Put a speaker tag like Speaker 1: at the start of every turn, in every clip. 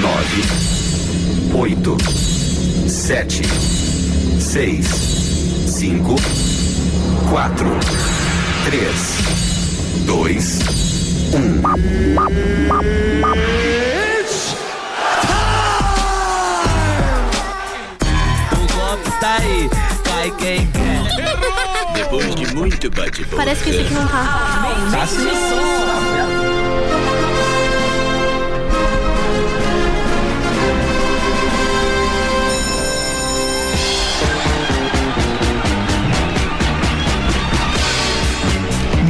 Speaker 1: nove, oito, sete, seis, cinco, quatro, três, dois, um.
Speaker 2: O golpe tá aí, cai quem quer.
Speaker 3: Depois de muito bate-boca.
Speaker 4: Parece que esse aqui não tá.
Speaker 3: Ah,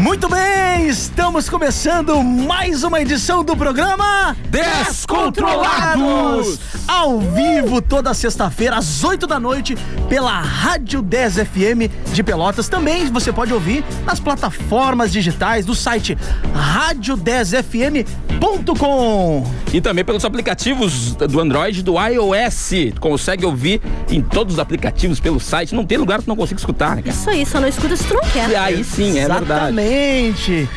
Speaker 5: Muito bem, estamos começando mais uma edição do programa
Speaker 2: Descontrolados!
Speaker 5: Ao vivo toda sexta-feira às 8 da noite pela Rádio 10 FM de Pelotas. Também você pode ouvir nas plataformas digitais do site rádio10fm.com.
Speaker 3: E também pelos aplicativos do Android e do iOS. Tu consegue ouvir em todos os aplicativos pelo site. Não tem lugar que tu não consiga escutar, né, cara?
Speaker 4: Isso aí, É só não escuta se tu não
Speaker 3: E
Speaker 4: quer.
Speaker 3: aí sim, é verdade.
Speaker 5: Exatamente.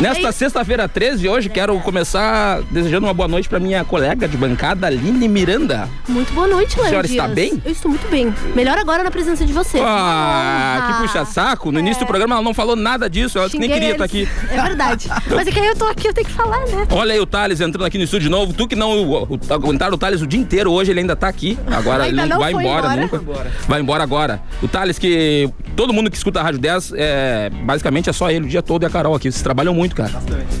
Speaker 3: Nesta sexta-feira 13, hoje quero começar desejando uma boa noite pra minha colega de bancada, Aline Miranda.
Speaker 4: Muito boa noite, Léo.
Speaker 3: senhora
Speaker 4: Dias.
Speaker 3: está bem?
Speaker 4: Eu estou muito bem. Melhor agora na presença de você.
Speaker 3: Ah, que puxa-saco. No início do programa ela não falou nada disso, ela disse que nem queria estar aqui.
Speaker 4: É verdade. Mas é que aí eu tô aqui, eu tenho que falar, né?
Speaker 3: Olha aí o Thales entrando aqui no estúdio de novo. Tu que não o, o, aguentaram o Thales o dia inteiro hoje, ele ainda tá aqui. Agora
Speaker 4: Ainda
Speaker 3: ele
Speaker 4: não
Speaker 3: vai
Speaker 4: foi
Speaker 3: embora,
Speaker 4: embora.
Speaker 3: nunca. Vai embora agora. O Thales, que todo mundo que escuta a Rádio 10, é, basicamente é só ele o dia todo e a Carol aqui. Vocês trabalham muito, cara.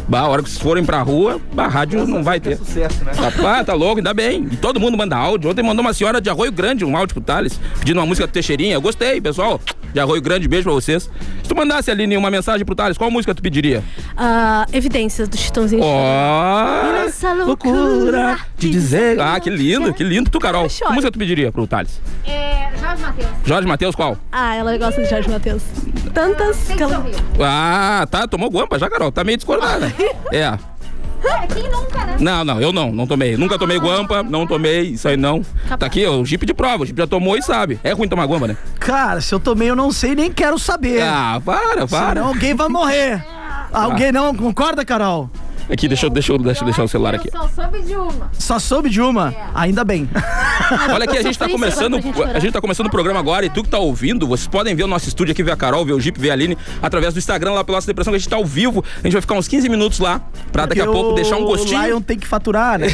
Speaker 3: Bah, a hora que vocês forem pra rua, bah, a rádio não vai ter.
Speaker 6: sucesso, né?
Speaker 3: Tá, pá, tá louco, ainda bem. E todo mundo manda áudio. Ontem mandou uma senhora de Arroio Grande um áudio pro Thales, pedindo uma música do Teixeirinha. Eu gostei, pessoal. De Arroio Grande, beijo pra vocês. Se tu mandasse, Aline, uma mensagem pro Thales, qual música tu pediria?
Speaker 4: Ah, evidências do Chitãozinho.
Speaker 3: Ó,
Speaker 4: Essa
Speaker 3: loucura
Speaker 4: loucura
Speaker 3: de
Speaker 4: de
Speaker 3: dizer.
Speaker 4: dizer
Speaker 3: Ah, que lindo, que lindo. Tu, Carol,
Speaker 4: Eu
Speaker 3: que
Speaker 4: choro.
Speaker 3: música tu pediria pro Thales?
Speaker 7: É, Jorge Matheus.
Speaker 3: Jorge Matheus, qual?
Speaker 4: Ah, ela gosta de Jorge Matheus. Tantas que ela...
Speaker 3: Ah, tá, tomou guampa já, Carol. Tá meio discordada. É.
Speaker 7: Quem nunca, né?
Speaker 3: Não, não, eu não, não tomei. Nunca tomei guampa, não tomei, isso aí não. Ah. Tá aqui, ó, o Jeep de prova, o Jeep já tomou e sabe. É ruim tomar guampa, né?
Speaker 5: Cara, se eu tomei, eu não sei nem quero saber.
Speaker 3: Ah, para, Ah. para.
Speaker 5: Senão alguém vai morrer. Alguém não concorda, Carol?
Speaker 3: Aqui, deixa eu, deixa eu, deixa eu deixar o celular aqui.
Speaker 7: Eu só soube de uma.
Speaker 5: Só soube de uma?
Speaker 4: É.
Speaker 5: Ainda bem.
Speaker 3: Ah, Olha aqui, a gente tá
Speaker 4: Sofrência
Speaker 3: começando.
Speaker 4: agora pra gente chorar.
Speaker 3: A gente tá começando o programa agora e tu que tá ouvindo, vocês podem ver o nosso estúdio aqui, ver a Carol, ver o Jeep, ver a Aline, através do Instagram lá pela nossa depressão, que a gente tá ao vivo. A gente vai ficar uns 15 minutos lá, pra daqui a
Speaker 5: Porque
Speaker 3: pouco
Speaker 5: o
Speaker 3: deixar um
Speaker 5: Lion
Speaker 3: gostinho.
Speaker 5: tem que faturar, né?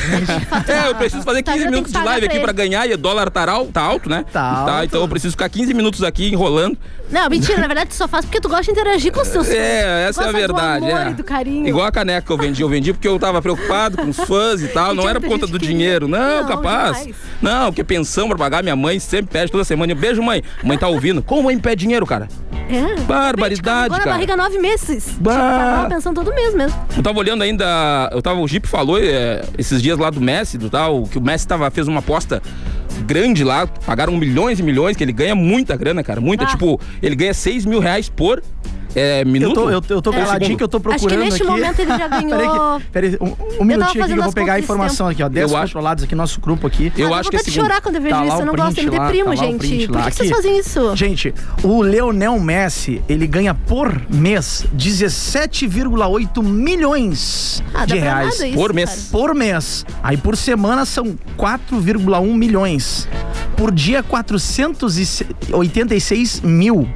Speaker 3: É, eu preciso fazer
Speaker 4: Tá,
Speaker 3: 15
Speaker 4: eu tenho
Speaker 3: minutos
Speaker 4: que
Speaker 3: de
Speaker 4: pagar
Speaker 3: live
Speaker 4: pra
Speaker 3: aqui pra
Speaker 4: ele.
Speaker 3: ganhar e o dólar tá, al- tá alto, né?
Speaker 5: Tá alto.
Speaker 3: então eu preciso ficar 15 minutos aqui enrolando.
Speaker 4: Não, mentira, na verdade tu só faz porque tu gosta de interagir com os seus
Speaker 3: É, essa
Speaker 4: Gosta
Speaker 3: é a verdade.
Speaker 4: Do amor
Speaker 3: é.
Speaker 4: e do carinho.
Speaker 3: Igual a caneca que eu vendi. Eu vendi porque eu tava preocupado com os fãs e tal.
Speaker 4: E
Speaker 3: Não
Speaker 4: tinha
Speaker 3: era por
Speaker 4: muita gente
Speaker 3: conta do
Speaker 4: que-
Speaker 3: dinheiro. Não,
Speaker 4: Não,
Speaker 3: capaz.
Speaker 4: jamais.
Speaker 3: Não, porque pensão pra pagar, minha mãe sempre pede toda semana. Beijo, mãe. Mãe tá ouvindo. Como mãe pede dinheiro, cara?
Speaker 4: É.
Speaker 3: Barbaridade,
Speaker 4: Agora
Speaker 3: cara.
Speaker 4: a barriga há nove meses.
Speaker 3: Bah.
Speaker 4: Tava pensando todo mês mesmo.
Speaker 3: Eu tava olhando ainda. Eu tava, o Jeep falou é, esses dias lá do Messi, do tal, que o Messi tava, fez uma aposta grande lá, pagaram milhões e milhões, que ele ganha muita grana, cara. Muita.
Speaker 4: Ah.
Speaker 3: Tipo, ele ganha 6 mil reais por é,
Speaker 5: Eu
Speaker 3: minuto.
Speaker 5: tô, eu, tô- eu tô
Speaker 3: Por
Speaker 5: caladinho
Speaker 3: segundo.
Speaker 5: que eu tô
Speaker 4: Acho que
Speaker 5: procurando
Speaker 4: neste
Speaker 5: aqui.
Speaker 4: momento ele já ganhou-
Speaker 5: peraí, que- peraí, um, um minutinho aqui que
Speaker 4: fazendo
Speaker 5: eu vou
Speaker 4: as
Speaker 5: pegar a
Speaker 4: contas
Speaker 5: informação aqui, ó. 10
Speaker 3: Eu acho-
Speaker 5: controlados aqui, nosso grupo aqui.
Speaker 3: Eu
Speaker 4: Ah, dá
Speaker 3: acho que
Speaker 4: vontade
Speaker 3: é
Speaker 4: de
Speaker 3: segundo.
Speaker 4: chorar quando eu vejo
Speaker 5: Tá lá
Speaker 4: isso.
Speaker 5: o
Speaker 4: Eu não gosto, eu me
Speaker 5: print lá,
Speaker 4: deprimo,
Speaker 5: tá lá o print
Speaker 4: gente. Por
Speaker 5: lá.
Speaker 4: que, que vocês
Speaker 5: Aqui.
Speaker 4: fazem isso? Ah,
Speaker 5: Gente, o Leonel Messi, ele ganha por mês 17,8 milhões
Speaker 4: Ah,
Speaker 5: de
Speaker 4: dá pra nada
Speaker 5: reais.
Speaker 4: isso,
Speaker 3: por mês.
Speaker 4: cara.
Speaker 5: Por mês. Aí por semana são 4,1 milhões. Por dia, 486 mil.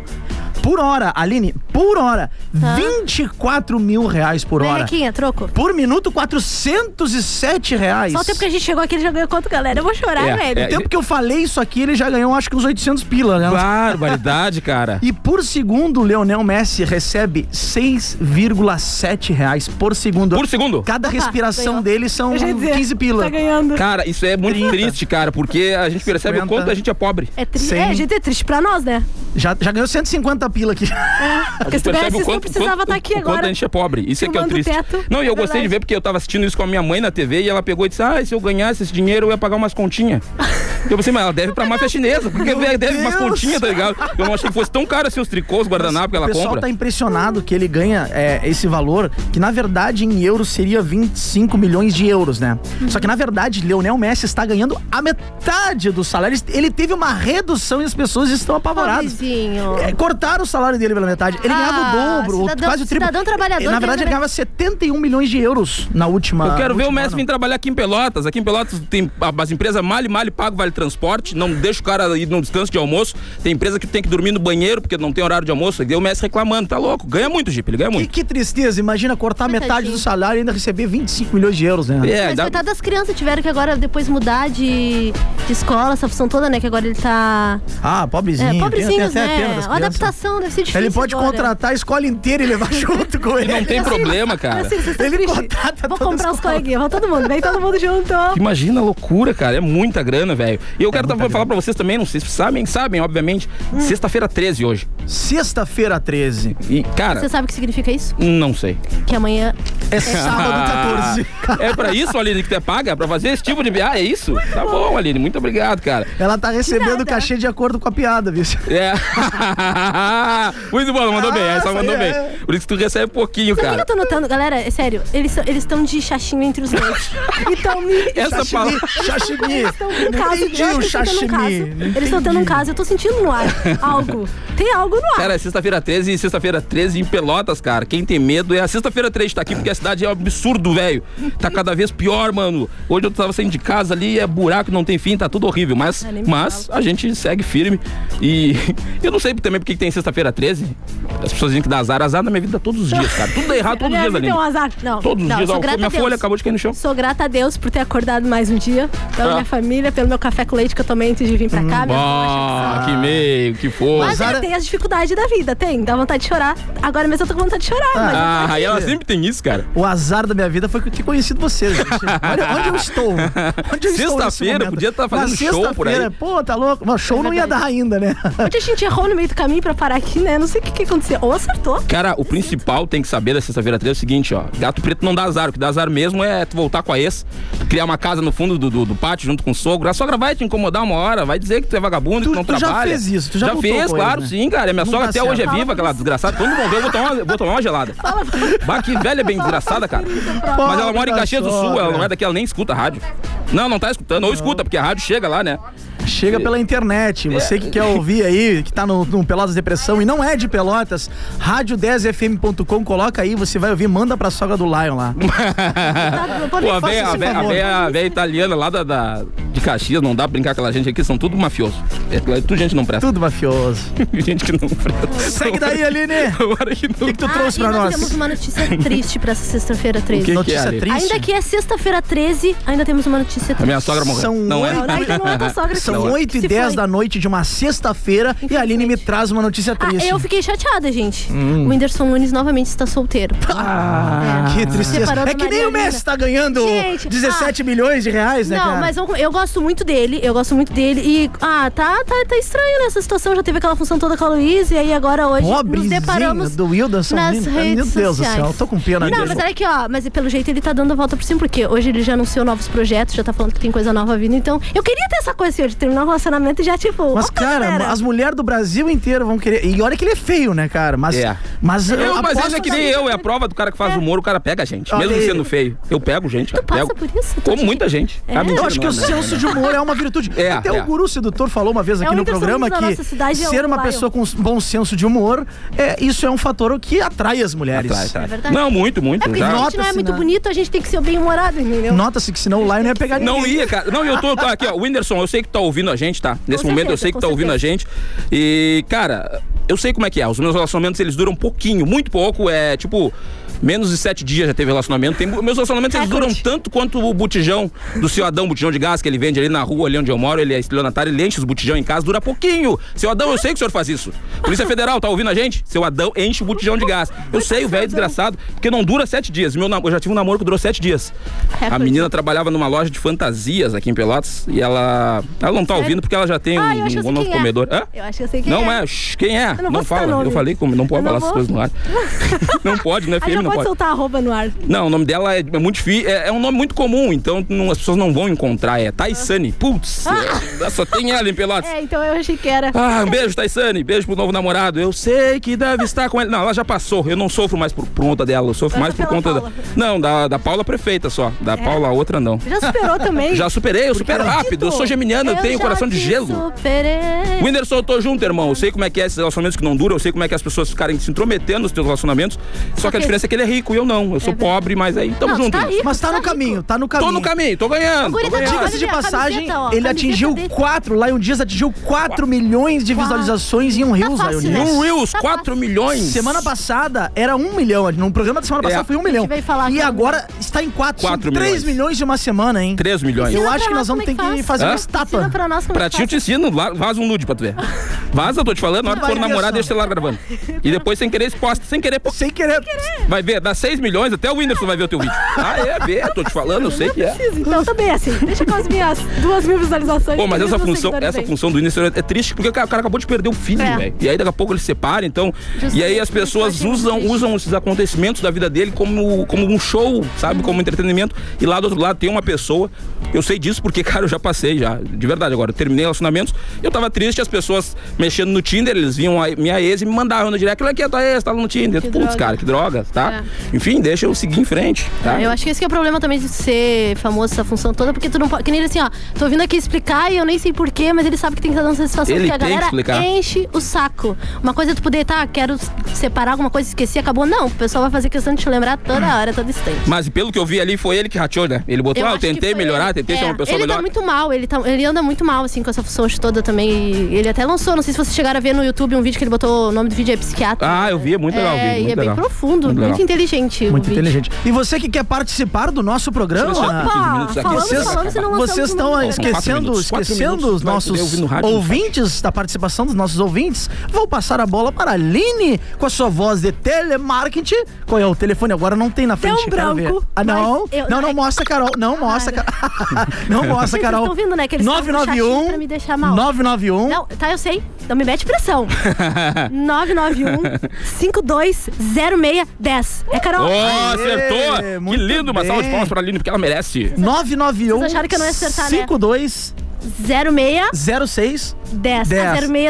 Speaker 5: Por hora, Aline, por hora,
Speaker 4: Tá.
Speaker 5: 24 mil reais por
Speaker 4: Né,
Speaker 5: hora.
Speaker 4: Requinha, troco.
Speaker 5: Por minuto, 407 reais.
Speaker 4: Só o tempo que a gente chegou aqui, ele já ganhou quanto, galera? Eu vou chorar,
Speaker 3: É,
Speaker 4: velho. Então,
Speaker 3: é.
Speaker 5: O tempo que eu falei isso aqui, ele já ganhou acho que uns 800 pila, né?
Speaker 3: Barbaridade, cara.
Speaker 5: E por segundo, o Leonel Messi recebe 6,7 reais por segundo.
Speaker 3: Por segundo?
Speaker 5: Cada respiração
Speaker 4: ganhou.
Speaker 5: dele são
Speaker 4: Eu já ia dizer,
Speaker 5: 15 pila.
Speaker 4: Tá ganhando.
Speaker 3: Cara, isso é muito triste, cara, porque a gente percebe o
Speaker 5: 50.
Speaker 3: quanto a gente é pobre.
Speaker 4: É triste.
Speaker 5: Sim.
Speaker 4: É, gente, é triste pra nós, né?
Speaker 5: Já, já ganhou 150 pila aqui.
Speaker 4: Porque se tu
Speaker 3: Percebe
Speaker 4: ganhasse
Speaker 3: o
Speaker 4: isso, não
Speaker 3: quanto,
Speaker 4: precisava
Speaker 3: quanto-
Speaker 4: estar aqui
Speaker 3: o quanto a
Speaker 4: agora.
Speaker 3: gente é pobre. Isso é que é o
Speaker 4: filmando o
Speaker 3: triste.
Speaker 4: teto.
Speaker 3: Não, e eu gostei de
Speaker 4: Verdade.
Speaker 3: ver porque eu tava assistindo isso com a minha mãe na TV e ela pegou e disse: Ah, se eu ganhasse esse dinheiro, eu ia pagar umas continhas. Eu pensei, mas ela deve pra máfia chinesa, porque deve umas
Speaker 5: Deus.
Speaker 3: pontinhas, tá ligado? Eu não achei que fosse tão caro assim os tricôs, guardanapo que
Speaker 5: o
Speaker 3: ela
Speaker 5: pessoal
Speaker 3: compra.
Speaker 5: tá impressionado que ele ganha é, esse valor, que na verdade em euros seria 25 milhões de euros, né?
Speaker 4: Uhum.
Speaker 5: Só que na verdade, Leonel Messi está ganhando a metade do salário. Ele teve uma redução e as pessoas estão apavoradas.
Speaker 4: Pobrezinho.
Speaker 5: É, cortaram o salário dele pela metade. Ele
Speaker 4: Ah,
Speaker 5: ganhava o dobro, ou
Speaker 4: cidadão-
Speaker 5: quase o triplo.
Speaker 4: cidadão trabalhador
Speaker 5: Na verdade,
Speaker 4: ganha-
Speaker 5: ele ganhava 71 milhões de euros na Ah, última.
Speaker 3: Eu quero
Speaker 5: no
Speaker 3: ver o
Speaker 5: último
Speaker 3: Messi
Speaker 5: ano.
Speaker 3: vir trabalhar aqui em Pelotas. Aqui em Pelotas tem a- as empresas male, male, pago, vale transporte. Não deixa o cara ir num descanso de almoço. Tem empresa que tem que dormir no banheiro porque não tem horário de almoço. E daí o Messi reclamando, tá louco. Ganha muito, Jeep, ele ganha
Speaker 5: Que,
Speaker 3: muito.
Speaker 5: que tristeza, imagina cortar metade
Speaker 4: tadinho.
Speaker 5: do salário e ainda receber 25 milhões de euros, né?
Speaker 3: É,
Speaker 4: Mas
Speaker 3: dá-
Speaker 4: coitado das crianças, tiveram que agora depois mudar de, de escola, essa função toda, né? Que agora ele tá.
Speaker 5: Ah,
Speaker 4: É,
Speaker 5: pobrezinho.
Speaker 4: pobrezinhos,
Speaker 5: até
Speaker 4: né?
Speaker 5: pena das
Speaker 4: a
Speaker 5: crianças.
Speaker 4: adaptação deve ser difícil.
Speaker 5: Ele pode
Speaker 4: agora.
Speaker 5: contratar a escola inteira e levar junto com ele.
Speaker 3: não tem problema, cara.
Speaker 4: Assim, vocês tão
Speaker 5: Ele
Speaker 4: tristes?
Speaker 5: contrata
Speaker 4: Vou
Speaker 5: toda a
Speaker 4: comprar os
Speaker 5: escola.
Speaker 4: coleguinhas, vai todo mundo, vem todo mundo junto.
Speaker 3: Imagina a loucura, cara. É muita grana, velho. E eu quero tá- falar pra vocês também, não sei se sabem, sabem, obviamente.
Speaker 4: Hum.
Speaker 3: Sexta-feira 13 hoje.
Speaker 5: Sexta-feira 13.
Speaker 3: E, cara,
Speaker 4: Você sabe o que significa isso?
Speaker 3: não sei.
Speaker 4: Que amanhã
Speaker 5: É sábado 14.
Speaker 3: é pra isso, Aline, que tu é paga? Pra fazer esse tipo de. Ah, é isso? Tá bom, Aline. Muito obrigado, cara.
Speaker 5: Ela tá recebendo
Speaker 4: nada.
Speaker 5: o cachê de acordo com a piada, viu?
Speaker 3: É. Muito bom, mandou bem. Essa
Speaker 5: Ah,
Speaker 3: mandou
Speaker 5: é.
Speaker 3: bem. Por isso que tu recebe pouquinho,
Speaker 4: Sabe o que
Speaker 3: cara.
Speaker 4: eu tô notando, galera? É sério, eles são- eles estão de chachinho entre os dentes. Então me.
Speaker 3: Essa
Speaker 5: Sashimi,
Speaker 3: palavra.
Speaker 5: sashimi.
Speaker 4: Eles estão com um
Speaker 5: Não
Speaker 4: caso.
Speaker 5: entendi
Speaker 4: eu acho
Speaker 5: o
Speaker 4: que eles estão tendo
Speaker 5: sashimi.
Speaker 4: um caso.
Speaker 5: Não
Speaker 4: Eles estão tendo um
Speaker 5: entendi.
Speaker 4: caso, eu tô sentindo no ar algo. Tem algo no ar.
Speaker 3: Cara, é sexta-feira 13 e sexta-feira 13 em Pelotas, cara. Quem tem medo é a sexta-feira 3 tá aqui, porque a cidade é um absurdo, velho. Tá cada vez pior, mano. Hoje eu tava saindo de casa ali, é buraco, não tem fim, tá tudo horrível. Mas,
Speaker 4: Ah, nem me
Speaker 3: mas a gente segue firme. E eu não sei também porque que tem sexta-feira 13. As pessoas dizem que dá azar, azar na minha vida todos os dias, cara. Tudo dá errado todos os
Speaker 4: Minha
Speaker 3: dias,
Speaker 4: vida
Speaker 3: ali.
Speaker 4: é um azar. Não,
Speaker 3: Todos os
Speaker 4: não,
Speaker 3: dias.
Speaker 4: sou
Speaker 3: Ó,
Speaker 4: grata
Speaker 3: minha
Speaker 4: a Deus.
Speaker 3: folha acabou de cair no chão.
Speaker 4: Sou grata a Deus por ter acordado mais um dia, pela
Speaker 3: Ah.
Speaker 4: minha família, pelo meu café com leite que eu tomei antes de vir pra cá. minha
Speaker 3: Ah, que meio, que
Speaker 4: Mas
Speaker 3: força.
Speaker 5: Zara-
Speaker 4: é, tem as dificuldades da vida, tem. Dá vontade de chorar. Agora mesmo eu tô com vontade de chorar. mas eu tô
Speaker 3: Ah,
Speaker 4: aqui.
Speaker 3: e ela sempre tem isso, cara.
Speaker 5: O azar da minha vida foi ter conhecido vocês. gente. Olha onde eu estou. Onde eu estou nesse
Speaker 3: Sexta-feira,
Speaker 5: momento.
Speaker 3: podia tá fazendo
Speaker 5: Na
Speaker 3: show por aí.
Speaker 5: sexta-feira, Pô, tá louco. Mas
Speaker 4: É
Speaker 5: show não ia dar ainda, né?
Speaker 4: Hoje a gente errou no meio do caminho pra parar aqui, né? Não sei o que, que aconteceu. Ou acertou.
Speaker 3: Cara, o principal tem que saber da sexta-feira 13 é o seguinte, ó. Gato preto não dá azar. O que dá azar mesmo é tu voltar com a ex, criar uma casa no fundo do, do- do pátio junto com o sogro. A sogra vai te incomodar uma hora, vai dizer que tu é vagabundo,
Speaker 5: Tu-
Speaker 3: que não
Speaker 5: tu já
Speaker 3: trabalha.
Speaker 5: fez isso, tu já voltou
Speaker 3: fez,
Speaker 5: com ele,
Speaker 3: claro,
Speaker 5: né?
Speaker 3: sim, cara. E Minha
Speaker 5: Não
Speaker 3: sogra
Speaker 5: dá
Speaker 3: até hoje é
Speaker 5: certo.
Speaker 3: viva, aquela desgraçada. Quando vão ver, eu vou tomar, uma- vou tomar uma gelada. Bah, que velha bem desgraçada, cara. Mas ela mora em
Speaker 5: da
Speaker 3: Caxias do Sul,
Speaker 5: sogra.
Speaker 3: ela não é daqui, ela nem escuta a rádio. Não, não tá escutando. Ou escuta, porque a rádio chega lá, né?
Speaker 5: Chega pela internet. Você que quer ouvir aí, que tá no, no Pelotas Depressão e não é de Pelotas, rádio10fm.com, coloca aí, você vai ouvir, manda pra sogra do Lion lá.
Speaker 3: Pô, a véia, a
Speaker 5: esse
Speaker 3: véia, a
Speaker 5: favor.
Speaker 3: véia- a véia italiana lá da, da- de Caxias, não dá pra brincar com aquela gente aqui, são tudo mafioso. É, é tudo gente que não presta.
Speaker 5: Tudo mafioso.
Speaker 3: gente que não presta.
Speaker 5: Segue daí, Aline. O
Speaker 3: Agora que não.
Speaker 5: que, que tu trouxe
Speaker 4: Ah, e
Speaker 5: pra nós?
Speaker 4: temos uma notícia triste pra essa sexta-feira 13.
Speaker 3: que é,
Speaker 5: Notícia
Speaker 3: Ale?
Speaker 5: triste.
Speaker 4: Ainda que é sexta-feira 13, ainda temos uma notícia
Speaker 3: A
Speaker 4: triste.
Speaker 3: minha sogra morreu.
Speaker 5: São
Speaker 3: não é?
Speaker 4: Não, ainda não é da sogra.
Speaker 5: São
Speaker 4: que se
Speaker 5: 8 e
Speaker 4: foi.
Speaker 5: 10 da noite de uma sexta-feira e a Aline me traz uma notícia
Speaker 4: Ah,
Speaker 5: triste. Hum.
Speaker 4: eu fiquei chateada, gente. O Whindersson Nunes novamente está solteiro.
Speaker 5: Ah, que tristeza.
Speaker 4: Separou
Speaker 5: É
Speaker 4: da
Speaker 5: que nem
Speaker 4: Maria
Speaker 5: o Messi
Speaker 4: Elisa.
Speaker 5: tá ganhando
Speaker 4: Gente, ah,
Speaker 5: 17 milhões de reais, né,
Speaker 4: Não,
Speaker 5: cara?
Speaker 4: mas eu, eu gosto muito dele, eu gosto muito dele. E, ah, tá, tá, tá estranho nessa situação. Já teve aquela função toda com a Luísa e aí agora hoje nos
Speaker 5: Pobrezinho
Speaker 4: deparamos
Speaker 5: do Wilderson.
Speaker 4: nas
Speaker 5: Nunes.
Speaker 4: redes
Speaker 5: Meu Deus
Speaker 4: sociais.
Speaker 5: do céu, eu tô com pena
Speaker 4: Não,
Speaker 5: dele.
Speaker 4: mas olha aqui, ó. Mas pelo jeito ele tá dando a volta por cima, porque hoje ele já anunciou novos projetos, já tá falando que tem coisa nova vindo. Então, eu queria ter essa coisa assim, ó, de terminar o relacionamento e já, tipo.
Speaker 5: Mas,
Speaker 4: opa,
Speaker 5: cara,
Speaker 4: galera.
Speaker 5: as mulheres do Brasil inteiro vão querer. E olha que ele é feio, né, cara? Mas.
Speaker 3: É.
Speaker 5: Mas eu,
Speaker 3: Eu, mas
Speaker 5: aposto-
Speaker 3: ele é que nem eu, é a prova do cara que faz humor, o cara pega a gente.
Speaker 5: Olha
Speaker 3: mesmo
Speaker 5: aí.
Speaker 3: sendo feio. Eu pego gente, cara.
Speaker 4: passa
Speaker 3: pego.
Speaker 4: por isso?
Speaker 3: Como muita gente.
Speaker 4: É.
Speaker 3: Ah, mentira,
Speaker 5: Eu acho que
Speaker 3: não,
Speaker 5: o
Speaker 3: não, não,
Speaker 5: senso de humor é uma virtude.
Speaker 3: É,
Speaker 5: Até
Speaker 3: é.
Speaker 5: o guru sedutor falou uma vez aqui
Speaker 4: É, o
Speaker 5: no
Speaker 4: Whindersson
Speaker 5: programa
Speaker 4: Nunes da
Speaker 5: que
Speaker 4: nossa cidade é
Speaker 5: ser
Speaker 4: o
Speaker 5: uma
Speaker 4: Lion.
Speaker 5: pessoa com s- bom senso de humor, é, isso é um fator que atrai as mulheres.
Speaker 3: Atrai, atrai.
Speaker 4: É verdade.
Speaker 3: Não, muito, muito. tá.
Speaker 4: Porque
Speaker 3: já.
Speaker 4: se a gente não é
Speaker 5: Nota-se,
Speaker 4: muito
Speaker 5: né?
Speaker 4: bonito, a gente tem que ser bem-humorado, entendeu?
Speaker 5: Nota-se que senão o Lion ia pegar ninguém.
Speaker 3: Não ia, cara. Não, eu tô, tô aqui, ó. Whindersson, eu sei que tá ouvindo a gente, tá? Nesse
Speaker 4: Com
Speaker 3: momento eu
Speaker 4: certeza,
Speaker 3: sei que
Speaker 4: com
Speaker 3: tá ouvindo a gente. E, cara, eu sei como é que é. Os meus relacionamentos, eles duram pouquinho, muito pouco. É, tipo, menos de sete dias já teve relacionamento. Tem, meus relacionamentos, eles duram
Speaker 4: Recorde.
Speaker 3: tanto quanto o botijão do seu Adão, botijão de gás que ele vende ali na rua, ali onde eu moro. Ele é estelionatário, ele enche os botijão em casa, dura pouquinho. Seu Adão, eu sei que o senhor faz isso. Polícia Federal, tá ouvindo a gente? Seu Adão enche o botijão de gás. Eu sei, o velho é desgraçado, porque não dura sete dias. Meu, nam- eu já tive um namoro que durou sete dias. A
Speaker 4: Recorde.
Speaker 3: menina ela trabalhava numa loja de fantasias aqui em Pelotas e ela. Ela não tá ouvindo porque ela já tem
Speaker 4: Ah, eu acho que eu
Speaker 3: um,
Speaker 4: sei
Speaker 3: um novo
Speaker 4: quem é.
Speaker 3: comedor. Hã?
Speaker 4: Eu acho que eu sei quem
Speaker 3: Não
Speaker 4: é.
Speaker 3: é. shh, Quem é?
Speaker 4: não vou citar
Speaker 3: fala.
Speaker 4: nome.
Speaker 3: Eu falei como não
Speaker 4: Eu
Speaker 3: pode
Speaker 4: não
Speaker 3: falar essas
Speaker 4: vou.
Speaker 3: coisas no ar. não pode, né?
Speaker 4: Ah, já
Speaker 3: FM não pode.
Speaker 4: soltar arroba no ar.
Speaker 3: Não, o nome dela é, é muito difícil. É, é um nome muito comum, então não- as pessoas não vão encontrar. É Taisane. Putz, é, só tem ela em Pelotas.
Speaker 4: Ah. É, então eu achei que era.
Speaker 3: Ah, um beijo, Taisane. Beijo pro novo namorado. Eu sei que deve estar com ela. Não, ela já passou. Eu não sofro mais por conta dela. Eu sofro
Speaker 4: Essa
Speaker 3: mais por
Speaker 4: pela
Speaker 3: conta da.
Speaker 4: Paula. É.
Speaker 3: Não, da, da Paula Prefeita só. Da Paula, a outra não.
Speaker 4: Já superou também?
Speaker 3: Já superei, eu supero rápido. Eu sou geminiano, eu tenho
Speaker 4: já
Speaker 3: coração de
Speaker 4: te
Speaker 3: gelo.
Speaker 4: Superei.
Speaker 3: Whindersson, eu tô junto, irmão. Eu sei como é que é esses relacionamentos que não duram, eu sei como é que as pessoas ficarem se intrometendo nos teus relacionamentos. Só que a
Speaker 4: que-
Speaker 3: diferença é que ele é rico e eu não. Eu sou
Speaker 4: verdade.
Speaker 3: pobre, mas aí tamo
Speaker 4: Não, tu
Speaker 3: junto.
Speaker 4: tá
Speaker 3: irmão.
Speaker 4: rico,
Speaker 5: Mas tá
Speaker 4: tu
Speaker 5: no caminho, tá no caminho.
Speaker 3: Tô no caminho, tô ganhando.
Speaker 4: Guri
Speaker 3: Tô
Speaker 4: tá
Speaker 3: ganhando.
Speaker 4: Olha
Speaker 5: Diga-se de
Speaker 4: a camiseta,
Speaker 5: passagem,
Speaker 4: ó, a
Speaker 5: ele
Speaker 4: camiseta
Speaker 5: atingiu
Speaker 4: dele.
Speaker 5: 4, Lion Dias atingiu 4 milhões de visualizações em um Reels,
Speaker 4: fácil,
Speaker 5: Lion
Speaker 4: né?
Speaker 5: Dias.
Speaker 3: Um Reels,
Speaker 4: Tá
Speaker 3: 4 milhões.
Speaker 5: Semana passada era 1 milhão, no programa da semana
Speaker 3: É.
Speaker 5: passada foi 1 milhão.
Speaker 4: veio falar
Speaker 5: E
Speaker 4: que- é um
Speaker 5: agora está em 4,
Speaker 3: Quatro
Speaker 5: 3
Speaker 3: milhões.
Speaker 5: milhões de uma semana, hein?
Speaker 3: 3 milhões.
Speaker 5: Eu
Speaker 4: Ensina
Speaker 5: acho
Speaker 4: pra
Speaker 5: que nós
Speaker 4: nós
Speaker 5: vamos ter
Speaker 4: como é
Speaker 5: que
Speaker 4: que faz.
Speaker 5: fazer
Speaker 3: Hã?
Speaker 5: uma
Speaker 4: Ensina
Speaker 5: estátua.
Speaker 4: pra nós como é
Speaker 3: Pra
Speaker 4: que
Speaker 3: ti eu te ensino, la- vaza um nude pra tu ver. Vaza, eu tô te falando, na hora que
Speaker 5: Vai,
Speaker 3: for namorar,
Speaker 5: Anderson.
Speaker 3: deixa o celular gravando. E depois, sem querer, exposta, sem querer, pô,
Speaker 5: Sem querer.
Speaker 3: vai ver, dá 6 milhões, até o Whindersson vai ver o teu vídeo. Ah, é, vê, tô te falando, eu sei que é.
Speaker 4: faz. Então também assim, deixa com as minhas duas mil visualizações.
Speaker 3: Pô, mas
Speaker 4: três
Speaker 3: essa
Speaker 4: mil
Speaker 3: função,
Speaker 4: seguidores
Speaker 3: essa
Speaker 4: aí.
Speaker 3: função do Whindersson é triste porque o cara o cara acabou de perder o filho,
Speaker 4: É.
Speaker 3: velho. E aí daqui a pouco ele se separa, então.
Speaker 4: Justamente,
Speaker 3: e aí as
Speaker 4: por isso que eu
Speaker 3: pessoas
Speaker 4: achei muito
Speaker 3: usam,
Speaker 4: triste.
Speaker 3: usam esses acontecimentos da vida dele como, como um show, sabe? Como entretenimento. E lá do outro lado tem uma pessoa. Eu sei disso porque, cara, eu já passei já. De verdade, agora. Eu terminei relacionamentos. Eu tava triste, as pessoas mexendo no Tinder, eles vinham a minha ex e me mandavam no direct. Olha aqui, a tua ex, tava no Tinder.
Speaker 4: Que
Speaker 3: Putz,
Speaker 4: droga.
Speaker 3: cara, que droga, tá? Enfim, deixa eu seguir em frente. Tá?
Speaker 4: É, eu acho que esse que é o problema também de ser famoso, essa função toda, porque tu não pode. Que nem ele assim, ó, tô vindo aqui explicar e eu nem sei porquê, mas ele sabe que tem que estar dando satisfação,
Speaker 3: Ele
Speaker 4: porque a
Speaker 3: tem que
Speaker 4: galera
Speaker 3: explicar.
Speaker 4: enche o saco. Uma coisa é tu poder, tá, quero separar alguma coisa, esqueci, acabou. Não, o pessoal vai fazer questão de te lembrar toda hora, todo instante.
Speaker 3: Mas pelo que eu vi ali, foi ele que rateou, né? Ele botou, ah, eu
Speaker 4: acho que
Speaker 3: tentei
Speaker 4: foi
Speaker 3: melhorar,
Speaker 4: ele.
Speaker 3: tentei
Speaker 4: É,
Speaker 3: ser uma pessoa
Speaker 4: ele
Speaker 3: melhor.
Speaker 4: tá muito mal, ele, tá, ele anda muito mal, assim, com essa função hoje toda também. e ele até lançou, não sei se vocês chegaram a ver no YouTube um vídeo que ele botou, o nome do vídeo é Psiquiatra.
Speaker 3: Ah, eu vi, é muito legal o
Speaker 4: É,
Speaker 3: vídeo,
Speaker 4: e
Speaker 3: muito
Speaker 4: é bem
Speaker 3: legal.
Speaker 4: profundo,
Speaker 3: Muito
Speaker 4: muito,
Speaker 3: legal.
Speaker 4: inteligente. o
Speaker 5: Muito
Speaker 4: vídeo.
Speaker 5: inteligente. E você que quer participar do nosso programa,
Speaker 3: Deixa eu ver se eu tenho 15
Speaker 4: Opa,
Speaker 3: minutos aqui.
Speaker 4: falamos,
Speaker 5: Vocês,
Speaker 4: falamos e não lançamos
Speaker 5: vocês
Speaker 4: o
Speaker 5: estão
Speaker 4: nome.
Speaker 3: São quatro
Speaker 5: esquecendo,
Speaker 3: minutos, quatro
Speaker 5: esquecendo
Speaker 3: minutos.
Speaker 5: os
Speaker 3: Vai, eu ouvi
Speaker 5: nossos
Speaker 3: no rádio,
Speaker 5: ouvintes, da participação dos nossos ouvintes. Vou passar a bola para a Aline com a sua voz de telemarketing. Qual é o telefone? Agora não tem na frente.
Speaker 4: um
Speaker 5: quero
Speaker 4: branco,
Speaker 5: ver. Ah, não.
Speaker 4: mas eu-
Speaker 5: não, não mostra, Carol. Não mostra, Carol. não mostra,
Speaker 4: Vocês
Speaker 5: Carol.
Speaker 4: estão vendo, né, que eles fazem um
Speaker 5: 991.
Speaker 4: chachinho pra me deixar mal.
Speaker 5: 991.
Speaker 4: Não, tá, eu sei. Não me mete pressão. 991-520610. É Carol.
Speaker 3: Ó,
Speaker 4: Ai,
Speaker 3: acertou! Que
Speaker 5: muito
Speaker 3: lindo, uma salva
Speaker 5: bem.
Speaker 3: de
Speaker 5: É
Speaker 3: palmas pra Aline, porque ela merece.
Speaker 5: 991.
Speaker 4: Vocês acharam que eu não ia acertar, né?
Speaker 5: 5206.
Speaker 4: 0610. Ah, 06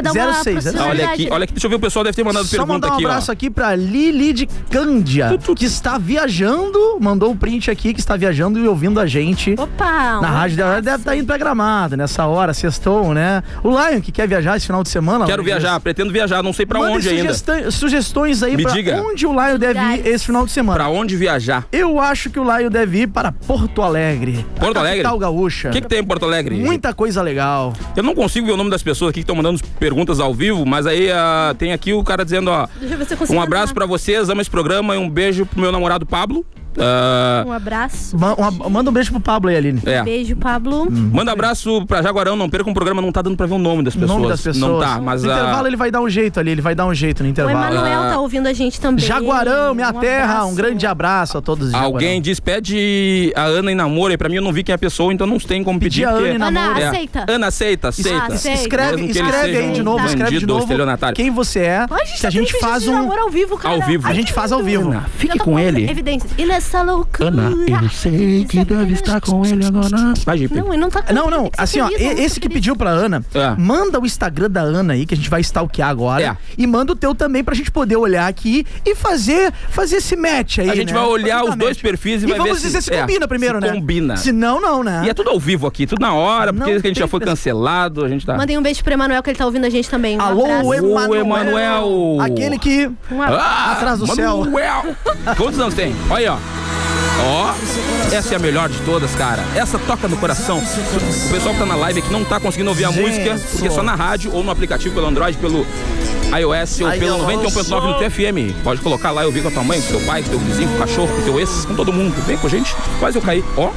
Speaker 4: dá uma
Speaker 5: 06, né?
Speaker 3: Ah, olha aqui, olha aqui, deixa eu ver, o pessoal deve ter mandado
Speaker 5: Só
Speaker 3: pergunta
Speaker 5: mandar um
Speaker 3: aqui,
Speaker 5: abraço
Speaker 3: ó.
Speaker 5: aqui pra Lili de Cândia, que está viajando, mandou o print aqui, que está viajando e ouvindo a gente
Speaker 4: Opa.
Speaker 5: na
Speaker 4: um
Speaker 5: rádio dela. Ela Deve estar indo pra Gramado nessa hora, sextou, né? O Lion, que quer viajar esse final de semana.
Speaker 3: Quero
Speaker 5: Lion,
Speaker 3: viajar, pretendo viajar, não sei pra
Speaker 5: Manda
Speaker 3: onde ainda.
Speaker 5: sugestões, sugestões aí
Speaker 3: Me
Speaker 5: pra
Speaker 3: diga.
Speaker 5: onde o Lion deve ir
Speaker 4: Lugares.
Speaker 5: esse final de semana.
Speaker 3: Pra onde viajar?
Speaker 5: Eu acho que o Lion deve ir para Porto Alegre.
Speaker 3: Porto
Speaker 5: a
Speaker 3: Alegre?
Speaker 5: Capital gaúcha.
Speaker 3: O que, que tem em Porto Alegre?
Speaker 5: Muita coisa legal.
Speaker 3: Eu não consigo ver o nome das pessoas aqui que estão mandando perguntas ao vivo, mas aí ah, tem aqui o cara dizendo, ó.
Speaker 4: Deixa eu ver se eu consigo
Speaker 3: Um abraço pra
Speaker 4: mandar.
Speaker 3: vocês, amo esse programa e um beijo pro meu namorado Pablo. Ah,
Speaker 4: Um abraço. um
Speaker 5: Ma- uma- manda um beijo pro Pablo aí, Aline.
Speaker 3: é.
Speaker 4: Beijo, Pablo.
Speaker 5: Hum.
Speaker 3: Manda abraço pra Jaguarão, não perca um programa, não tá dando pra ver o nome das
Speaker 5: O
Speaker 3: pessoas.
Speaker 5: nome das pessoas.
Speaker 3: Não tá, mas
Speaker 5: no intervalo
Speaker 3: a.
Speaker 5: ele vai dar um jeito ali, ele vai dar um jeito no
Speaker 4: O
Speaker 5: intervalo.
Speaker 4: Emanuel
Speaker 3: Ah.
Speaker 4: tá ouvindo a gente também.
Speaker 5: Jaguarão, minha
Speaker 4: Um
Speaker 5: terra,
Speaker 4: abraço.
Speaker 5: um grande abraço a todos. de
Speaker 3: Alguém diz, pede a Ana em namoro, e pra mim eu não vi quem é a pessoa, então não tem como
Speaker 5: Pedir
Speaker 3: pedir.
Speaker 5: a
Speaker 3: porque-
Speaker 5: Ana em namoro.
Speaker 4: Ana,
Speaker 3: É.
Speaker 4: aceita.
Speaker 3: Ana,
Speaker 4: Ah,
Speaker 3: aceita, aceita.
Speaker 5: Jaguarão.
Speaker 4: aceita.
Speaker 5: Escreve,
Speaker 3: Mesmo que ele
Speaker 5: escreve
Speaker 3: seja
Speaker 5: aí
Speaker 3: um
Speaker 5: de novo, escreve de
Speaker 3: bandido ou
Speaker 5: novo
Speaker 3: estelionatário.
Speaker 5: quem você é.
Speaker 4: Ai,
Speaker 5: que a
Speaker 4: tem
Speaker 5: gente
Speaker 4: vídeo
Speaker 5: faz
Speaker 4: de
Speaker 5: um.
Speaker 4: namoro ao vivo, cara.
Speaker 3: Ao vivo.
Speaker 5: A gente faz ao vivo.
Speaker 3: Ana, fique
Speaker 4: Eu tô
Speaker 3: com
Speaker 4: falando
Speaker 3: ele.
Speaker 4: Evidências. E nessa loucura.
Speaker 3: Ana, eu sei que deve estar com ele agora. Vai, Jeep.
Speaker 4: Não, ele não tá com
Speaker 5: Não, não,
Speaker 4: tem ser
Speaker 5: assim, ó,
Speaker 4: feliz,
Speaker 5: e-
Speaker 4: vamos
Speaker 5: esse
Speaker 4: ser
Speaker 5: que
Speaker 4: felizes.
Speaker 5: pediu pra Ana,
Speaker 3: É.
Speaker 5: manda o Instagram da Ana aí, que a gente vai stalkear agora.
Speaker 3: É.
Speaker 5: E manda o teu também pra gente poder olhar aqui e fazer, fazer esse match aí.
Speaker 3: A gente
Speaker 5: né?
Speaker 3: vai olhar
Speaker 5: Fazer
Speaker 3: os
Speaker 5: um
Speaker 3: dois
Speaker 5: match.
Speaker 3: perfis e,
Speaker 5: E
Speaker 3: vai ver
Speaker 5: vamos dizer se
Speaker 3: é,
Speaker 5: combina primeiro,
Speaker 3: se
Speaker 5: né?
Speaker 3: Combina.
Speaker 5: Se não, não, né?
Speaker 3: E é tudo ao vivo aqui, tudo na hora,
Speaker 5: Não
Speaker 3: porque a gente já
Speaker 5: tem
Speaker 3: foi
Speaker 5: pressa.
Speaker 3: cancelado, a gente tá.
Speaker 4: Mandei um beijo pro Emanuel, que ele tá ouvindo a gente também. Um abraço.
Speaker 5: Alô,
Speaker 3: Emanuel.
Speaker 5: Emanuel! Aquele que.
Speaker 4: Um abraço.
Speaker 5: Atrás do céu.
Speaker 3: Ah, Manuel. Quantos anos tem? Olha aí, ó. Ó, essa é a melhor de todas, cara. Essa toca no coração. O pessoal que tá na live aqui não tá conseguindo ouvir a
Speaker 5: Gente,
Speaker 3: música, porque é só
Speaker 5: pô.
Speaker 3: na rádio ou no aplicativo pelo Android, pelo iOS ou
Speaker 5: Aí,
Speaker 3: pelo
Speaker 5: ó,
Speaker 3: 91.9 no TFM. Pode colocar lá e ouvir com a tua mãe, com teu pai, com teu vizinho, com o cachorro, com teu ex, com todo mundo. Vem com a gente. Quase eu caí. Ó.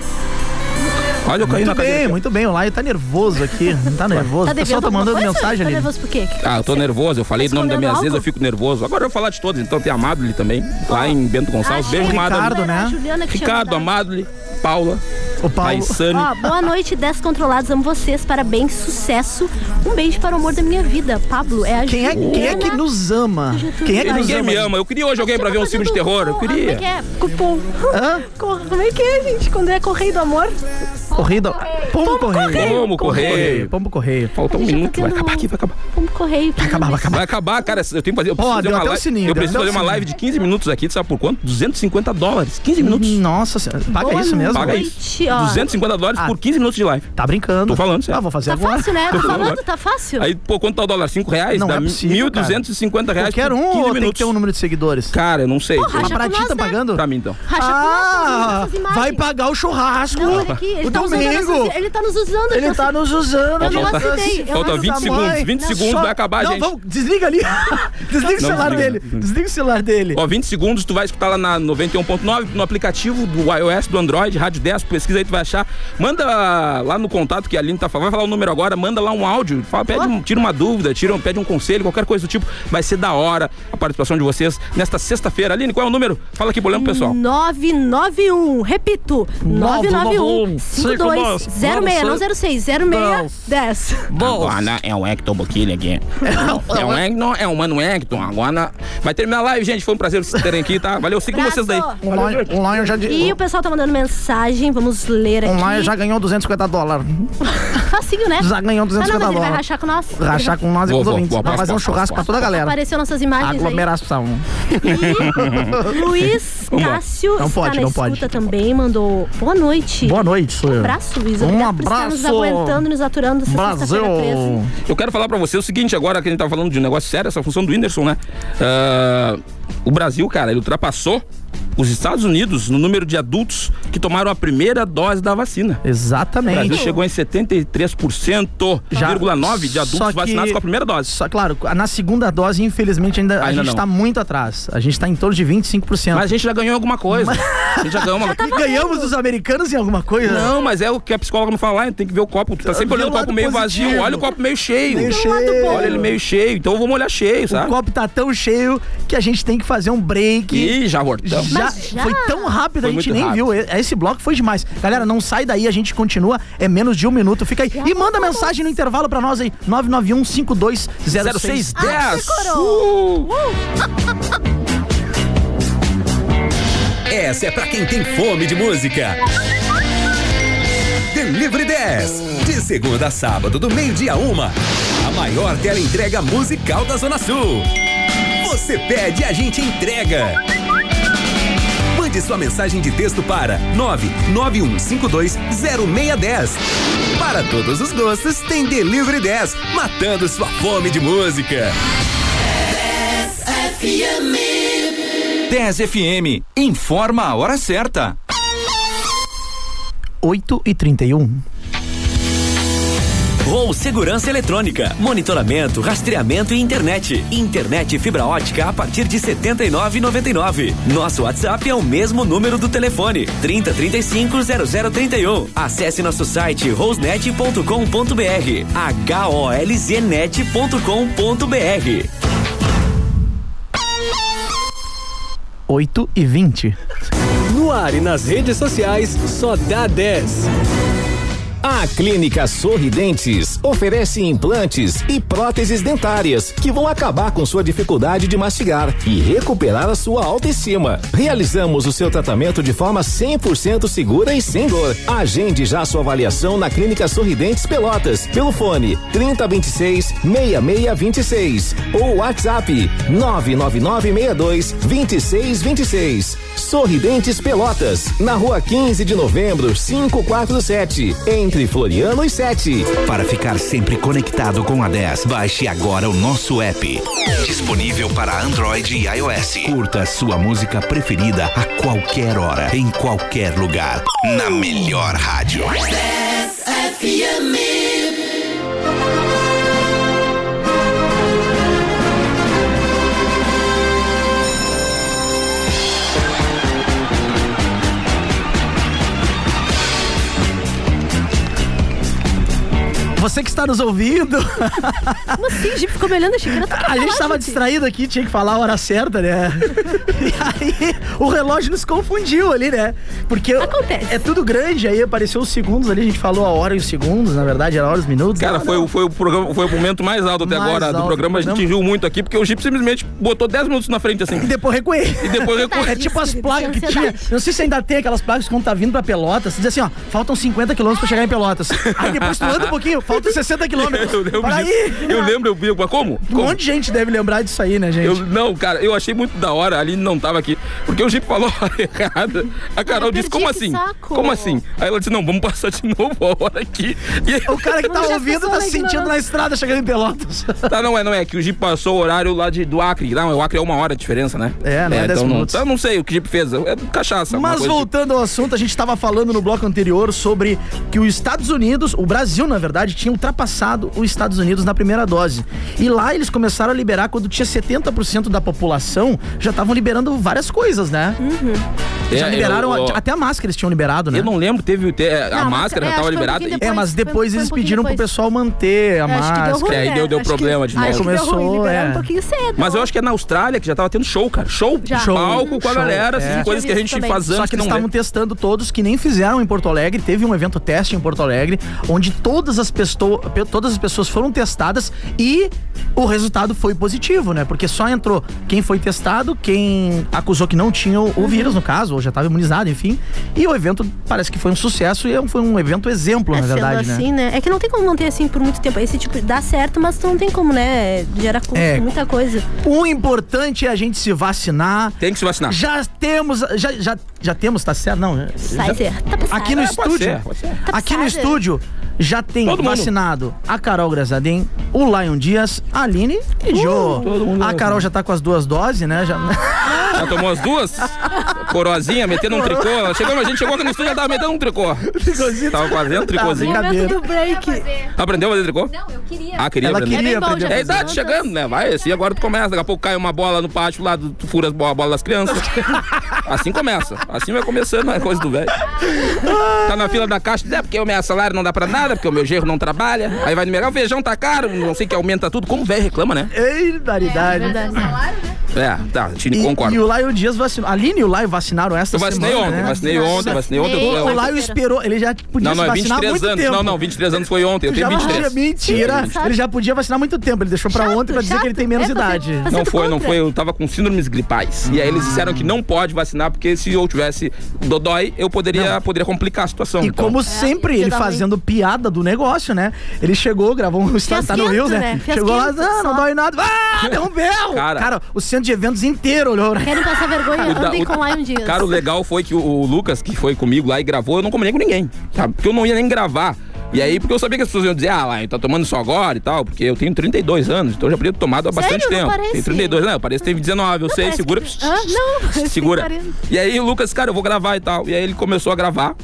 Speaker 3: Quase eu caí na
Speaker 5: Muito
Speaker 3: cadeira.
Speaker 5: bem,
Speaker 3: aqui.
Speaker 5: muito bem. O Lion tá nervoso aqui. Não tá nervoso.
Speaker 4: Tá
Speaker 5: o pessoal
Speaker 4: devendo
Speaker 5: tá
Speaker 4: alguma
Speaker 5: mandando
Speaker 4: coisa?
Speaker 5: mensagem
Speaker 4: Tá
Speaker 5: ali.
Speaker 4: nervoso por quê?
Speaker 3: Ah, eu tô nervoso, eu falei o nome das minhas vezes, eu fico nervoso. Agora eu vou falar de todas, então tem a Madly também, lá em Bento Gonçalves.
Speaker 4: Ah,
Speaker 3: Beijo,
Speaker 4: é.
Speaker 3: Madly.
Speaker 5: Ricardo, né?
Speaker 4: Juliana que tinha Ah,
Speaker 3: Ricardo,
Speaker 4: mandado.
Speaker 3: Amadli, Paula,
Speaker 5: O Paulo.
Speaker 3: Paisane.
Speaker 4: Ó, boa noite, descontrolados. Amo vocês, parabéns, sucesso. Um beijo para o amor da minha vida. Pablo, é a
Speaker 5: Quem é, quem é que
Speaker 4: Juliana
Speaker 5: nos ama? Quem é que nos
Speaker 3: Ninguém me
Speaker 5: ama?
Speaker 3: ama. Eu queria
Speaker 4: Ah,
Speaker 3: hoje alguém
Speaker 4: tá
Speaker 3: pra ver um filme de terror. Eu
Speaker 4: Como é que
Speaker 3: queria.
Speaker 4: é? Cupom.
Speaker 5: Hã?
Speaker 4: Cor- Como é que é, gente? Quando é Correio do Amor?
Speaker 5: Corrida. Pombo Correio.
Speaker 3: Como correr?
Speaker 5: Pombo Correio.
Speaker 3: Falta um
Speaker 4: A gente já tá
Speaker 3: minuto. Vai
Speaker 4: tendo-
Speaker 3: acabar aqui, vai acabar.
Speaker 4: Vamos Correio. Vai
Speaker 5: Acabar, vai acabar.
Speaker 3: Vai acabar, cara. Eu tenho que fazer. Eu preciso
Speaker 5: Ó,
Speaker 3: fazer
Speaker 5: deu
Speaker 3: uma
Speaker 5: até o
Speaker 3: live.
Speaker 5: sininho,
Speaker 3: eu
Speaker 5: deu
Speaker 3: preciso
Speaker 5: até o
Speaker 3: fazer uma
Speaker 5: sininho.
Speaker 3: live de 15 minutos aqui, tu sabe por quanto? 250 dólares. 15 minutos.
Speaker 5: Nossa senhora. Paga
Speaker 4: Boa
Speaker 5: isso mesmo?
Speaker 3: Paga
Speaker 4: noite,
Speaker 3: isso.
Speaker 4: ó.
Speaker 3: 250 dólares
Speaker 5: Ah.
Speaker 3: por 15 minutos de live.
Speaker 5: Tá brincando.
Speaker 3: Tô falando sério.
Speaker 5: Ah, vou fazer
Speaker 4: Tá
Speaker 5: agora.
Speaker 4: fácil, né? Tô
Speaker 3: Tô
Speaker 4: falando,
Speaker 3: falando.
Speaker 4: tá fácil.
Speaker 3: Aí, pô, quanto tá o dólar? 5 reais?
Speaker 5: Não
Speaker 3: Dá
Speaker 5: é possível, cara.
Speaker 3: 1.250 reais
Speaker 5: Qualquer
Speaker 3: por
Speaker 5: um
Speaker 3: 15
Speaker 5: ou tem que
Speaker 3: minutos.
Speaker 5: ter um número de seguidores?
Speaker 3: Cara, eu não sei.
Speaker 4: Porra,
Speaker 5: Mas
Speaker 4: já
Speaker 5: pra
Speaker 4: com
Speaker 5: ti
Speaker 4: nós,
Speaker 5: tá
Speaker 4: né?
Speaker 5: pagando?
Speaker 3: Pra mim, então.
Speaker 4: Racha com
Speaker 5: Ah,
Speaker 4: nós, essas
Speaker 5: vai
Speaker 4: imagens.
Speaker 5: pagar o churrasco.
Speaker 4: Não, olha aqui, ele
Speaker 5: o
Speaker 4: tá usando as
Speaker 5: domingo.
Speaker 4: nossas- ele tá nos usando.
Speaker 5: Ele
Speaker 4: as
Speaker 5: tá
Speaker 4: nossas-
Speaker 5: nos usando.
Speaker 4: Eu não
Speaker 5: Falta-
Speaker 4: assinei, eu
Speaker 3: Falta
Speaker 4: acho
Speaker 3: 20
Speaker 4: que-
Speaker 3: segundos.
Speaker 5: Mãe,
Speaker 3: 20
Speaker 5: não,
Speaker 3: segundos
Speaker 5: só-
Speaker 3: vai acabar,
Speaker 5: não,
Speaker 3: gente.
Speaker 5: Vamos, desliga ali. desliga o
Speaker 3: Não,
Speaker 5: celular
Speaker 3: desliga,
Speaker 5: dele.
Speaker 3: desliga.
Speaker 5: Desliga o celular dele.
Speaker 3: Ó, 20 segundos, tu vai escutar lá na 91.9, no aplicativo do iOS, do Android, Rádio 10, pesquisa aí, tu vai achar. Manda lá no contato que a Aline tá falando, vai falar o número agora, manda lá um áudio, fala, pede um- tira uma dúvida, tira, um- pede um conselho, qualquer coisa do tipo. Vai ser da hora a participação de vocês nesta sexta-feira. Aline, qual é o número? Fala aqui, bolão, pro pessoal.
Speaker 4: Hum, 991, repito, 991 52 06, não 06, 06 10.
Speaker 3: Agora é o Hector Boquilha aqui. É o Hector, é o Mano Hector. Agora vai terminar a live, gente. Foi um prazer vocês terem aqui, tá? Valeu, sigam
Speaker 4: Abraço.
Speaker 3: vocês daí.
Speaker 5: Um lion, um lion já de-
Speaker 4: E o pessoal tá mandando mensagem, vamos ler aqui.
Speaker 5: um lion já ganhou 250 dólares.
Speaker 4: Uhum. Facinho, né?
Speaker 5: Já ganhou
Speaker 4: Ah,
Speaker 5: 250
Speaker 4: não, mas ele vai
Speaker 5: dólares.
Speaker 4: rachar com nós.
Speaker 5: Rachar com nós e com
Speaker 3: Vou,
Speaker 5: os
Speaker 3: vou,
Speaker 5: ouvintes.
Speaker 3: vou,
Speaker 5: Vai
Speaker 3: posso,
Speaker 5: fazer um
Speaker 3: posso,
Speaker 5: churrasco pra
Speaker 3: posso,
Speaker 5: toda a galera.
Speaker 4: Apareceu nossas imagens aí.
Speaker 5: Aglomeração.
Speaker 4: Luiz Cássio
Speaker 5: Não pode,
Speaker 4: está na
Speaker 5: não pode.
Speaker 4: escuta também, mandou boa noite.
Speaker 5: Boa noite, sou
Speaker 4: Um
Speaker 5: eu.
Speaker 4: abraço, Luiz.
Speaker 5: Um
Speaker 4: Obrigado por estar
Speaker 5: abraço.
Speaker 4: nos aguentando, e nos aturando. essa
Speaker 5: Brasil.
Speaker 4: sexta-feira 13.
Speaker 3: Eu quero falar pra você o seguinte, agora que a gente tá falando de um negócio sério, essa função do Whindersson, né? Ah, o Brasil, cara, ele ultrapassou os Estados Unidos no número de adultos que tomaram a primeira dose da vacina. O Brasil
Speaker 5: Exatamente.
Speaker 3: chegou em 73,9%
Speaker 5: Já.
Speaker 3: de adultos
Speaker 5: Só que-
Speaker 3: vacinados com a primeira dose.
Speaker 5: Só, claro, na segunda dose, infelizmente, ainda, a
Speaker 3: Ainda
Speaker 5: gente
Speaker 3: não.
Speaker 5: tá muito atrás. A gente tá em torno de 25%.
Speaker 3: Mas a gente já ganhou alguma coisa. A gente já ganhou uma
Speaker 5: Ganhamos dos americanos em alguma coisa?
Speaker 3: Não, mas é o que a psicóloga me fala, ah, tem que ver o copo. Tu tá sempre
Speaker 5: Vê
Speaker 3: olhando
Speaker 5: o
Speaker 3: o copo
Speaker 5: lado
Speaker 3: meio
Speaker 5: positivo.
Speaker 3: vazio, olha o copo meio cheio.
Speaker 5: Meio cheio.
Speaker 3: Olha ele meio cheio, então vamos olhar cheio,
Speaker 5: O
Speaker 3: sabe?
Speaker 5: copo tá tão cheio que a gente tem que fazer um break.
Speaker 3: Ih, já voltamos.
Speaker 5: Já,
Speaker 4: Mas já-
Speaker 5: Foi tão rápido,
Speaker 3: Foi
Speaker 5: a gente
Speaker 3: muito
Speaker 5: nem viu. E- Esse bloco foi demais. Galera, não sai daí, a gente continua. É menos de um minuto. Fica aí. E manda mensagem no intervalo pra nós aí. 991 5206
Speaker 3: 0610.
Speaker 4: decorou.
Speaker 3: Uh!
Speaker 1: Essa é pra quem tem fome de música. Delivery 10. De segunda a sábado, do meio-dia a uma. A maior tela entrega musical da Zona Sul. Você pede, a gente entrega. Mande sua mensagem de texto para 991520610. Para todos os gostos, tem Delivery 10, matando sua fome de música.
Speaker 6: 10 FM informa a hora certa.
Speaker 5: 8 e 31.
Speaker 8: Rol Segurança Eletrônica, monitoramento, rastreamento e internet. Internet fibra ótica a partir de 79,99. Nosso WhatsApp é o mesmo número do telefone, 30350031. Acesse nosso site rosnet.com.br, holznet.com.br.
Speaker 5: 8 e 20.
Speaker 9: No ar e nas redes sociais, só dá 10.
Speaker 10: A Clínica Sorridentes oferece implantes e próteses dentárias que vão acabar com sua dificuldade de mastigar e recuperar a sua autoestima. Realizamos o seu tratamento de forma 100% segura e sem dor. Agende já sua avaliação na Clínica Sorridentes Pelotas pelo fone 3026 6626 ou WhatsApp 99962 2626. Sorridentes Pelotas, na Rua 15 de Novembro, 547, entre Floriano e 7.
Speaker 1: Para ficar sempre conectado com a 10, baixe agora o nosso app. Disponível para Android e iOS. Curta sua música preferida a qualquer hora, em qualquer lugar. Na melhor rádio.
Speaker 5: você que está nos ouvindo.
Speaker 4: Como assim, Gipe? Ficou me olhando a xícara. tu quer
Speaker 5: A gente
Speaker 4: falar,
Speaker 5: estava
Speaker 4: Gipe?
Speaker 5: distraído aqui, tinha que falar a hora certa, né? E aí o relógio nos confundiu ali, né? Porque
Speaker 4: Acontece.
Speaker 5: é tudo grande, aí apareceu os segundos ali, a gente falou a hora e os segundos, na verdade era hora e os minutos.
Speaker 3: Cara,
Speaker 5: Não,
Speaker 3: foi, o- foi, o programa, foi o momento mais alto até
Speaker 5: Mais
Speaker 3: agora do
Speaker 5: alto,
Speaker 3: programa. A gente
Speaker 5: programa.
Speaker 3: riu muito aqui, porque o Jeep simplesmente botou 10 minutos na frente, assim.
Speaker 5: E depois recuei.
Speaker 3: E depois recuou.
Speaker 5: É tipo as
Speaker 4: Isso,
Speaker 5: placas que
Speaker 4: deve ser
Speaker 5: tinha.
Speaker 4: ansiedade.
Speaker 5: Não sei se ainda tem aquelas placas quando tá vindo pra Pelotas. Diz assim, ó, faltam 50 quilômetros pra chegar em Pelotas. Aí depois tu anda um pouquinho, faltam 60 quilômetros.
Speaker 3: Eu lembro,
Speaker 5: Para aí.
Speaker 3: disso. eu lembro, eu vi. mas Como?
Speaker 5: Um
Speaker 3: Como?
Speaker 5: monte de gente deve lembrar disso aí, né, gente?
Speaker 3: Eu, não, cara, eu achei muito da hora, ali não tava aqui. Porque o Jeep falou a hora errada. A Carol
Speaker 4: Ah, perdi,
Speaker 3: disse, como
Speaker 4: que
Speaker 3: assim?
Speaker 4: saco."
Speaker 3: Como assim? Aí ela disse, não, vamos passar de novo a hora aqui. E aí,
Speaker 5: O cara que tá
Speaker 4: Onde as
Speaker 5: ouvindo tá
Speaker 4: pessoas
Speaker 5: se sentindo
Speaker 4: ignoram?
Speaker 5: na estrada chegando em Pelotas.
Speaker 3: Tá, não é, não é. Que o Jeep passou o horário lá de, do Acre. Não, o Acre é uma hora de diferença, né?
Speaker 5: É, não é 10
Speaker 3: então não,
Speaker 5: minutos.
Speaker 3: então não sei o que o Jeep fez. É cachaça. alguma
Speaker 5: Mas
Speaker 3: coisa do tipo.
Speaker 5: voltando ao assunto, a gente estava falando no bloco anterior sobre que os Estados Unidos, o Brasil, na verdade, tinha ultrapassado os Estados Unidos na primeira dose. E lá eles começaram a liberar quando tinha 70% da população, já estavam liberando várias coisas, né?
Speaker 4: Hum?
Speaker 3: É,
Speaker 5: já liberaram
Speaker 3: eu-
Speaker 5: a- até a máscara, eles tinham liberado, né?
Speaker 3: Eu não lembro, teve o te-
Speaker 4: Não,
Speaker 3: a
Speaker 4: a máscara-
Speaker 3: máscara
Speaker 4: é,
Speaker 3: já
Speaker 4: acho que
Speaker 3: tava
Speaker 4: foi um
Speaker 3: liberada.
Speaker 4: pouquinho
Speaker 3: e-
Speaker 5: É, mas
Speaker 4: Foi-
Speaker 5: depois
Speaker 4: foi um
Speaker 5: eles
Speaker 4: pouquinho
Speaker 5: pediram pro
Speaker 4: depois.
Speaker 5: pessoal manter a
Speaker 4: Eu acho que deu ruim,
Speaker 5: máscara.
Speaker 3: É, aí
Speaker 4: né?
Speaker 3: deu- deu
Speaker 4: Acho que-
Speaker 3: problema de
Speaker 4: Acho
Speaker 3: novo.
Speaker 4: que deu
Speaker 5: Começou,
Speaker 4: ruim, liberaram
Speaker 5: é.
Speaker 4: um pouquinho cedo.
Speaker 3: Mas eu acho que é na Austrália que já tava tendo show, cara. Show.
Speaker 4: Já.
Speaker 3: Show. Palco com a
Speaker 5: Show,
Speaker 3: galera,
Speaker 5: é.
Speaker 3: assim, coisas que a gente
Speaker 4: Também.
Speaker 3: faz
Speaker 5: Só
Speaker 3: anos
Speaker 5: que
Speaker 3: que
Speaker 5: eles
Speaker 3: não é.
Speaker 5: estavam
Speaker 3: vê.
Speaker 5: testando todos que nem fizeram em Porto Alegre. Teve um evento teste em Porto Alegre, onde todas as, pesto- pe- todas as pessoas foram testadas e o resultado foi positivo, né? Porque só entrou quem foi testado, quem acusou que não tinha o o vírus, no caso, ou já estava imunizado, enfim. E o evento parece que foi um sucesso e é um- foi um evento exemplo,
Speaker 4: É,
Speaker 5: na
Speaker 4: sendo
Speaker 5: verdade, né?
Speaker 4: assim, né? É que não tem como manter assim por muito tempo. Esse tipo dá certo, mas tu não tem como, né? Gera custo,
Speaker 5: É.
Speaker 4: muita coisa.
Speaker 5: O importante é a gente se vacinar.
Speaker 3: Tem que se vacinar.
Speaker 5: Já temos, já, já, já temos, tá certo? Não,
Speaker 4: Sai certo. Tá passado.
Speaker 5: Aqui no
Speaker 3: É, pode
Speaker 5: estúdio.
Speaker 3: ser, pode ser.
Speaker 5: Aqui no
Speaker 4: Passada.
Speaker 5: estúdio já tem
Speaker 3: Todo mundo.
Speaker 5: vacinado a Carol Grazadem, o Lion Dias, a Aline
Speaker 3: Uh,
Speaker 5: e Jô. a Carol já tá com as duas doses, né? Já...
Speaker 3: Já tomou as duas? Coroazinha, metendo um tricô. Ela Chegou, a gente chegou aqui no estúdio, já tava metendo um tricô. Tava fazendo um tricôzinho.
Speaker 5: Tá,
Speaker 4: Momento do break.
Speaker 7: fazer.
Speaker 3: Aprendeu a fazer tricô?
Speaker 7: Não, eu queria.
Speaker 3: Ah, queria
Speaker 5: Ela
Speaker 3: aprender.
Speaker 5: queria.
Speaker 4: É bem bom,
Speaker 5: aprender.
Speaker 4: já
Speaker 3: É a idade
Speaker 4: fiz
Speaker 3: chegando, né? Vai, assim, agora tu começa. Daqui a pouco cai uma bola no pátio lá, tu fura as bo- a bola das crianças. Assim começa. Assim vai começando a coisa do velho. Tá na fila da caixa, é porque o meu salário não dá pra nada, porque o meu gerro não trabalha. Aí vai no mercado, o feijão tá caro, não sei o que aumenta tudo. Como o velho reclama, né?
Speaker 5: Ei, daridade.
Speaker 4: é
Speaker 7: Seu salário, né?
Speaker 3: É, tá, te
Speaker 5: E,
Speaker 3: concordo.
Speaker 5: e o Lion Dias vacinou. A Aline e o Lion vacinaram essa
Speaker 3: Eu vacinei
Speaker 5: semana,
Speaker 3: ontem,
Speaker 5: né?
Speaker 3: vacinei ontem, vacinei ontem. eu-
Speaker 5: O
Speaker 3: eu-
Speaker 5: Lion esperou, ele já podia
Speaker 3: Não, não,
Speaker 5: se
Speaker 3: é
Speaker 5: vacinar há
Speaker 3: 23
Speaker 5: muito
Speaker 3: anos.
Speaker 5: tempo.
Speaker 3: Não, não, 23 anos foi ontem. Eu tenho
Speaker 5: já podia,
Speaker 3: 23.
Speaker 5: mentira.
Speaker 4: Sim,
Speaker 5: Ele já podia vacinar há muito tempo. Ele deixou pra
Speaker 4: Chato,
Speaker 5: ontem pra dizer que ele
Speaker 4: chato.
Speaker 5: tem menos
Speaker 4: É, tá
Speaker 5: idade.
Speaker 4: sendo- tá
Speaker 3: Não
Speaker 4: sendo
Speaker 3: foi, não
Speaker 4: contra. Ah.
Speaker 3: foi. Eu tava com síndromes gripais. E aí eles disseram que não pode vacinar, porque se eu tivesse Dodói, eu poderia, poderia complicar a situação.
Speaker 5: E
Speaker 3: Então,
Speaker 5: como sempre,
Speaker 4: ia
Speaker 5: ele
Speaker 4: dar ruim.
Speaker 5: fazendo piada do negócio, né? Ele chegou, gravou um stand tá no
Speaker 4: Fiasquento,
Speaker 5: Rio, né?
Speaker 4: né?
Speaker 5: Chegou lá,
Speaker 4: Fiasquento,
Speaker 5: ah, não
Speaker 4: só.
Speaker 5: dói nada. Ah, deu um berro! Cara,
Speaker 3: Cara.
Speaker 5: o centro de eventos inteiro olhou. né? pra-
Speaker 4: Querem passar vergonha?
Speaker 3: o da-
Speaker 4: Andem
Speaker 3: o-
Speaker 4: com um Lion Dias.
Speaker 3: Cara, o legal foi que o, o Lucas, que foi comigo lá e gravou, eu não combinei com ninguém, sabe? Porque eu não ia nem gravar. E aí, porque eu sabia que as pessoas iam dizer, ah, lá, tá tomando só agora e tal, porque eu tenho 32 anos, então eu já podia ter tomado há bastante
Speaker 4: Sério? Não
Speaker 3: tempo.
Speaker 4: parece.
Speaker 3: Tenho 32, não, parece que tem 19, eu sei,
Speaker 4: parece
Speaker 3: segura.
Speaker 4: que- Hã? Não, parece que
Speaker 3: segura.
Speaker 4: tem 40.
Speaker 3: E aí, o Lucas, cara, eu vou gravar e tal. E aí, ele começou a gravar.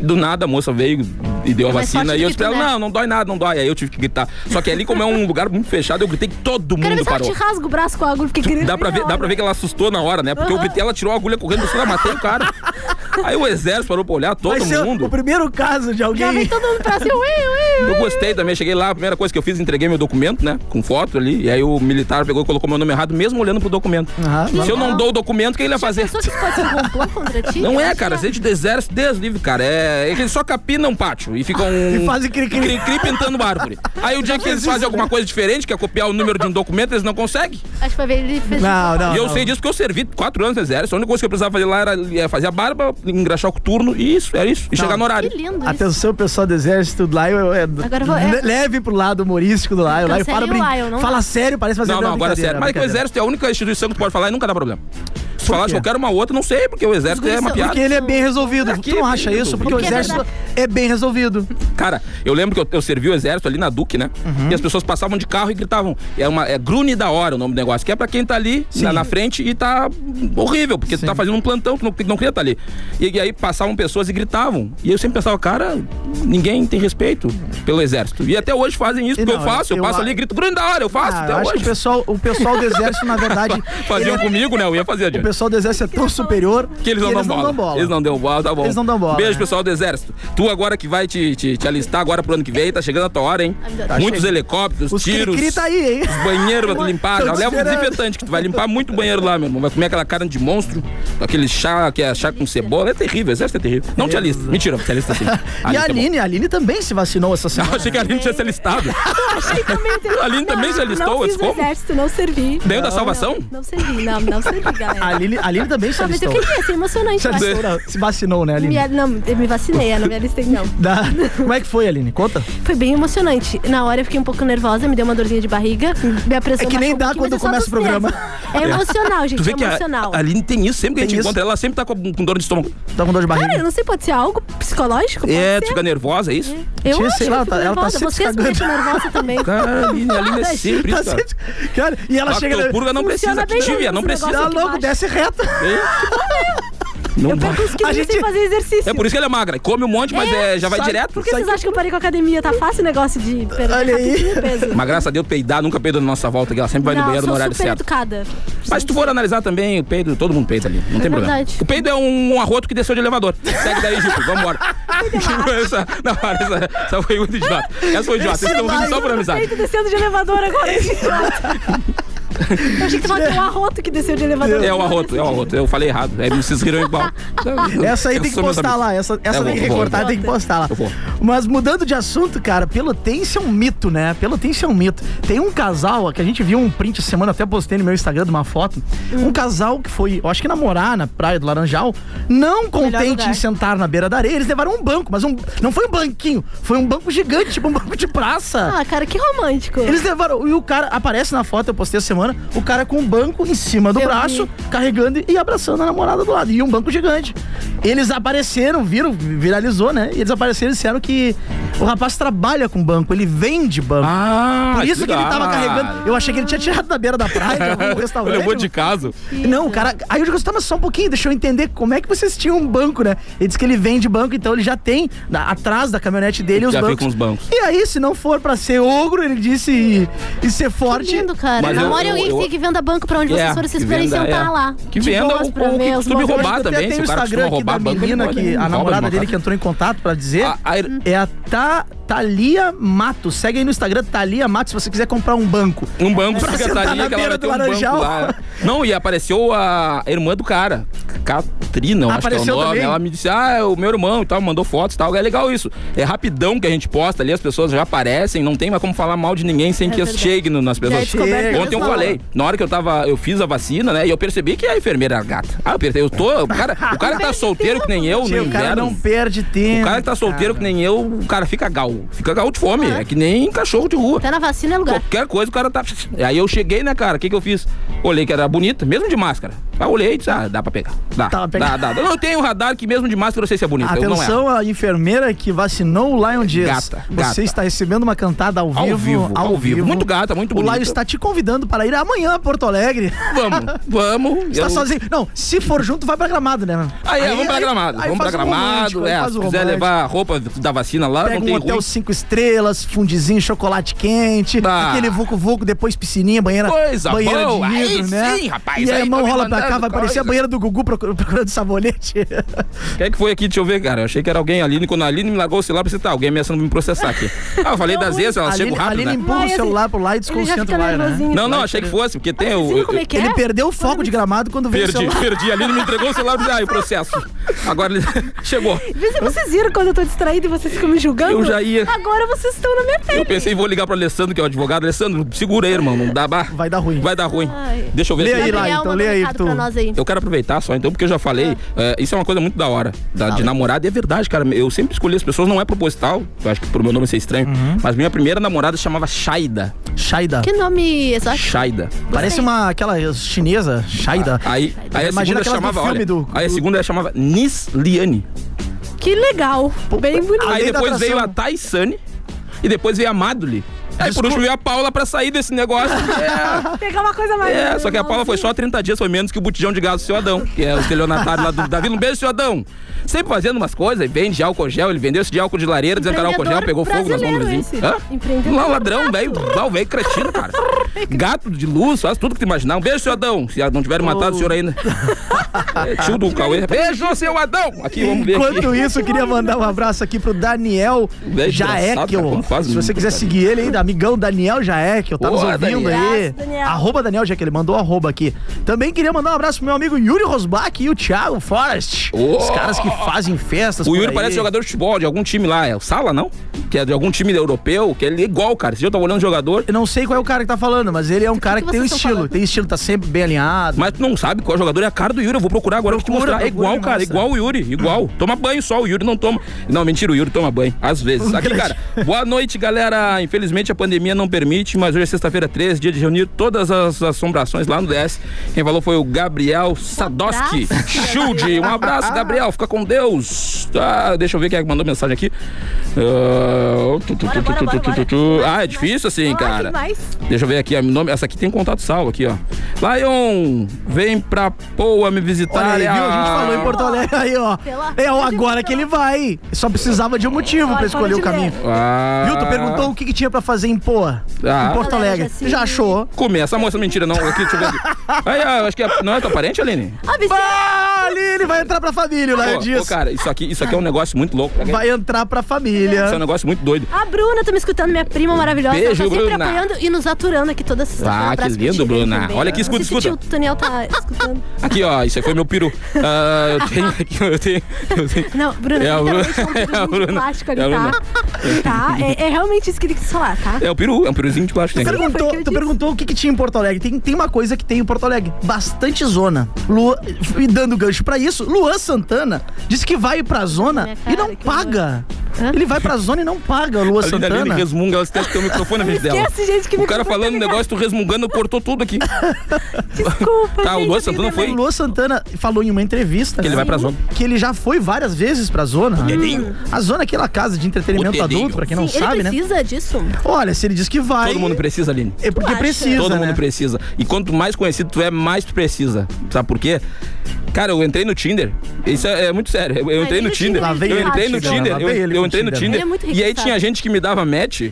Speaker 3: Do nada a moça veio e deu a
Speaker 4: É mais
Speaker 3: vacina.
Speaker 4: forte
Speaker 3: E eu
Speaker 4: que tu,
Speaker 3: disse, pra ela,
Speaker 4: né?
Speaker 3: não, não dói nada, não dói. Aí eu tive que gritar. Só que ali, como é um lugar muito fechado, eu gritei que todo
Speaker 4: Quero ver
Speaker 3: mundo
Speaker 4: se ela te
Speaker 3: parou.
Speaker 4: rasga o braço com a agulha, porque queria
Speaker 3: Dá pra, ver, dá pra ver que ela assustou na hora, né? Porque eu
Speaker 4: Aham.
Speaker 3: gritei, ela tirou a agulha correndo, eu disse, "Ah, matei o cara. Aí o exército parou pra olhar, todo
Speaker 5: Vai ser
Speaker 3: mundo.
Speaker 5: o primeiro caso de
Speaker 4: Já vem
Speaker 5: alguém.
Speaker 4: todo mundo pra cima. Ui, ui, ui.
Speaker 3: Eu gostei também, cheguei lá, a primeira coisa que eu fiz, entreguei meu documento, né? Com foto ali. E aí o militar pegou e colocou meu nome errado, mesmo olhando pro documento.
Speaker 5: Ah,
Speaker 3: Se eu não
Speaker 4: legal.
Speaker 3: dou o documento, o que ele ia fazer?
Speaker 4: Pessoa que pode ser um complô contra ti?
Speaker 3: Não
Speaker 4: Eu
Speaker 3: é,
Speaker 4: acho
Speaker 3: cara.
Speaker 4: que
Speaker 3: Gente do exército, Deus livre, cara. É, é que eles só capinam um pátio e ficam.
Speaker 5: E fazem cri-cri.
Speaker 3: Cri-cri pintando árvore. Aí o dia que eles fazem alguma coisa diferente, que é copiar o número de um documento, eles não conseguem.
Speaker 4: Acho que vai ver ele fez.
Speaker 5: Não, não.
Speaker 3: E eu sei disso porque eu servi quatro anos no exército. A única coisa que eu precisava fazer lá era é, fazer a barba, engraxar o turno e isso, era isso. E chegar no
Speaker 4: Que
Speaker 3: horário.
Speaker 4: lindo isso.
Speaker 5: Atenção, pessoal do exército, lá eu, é-
Speaker 4: Agora eu vou-
Speaker 5: le-
Speaker 4: é.
Speaker 5: leve pro lado humorístico do Lion. Lion
Speaker 4: Cancele
Speaker 5: fala,
Speaker 4: o
Speaker 5: brin...
Speaker 4: Lion, não
Speaker 5: fala sério, parece fazer
Speaker 3: Não, não, agora é sério. Mas que o exército é a única instituição que tu pode falar e nunca dá problema. Se falar de
Speaker 5: quê?
Speaker 3: qualquer uma outra, não sei, porque o exército é
Speaker 4: Os guris
Speaker 3: uma
Speaker 4: são-
Speaker 3: piada.
Speaker 5: Porque ele é bem resolvido. tu não acha isso? Porque, o
Speaker 4: Porque é
Speaker 5: exército é bem resolvido.
Speaker 3: Cara, eu lembro que eu, eu servi o exército ali na Duque, né?
Speaker 5: Uhum.
Speaker 3: E as pessoas passavam de carro e gritavam. É, uma, é grune da hora o nome do negócio, que é pra quem tá ali na, na frente e tá horrível, porque tu tá fazendo um plantão, tu não, não queria estar ali. E, e aí passavam pessoas e gritavam. E eu sempre pensava, cara, ninguém tem respeito pelo exército. E até hoje fazem isso,
Speaker 5: E
Speaker 3: porque
Speaker 5: não,
Speaker 3: eu faço, eu,
Speaker 5: eu
Speaker 3: passo
Speaker 5: a-
Speaker 3: ali e grito grune da hora, eu faço
Speaker 5: Ah, eu
Speaker 3: até
Speaker 5: acho que o
Speaker 3: hoje.
Speaker 5: pessoal, o pessoal do exército, na verdade. ele
Speaker 3: Faziam
Speaker 5: é-
Speaker 3: comigo, né? Eu ia fazer
Speaker 5: O
Speaker 3: adiante.
Speaker 5: pessoal do exército é tão superior
Speaker 3: Que eles não,
Speaker 5: que
Speaker 3: dão, bola. Eles não dão bola, tá bom.
Speaker 5: Eles não dão bola,
Speaker 3: Beijo,
Speaker 5: né?
Speaker 3: pessoal do Exército. Tu agora que vai te, te, te alistar agora pro ano que vem, tá chegando a tua hora, hein?
Speaker 5: Tá
Speaker 3: Muitos
Speaker 5: chegando.
Speaker 3: helicópteros,
Speaker 5: Os
Speaker 3: tiros.
Speaker 5: cri-cri tá aí, hein?
Speaker 3: Os banheiros pra tu limpar.
Speaker 5: Tô te
Speaker 3: Leva um
Speaker 5: esperando.
Speaker 3: desinfetante que tu vai limpar muito o banheiro lá, meu irmão. Vai comer aquela carne de monstro, aquele chá que é chá com cebola. É terrível, o exército é terrível. Não te alista. Mentira, te alista sim.
Speaker 5: E a
Speaker 3: Alista é bom.
Speaker 5: Aline, a Aline também se vacinou essa
Speaker 3: Eu
Speaker 5: semana.
Speaker 3: achei que a Aline tinha se alistado.
Speaker 4: Achei também.
Speaker 3: A Aline também se alistou,
Speaker 4: Não
Speaker 3: mas
Speaker 4: fiz o
Speaker 3: como?
Speaker 4: exército, não servi.
Speaker 3: Veio da
Speaker 4: Não,
Speaker 3: salvação?
Speaker 4: Não, não servi, não, não servi, galera.
Speaker 5: A Aline, a Aline também se
Speaker 4: Ah, mas eu
Speaker 5: alistou.
Speaker 4: queria, assim, emocionante.
Speaker 5: Se,
Speaker 4: eu acho.
Speaker 5: alistou, não. se vacinou, né, Aline?
Speaker 4: Me, não, eu me vacinei, é, eu não me alistei, não.
Speaker 5: Da- Como é que foi, Aline? Conta.
Speaker 4: então. Foi bem emocionante. Na hora eu fiquei um pouco nervosa, me deu uma dorzinha de barriga, minha pressão
Speaker 5: É que nem
Speaker 4: baixou um
Speaker 5: dá
Speaker 4: pouquinho,
Speaker 5: quando
Speaker 4: mas é
Speaker 5: começa
Speaker 4: só
Speaker 5: o
Speaker 4: tristeza.
Speaker 5: programa.
Speaker 4: É emocional, gente,
Speaker 3: Tu vê
Speaker 4: é
Speaker 3: que a,
Speaker 4: emocional.
Speaker 3: a Aline tem isso sempre que a gente
Speaker 5: Tem isso.
Speaker 3: encontra. Ela sempre tá com, com dor de estômago.
Speaker 5: Tá com dor de
Speaker 4: Cara, eu
Speaker 5: barriga?
Speaker 4: não sei, pode ser algo psicológico? Pode
Speaker 3: É,
Speaker 4: ser.
Speaker 3: tu fica nervosa, é isso?
Speaker 4: Eu
Speaker 5: Tia,
Speaker 4: acho
Speaker 5: sei
Speaker 4: que
Speaker 5: lá,
Speaker 4: eu fico
Speaker 5: tá- ela tá
Speaker 4: nervosa.
Speaker 5: sempre
Speaker 4: Vocês me
Speaker 5: cagando.
Speaker 4: deixam nervosa também.
Speaker 3: Cara, a Aline, a Aline é sempre
Speaker 5: Tá
Speaker 3: isso, cara.
Speaker 5: sendo- Cara, e
Speaker 3: Tá
Speaker 5: ela chega. né?
Speaker 3: Lactopurga não precisa,
Speaker 4: Funciona bem
Speaker 3: Tívia
Speaker 4: esse
Speaker 3: não
Speaker 4: negócio.
Speaker 3: precisa.
Speaker 5: Tá
Speaker 4: aqui
Speaker 5: louco,
Speaker 4: embaixo.
Speaker 5: desce reta.
Speaker 3: Não dá.
Speaker 4: Perco os
Speaker 5: A
Speaker 4: quilos
Speaker 5: gente-
Speaker 4: sem fazer exercício.
Speaker 3: É por isso que ela é magra. Come um monte, mas é, já vai
Speaker 5: Sai-
Speaker 3: direto.
Speaker 4: Por que vocês acham que eu parei com a academia? Tá fácil o negócio de perder
Speaker 5: Olha aí.
Speaker 4: rapidinho o peso.
Speaker 3: Mas graças a Deus, peidar nunca peida na nossa volta, que ela sempre vai
Speaker 4: não,
Speaker 3: no banheiro
Speaker 4: sou
Speaker 3: no horário
Speaker 4: super
Speaker 3: certo.
Speaker 4: educada.
Speaker 3: Mas se tu for analisar também, o peido, todo mundo peida ali. Não tem problema.
Speaker 4: verdade.
Speaker 3: O peido é um, um arroto que desceu de elevador. Segue daí, Gil. Vambora. essa, não, para, essa, essa foi muito idiota. Essa foi idiota. Vocês estão rindo só por amizade.
Speaker 4: Peito descendo de elevador agora. esse idiota. Eu achei que tava um arroto que desceu de elevador.
Speaker 3: É o arroto, é o arroto. Eu falei errado. É, vocês riram igual.
Speaker 5: Essa aí
Speaker 3: Eu
Speaker 5: tem que
Speaker 3: sou É meus
Speaker 5: postar
Speaker 3: amigos.
Speaker 5: lá. Essa, essa
Speaker 3: Eu
Speaker 5: tem
Speaker 3: vou,
Speaker 5: que
Speaker 3: vou,
Speaker 5: recortar,
Speaker 4: vou.
Speaker 5: tem que postar lá.
Speaker 3: Eu vou.
Speaker 5: Mas mudando de assunto, cara, Pelotense é um mito, né? Pelotense é um mito. Tem um casal, ó, que a gente viu um print essa semana, até postei no meu Instagram de uma foto. Um casal que foi, eu acho que namorar na praia do Laranjal, não contente
Speaker 4: lugar.
Speaker 5: em sentar na beira da areia, eles levaram um banco, mas um, não foi um banquinho, foi um banco gigante, tipo um banco de praça.
Speaker 4: Ah, cara, que romântico.
Speaker 5: Eles levaram, e o cara aparece na foto, eu postei essa semana, o cara com um banco em cima do
Speaker 4: Eu
Speaker 5: braço,
Speaker 4: vi.
Speaker 5: carregando e abraçando a namorada do lado. E um banco gigante. Eles apareceram, viram, viralizou, né? E eles apareceram e disseram que o rapaz trabalha com banco, ele vende banco.
Speaker 3: Ah,
Speaker 5: Por isso que ele
Speaker 3: dá.
Speaker 5: tava carregando. Eu achei que ele tinha tirado da beira da praia, de algum restaurante.
Speaker 3: Levou de casa.
Speaker 5: Não, o cara. Aí eu digo, tá, mas só um pouquinho, deixa eu entender como é que vocês tinham um banco, né? Ele disse que ele vende banco, então ele já tem na- atrás da caminhonete dele os
Speaker 3: Já
Speaker 5: bancos.
Speaker 3: fica uns bancos.
Speaker 5: E aí, se não for pra ser ogro, ele disse, e, e ser
Speaker 4: Que
Speaker 5: forte.
Speaker 4: lindo, Tá cara.
Speaker 3: Mas eu-
Speaker 4: Namora
Speaker 3: eu-
Speaker 4: alguém
Speaker 3: eu-
Speaker 4: que que venda banco pra onde vocês
Speaker 3: É,
Speaker 4: forem, vocês
Speaker 3: que
Speaker 4: podem
Speaker 3: venda,
Speaker 4: sentar
Speaker 3: é.
Speaker 4: lá.
Speaker 3: Que
Speaker 4: De
Speaker 3: venda
Speaker 4: boas
Speaker 3: ou-
Speaker 4: pra
Speaker 3: ou
Speaker 4: ver
Speaker 3: que
Speaker 4: os
Speaker 3: tu me
Speaker 4: movimentos.
Speaker 3: roubar
Speaker 5: Até
Speaker 3: também,
Speaker 5: tem
Speaker 3: se
Speaker 5: o
Speaker 3: o cara
Speaker 5: Instagram aqui
Speaker 3: costuma
Speaker 5: da
Speaker 3: roubar banco,
Speaker 5: menina,
Speaker 3: ele
Speaker 5: que
Speaker 3: rouba Ah,
Speaker 5: a
Speaker 3: de
Speaker 5: namorada
Speaker 3: uma
Speaker 5: dele
Speaker 3: casa.
Speaker 5: que entrou em contato pra dizer.
Speaker 3: A- a-
Speaker 5: É a Ta- Thalia Matos. Segue aí no Instagram, Thalia Matos, se você quiser comprar um banco.
Speaker 3: Um banco pra
Speaker 5: Você tá na
Speaker 3: Catarina, que ela
Speaker 5: beira
Speaker 3: vai
Speaker 5: do
Speaker 3: ter um
Speaker 5: Laranjal.
Speaker 3: banco lá. Não, e apareceu a irmã do cara. Catrina, eu acho que é o
Speaker 5: Apareceu
Speaker 3: nome.
Speaker 5: também?
Speaker 3: Ela me disse, ah, é o meu irmão e tal, mandou fotos e tal. É legal isso. É rapidão que a gente posta ali, as pessoas já aparecem, não tem mais como falar mal de ninguém sem
Speaker 4: É
Speaker 3: que eu
Speaker 4: verdade.
Speaker 3: chegue no- nas
Speaker 5: é
Speaker 3: pessoas.
Speaker 4: descoberto
Speaker 5: Chega.
Speaker 3: Ontem eu
Speaker 4: mesmo,
Speaker 3: falei, na hora que eu tava, eu fiz a vacina, né? E eu percebi que a enfermeira era gata. Ah, eu percebi, eu tô. O cara, o cara que tá solteiro que nem eu, no
Speaker 5: Tio, o cara
Speaker 3: inverno.
Speaker 5: não perde tempo.
Speaker 3: O cara que tá solteiro que nem eu, o cara fica gal. Fica gal de fome.
Speaker 5: Ah.
Speaker 3: É que nem cachorro de rua.
Speaker 4: Tá na vacina é lugar.
Speaker 3: Qualquer coisa o cara tá. Aí eu cheguei, né, cara? O que, que eu fiz? Olhei que era bonita, mesmo de máscara. Aí olhei e disse, ah, dá pra pegar. Dá.
Speaker 5: Dá pra pegar.
Speaker 3: Dá, dá. Eu não tenho radar que mesmo de máscara eu sei se é bonita. Eu não é.
Speaker 5: Atenção, a enfermeira que vacinou o Lion Dias.
Speaker 3: Gata,
Speaker 5: Você
Speaker 3: gata.
Speaker 5: está recebendo uma cantada ao vivo.
Speaker 3: Ao vivo, ao vivo. Muito gata, muito
Speaker 5: O Lion
Speaker 3: bonita.
Speaker 5: está te convidando para ir amanhã a Porto Alegre.
Speaker 3: Vamos, vamos.
Speaker 5: Está
Speaker 3: Eu-
Speaker 5: sozinho. Não, se for junto, vai pra gramado, né?
Speaker 3: Aí, é, vamos pra gramado.
Speaker 5: aí
Speaker 3: vamos pra
Speaker 5: faz o romântico,
Speaker 3: gramado.
Speaker 5: aí
Speaker 3: É,
Speaker 5: faz
Speaker 3: se
Speaker 5: o
Speaker 3: quiser
Speaker 5: romântico.
Speaker 3: levar a roupa da vacina lá,
Speaker 5: Pega
Speaker 3: não
Speaker 5: um
Speaker 3: tem
Speaker 5: hotel
Speaker 3: ruim.
Speaker 5: cinco estrelas, fundizinho, chocolate quente,
Speaker 3: Ah.
Speaker 5: aquele vucu-vucu, depois piscininha, banheira,
Speaker 3: Coisa
Speaker 5: banheira
Speaker 3: boa,
Speaker 5: de vidro,
Speaker 3: aí
Speaker 5: né?
Speaker 3: sim, rapaz,
Speaker 5: E aí,
Speaker 3: aí
Speaker 5: a mão
Speaker 3: tá me
Speaker 5: rola pra cá,
Speaker 3: mandando
Speaker 5: vai parecer a
Speaker 3: coisa.
Speaker 5: banheira do Gugu procurando, procurando sabonete.
Speaker 3: Quem é que foi aqui? Deixa eu ver, cara. Eu achei que era alguém ali. Quando a Aline me largou o celular, eu pensei, tá, alguém ameaçando me processar aqui. Ah, eu falei das vezes, ela
Speaker 5: ali
Speaker 3: chega rápido, né?
Speaker 5: empurra
Speaker 4: Mas,
Speaker 5: o
Speaker 4: assim,
Speaker 5: celular pro lado e
Speaker 4: Ele já
Speaker 5: desconcentra
Speaker 4: fica
Speaker 5: o Lion, né?
Speaker 4: nervosinho. assim,
Speaker 3: Não, não, achei que fosse, porque tem
Speaker 4: Vocês
Speaker 3: o.
Speaker 4: viram como é que
Speaker 5: Ah, Ele
Speaker 4: é?
Speaker 5: perdeu o foco de gramado quando veio o
Speaker 3: Perdi,
Speaker 5: celular.
Speaker 3: perdi. A Aline me entregou o celular e disse, ah, o processo. Agora ele chegou.
Speaker 4: Vocês- Vocês viram quando eu tô distraída e vocês ficam me julgando?
Speaker 3: Eu já ia.
Speaker 4: Agora vocês estão na minha pele.
Speaker 3: Eu pensei, vou ligar pro Alessandro, que é o advogado. Alessandro, segura aí, irmão. Não dá bar.
Speaker 5: Vai dar ruim.
Speaker 3: Vai dar ruim.
Speaker 4: Ai.
Speaker 3: Deixa eu ver
Speaker 5: Lê
Speaker 3: aqui.
Speaker 5: aí, lá,
Speaker 4: Gabriel,
Speaker 5: então,
Speaker 4: manda um
Speaker 5: lê aí,
Speaker 4: recado
Speaker 5: tu.
Speaker 4: pra nós aí.
Speaker 3: Eu quero aproveitar só, então, porque eu já falei, eh, isso é uma coisa muito da hora,
Speaker 5: Ah,
Speaker 3: da- de namorada, e é verdade, cara. Eu sempre escolhi as pessoas, não é proposital, eu acho que pro meu nome ser estranho,
Speaker 5: Uhum.
Speaker 3: mas minha primeira namorada se chamava Shaida.
Speaker 5: Shaida.
Speaker 4: Que nome é exótico.
Speaker 3: Shaida.
Speaker 5: Parece uma aquela chinesa, Shaida.
Speaker 3: Aí, aí a
Speaker 5: Imagina
Speaker 3: segunda
Speaker 5: aquelas do
Speaker 3: chamava,
Speaker 5: filme
Speaker 3: olha,
Speaker 5: do-
Speaker 3: aí a
Speaker 5: do-
Speaker 3: segunda chamava Nisliane.
Speaker 4: Que legal. Bem bonito.
Speaker 5: A
Speaker 3: Aí
Speaker 5: lei da
Speaker 3: depois
Speaker 5: atração.
Speaker 3: veio a Taisane e depois veio a Maduli. Aí por último veio a Paula pra sair desse negócio. É.
Speaker 11: Pegar uma coisa mais.
Speaker 3: É, só que a Paula foi
Speaker 4: assim.
Speaker 3: só 30 dias, foi menos que o botijão de gás do seu Adão, que é o estelionatário lá do Davi. Um beijo, seu Adão. Sempre fazendo umas coisas, vende álcool gel, ele vendeu esse de álcool de lareira, dizendo que era álcool gel, pegou fogo nas
Speaker 4: Brasileiro
Speaker 3: bombas.
Speaker 4: esse. Empreendedor
Speaker 3: Lá, ladrão, velho, lá, o velho cretino, cara. Gato de luz, faz tudo que tu imaginar. Um beijo, seu Adão. Se não tiverem matado o senhor ainda. É, tio do Cauê. Beijo, seu Adão. Aqui, vamos ver aqui. Um
Speaker 5: Enquanto isso, eu queria mandar um abraço aqui pro Daniel
Speaker 3: Velho engraçado, cara,
Speaker 5: Jaekel.
Speaker 3: como faz
Speaker 5: Se você
Speaker 3: muito,
Speaker 5: quiser
Speaker 3: cara.
Speaker 5: seguir ele aí, amigão Daniel Jaekel, tá nos
Speaker 3: Boa,
Speaker 5: ouvindo
Speaker 3: Daniel.
Speaker 5: aí.
Speaker 3: Abraço, Daniel.
Speaker 5: Arroba Daniel Jaekel, ele mandou um arroba aqui. Também queria mandar um abraço pro meu amigo Yuri Rosbach e o Thiago Forrest. Os caras que fazem festas
Speaker 3: O
Speaker 5: por
Speaker 3: Yuri
Speaker 5: aí.
Speaker 3: parece jogador de futebol de algum time lá, é o Sala, não? Que é de algum time europeu, que ele é igual, cara. Esse dia eu tava olhando o jogador.
Speaker 5: Eu não sei qual é o cara que tá falando, mas ele é um cara que, tem um
Speaker 3: vocês estão
Speaker 5: estilo. Tem estilo, tá sempre bem alinhado.
Speaker 3: Mas tu não sabe qual jogador é a cara do Yuri, eu vou procurar agora pra te
Speaker 5: Procura,
Speaker 3: mostrar. É
Speaker 5: procura
Speaker 3: igual,
Speaker 5: e
Speaker 3: cara,
Speaker 5: mostra.
Speaker 3: igual o Yuri, igual. Toma banho só, o Yuri não toma. Não, mentira, o Yuri toma banho, às vezes. Aqui, cara, boa noite, galera. Infelizmente a pandemia não permite, mas hoje é sexta-feira 13, dia de reunir todas as assombrações lá no DS. Quem falou foi o Gabriel Sadoski. Shield, um abraço, Gabriel, fica com Deus. Tá, deixa eu ver quem é que mandou mensagem aqui. Ah, tu, tu, tu, tu, tu, tu, tu, tu. Ah, é difícil assim, cara. Deixa eu ver aqui, a nome, essa aqui tem contato salvo aqui, ó. Lion, vem pra Poa me visitar.
Speaker 5: Olha aí, viu? A gente
Speaker 3: Ah,
Speaker 5: falou em Porto Alegre aí, ó. É ó, agora que ele vai. Só precisava de um motivo pra escolher o caminho.
Speaker 3: Ah.
Speaker 5: Viu? Tu perguntou o que, que tinha pra fazer em Poa,
Speaker 3: Ah.
Speaker 5: em Porto Alegre. Já achou?
Speaker 3: Comer essa moça, mentira, não. Aqui, deixa eu ver aqui. Aí, ah, eu acho que é- não é tua parente, Aline?
Speaker 5: Ah, Aline vai entrar pra família, lá
Speaker 3: Pô,
Speaker 5: eu
Speaker 3: pô,
Speaker 5: disse.
Speaker 3: cara, isso aqui, isso aqui é um negócio muito louco.
Speaker 5: Vai entrar pra família.
Speaker 3: Isso é um negócio muito doido.
Speaker 4: A Bruna, tá me escutando, minha prima maravilhosa.
Speaker 3: Beijo,
Speaker 4: ela tá sempre
Speaker 3: Bruna.
Speaker 4: apoiando e nos aturando aqui toda sexta-feira.
Speaker 3: Ah,
Speaker 4: Um abraço
Speaker 3: que lindo,
Speaker 4: pro Tigre
Speaker 3: Bruna.
Speaker 4: também.
Speaker 3: Olha aqui, escuta,
Speaker 4: Não sei se
Speaker 3: escuta.
Speaker 4: O tio Daniel tá escutando.
Speaker 3: Aqui, ó, isso aí foi meu peru. Ah, eu tenho aqui, eu tenho. Eu tenho.
Speaker 4: Não, Bruna,
Speaker 3: É a Bruna.
Speaker 4: literalmente é um
Speaker 3: É a
Speaker 4: peruzinho de
Speaker 3: Bruna.
Speaker 4: plástico ali,
Speaker 3: É a
Speaker 4: tá? Tá? É, é realmente isso que ele quis falar, tá?
Speaker 3: É o peru, é um peruzinho de plástico.
Speaker 5: Tu
Speaker 3: né?
Speaker 5: perguntou, tu perguntou o que, que tinha em Porto Alegre. Tem, tem uma coisa que tem em Porto Alegre: bastante zona. Lu, e dando gancho pra isso, Luan Santana disse que vai pra zona e não paga. Ele vai pra zona e não paga, Luan
Speaker 3: Aline,
Speaker 5: Santana.
Speaker 3: Aline resmunga, ela esquece que tem o microfone na vez dela.
Speaker 5: Esquece, gente, que
Speaker 3: o cara
Speaker 5: microfone tá
Speaker 3: falando um negócio, tu resmungando, cortou tudo aqui. Desculpa, Tá, o Luan Santana foi...
Speaker 5: O né, Luan Santana falou em uma entrevista
Speaker 3: Que ele vai pra zona.
Speaker 5: que ele já foi várias vezes pra zona.
Speaker 3: Dedinho.
Speaker 5: A zona é aquela casa de entretenimento
Speaker 3: O dedinho.
Speaker 5: adulto, pra quem não
Speaker 4: Sim,
Speaker 5: sabe,
Speaker 4: ele
Speaker 5: né?
Speaker 4: precisa disso.
Speaker 5: Olha, se ele diz que vai.
Speaker 3: Todo mundo precisa, Aline.
Speaker 5: É porque precisa.
Speaker 3: Todo
Speaker 5: né?
Speaker 3: mundo precisa. E quanto mais conhecido tu é, mais tu precisa. Sabe por quê? Cara, eu entrei no Tinder. Isso é, é muito sério. Eu, eu entrei
Speaker 5: ele
Speaker 3: no
Speaker 5: no Tinder,
Speaker 3: Tinder.
Speaker 5: lá vem
Speaker 3: Eu
Speaker 5: ele
Speaker 3: entrei
Speaker 5: com
Speaker 3: no
Speaker 5: o Tinder,
Speaker 3: Tinder.
Speaker 5: lá
Speaker 3: Eu
Speaker 5: vem ele
Speaker 3: eu
Speaker 5: com o
Speaker 3: entrei no
Speaker 5: Tinder.
Speaker 3: Tinder.
Speaker 5: Ele é muito Hum.
Speaker 3: E aí
Speaker 5: requisitado.
Speaker 3: tinha gente que me dava match,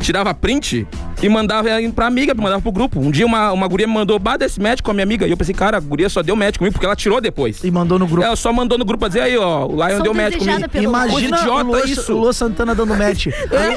Speaker 3: tirava print e mandava pra amiga, mandava pro grupo. Um dia uma, uma guria me mandou, bada esse match com a minha amiga. E eu pensei, cara, a guria só deu match comigo porque ela tirou depois.
Speaker 5: E mandou no grupo.
Speaker 3: Ela só mandou no grupo pra dizer, aí, ó, o Lion deu match comigo.
Speaker 5: Imagina
Speaker 3: Coisa
Speaker 5: o Luan,
Speaker 3: idiota
Speaker 5: o
Speaker 3: isso.
Speaker 5: Luan Santana dando match.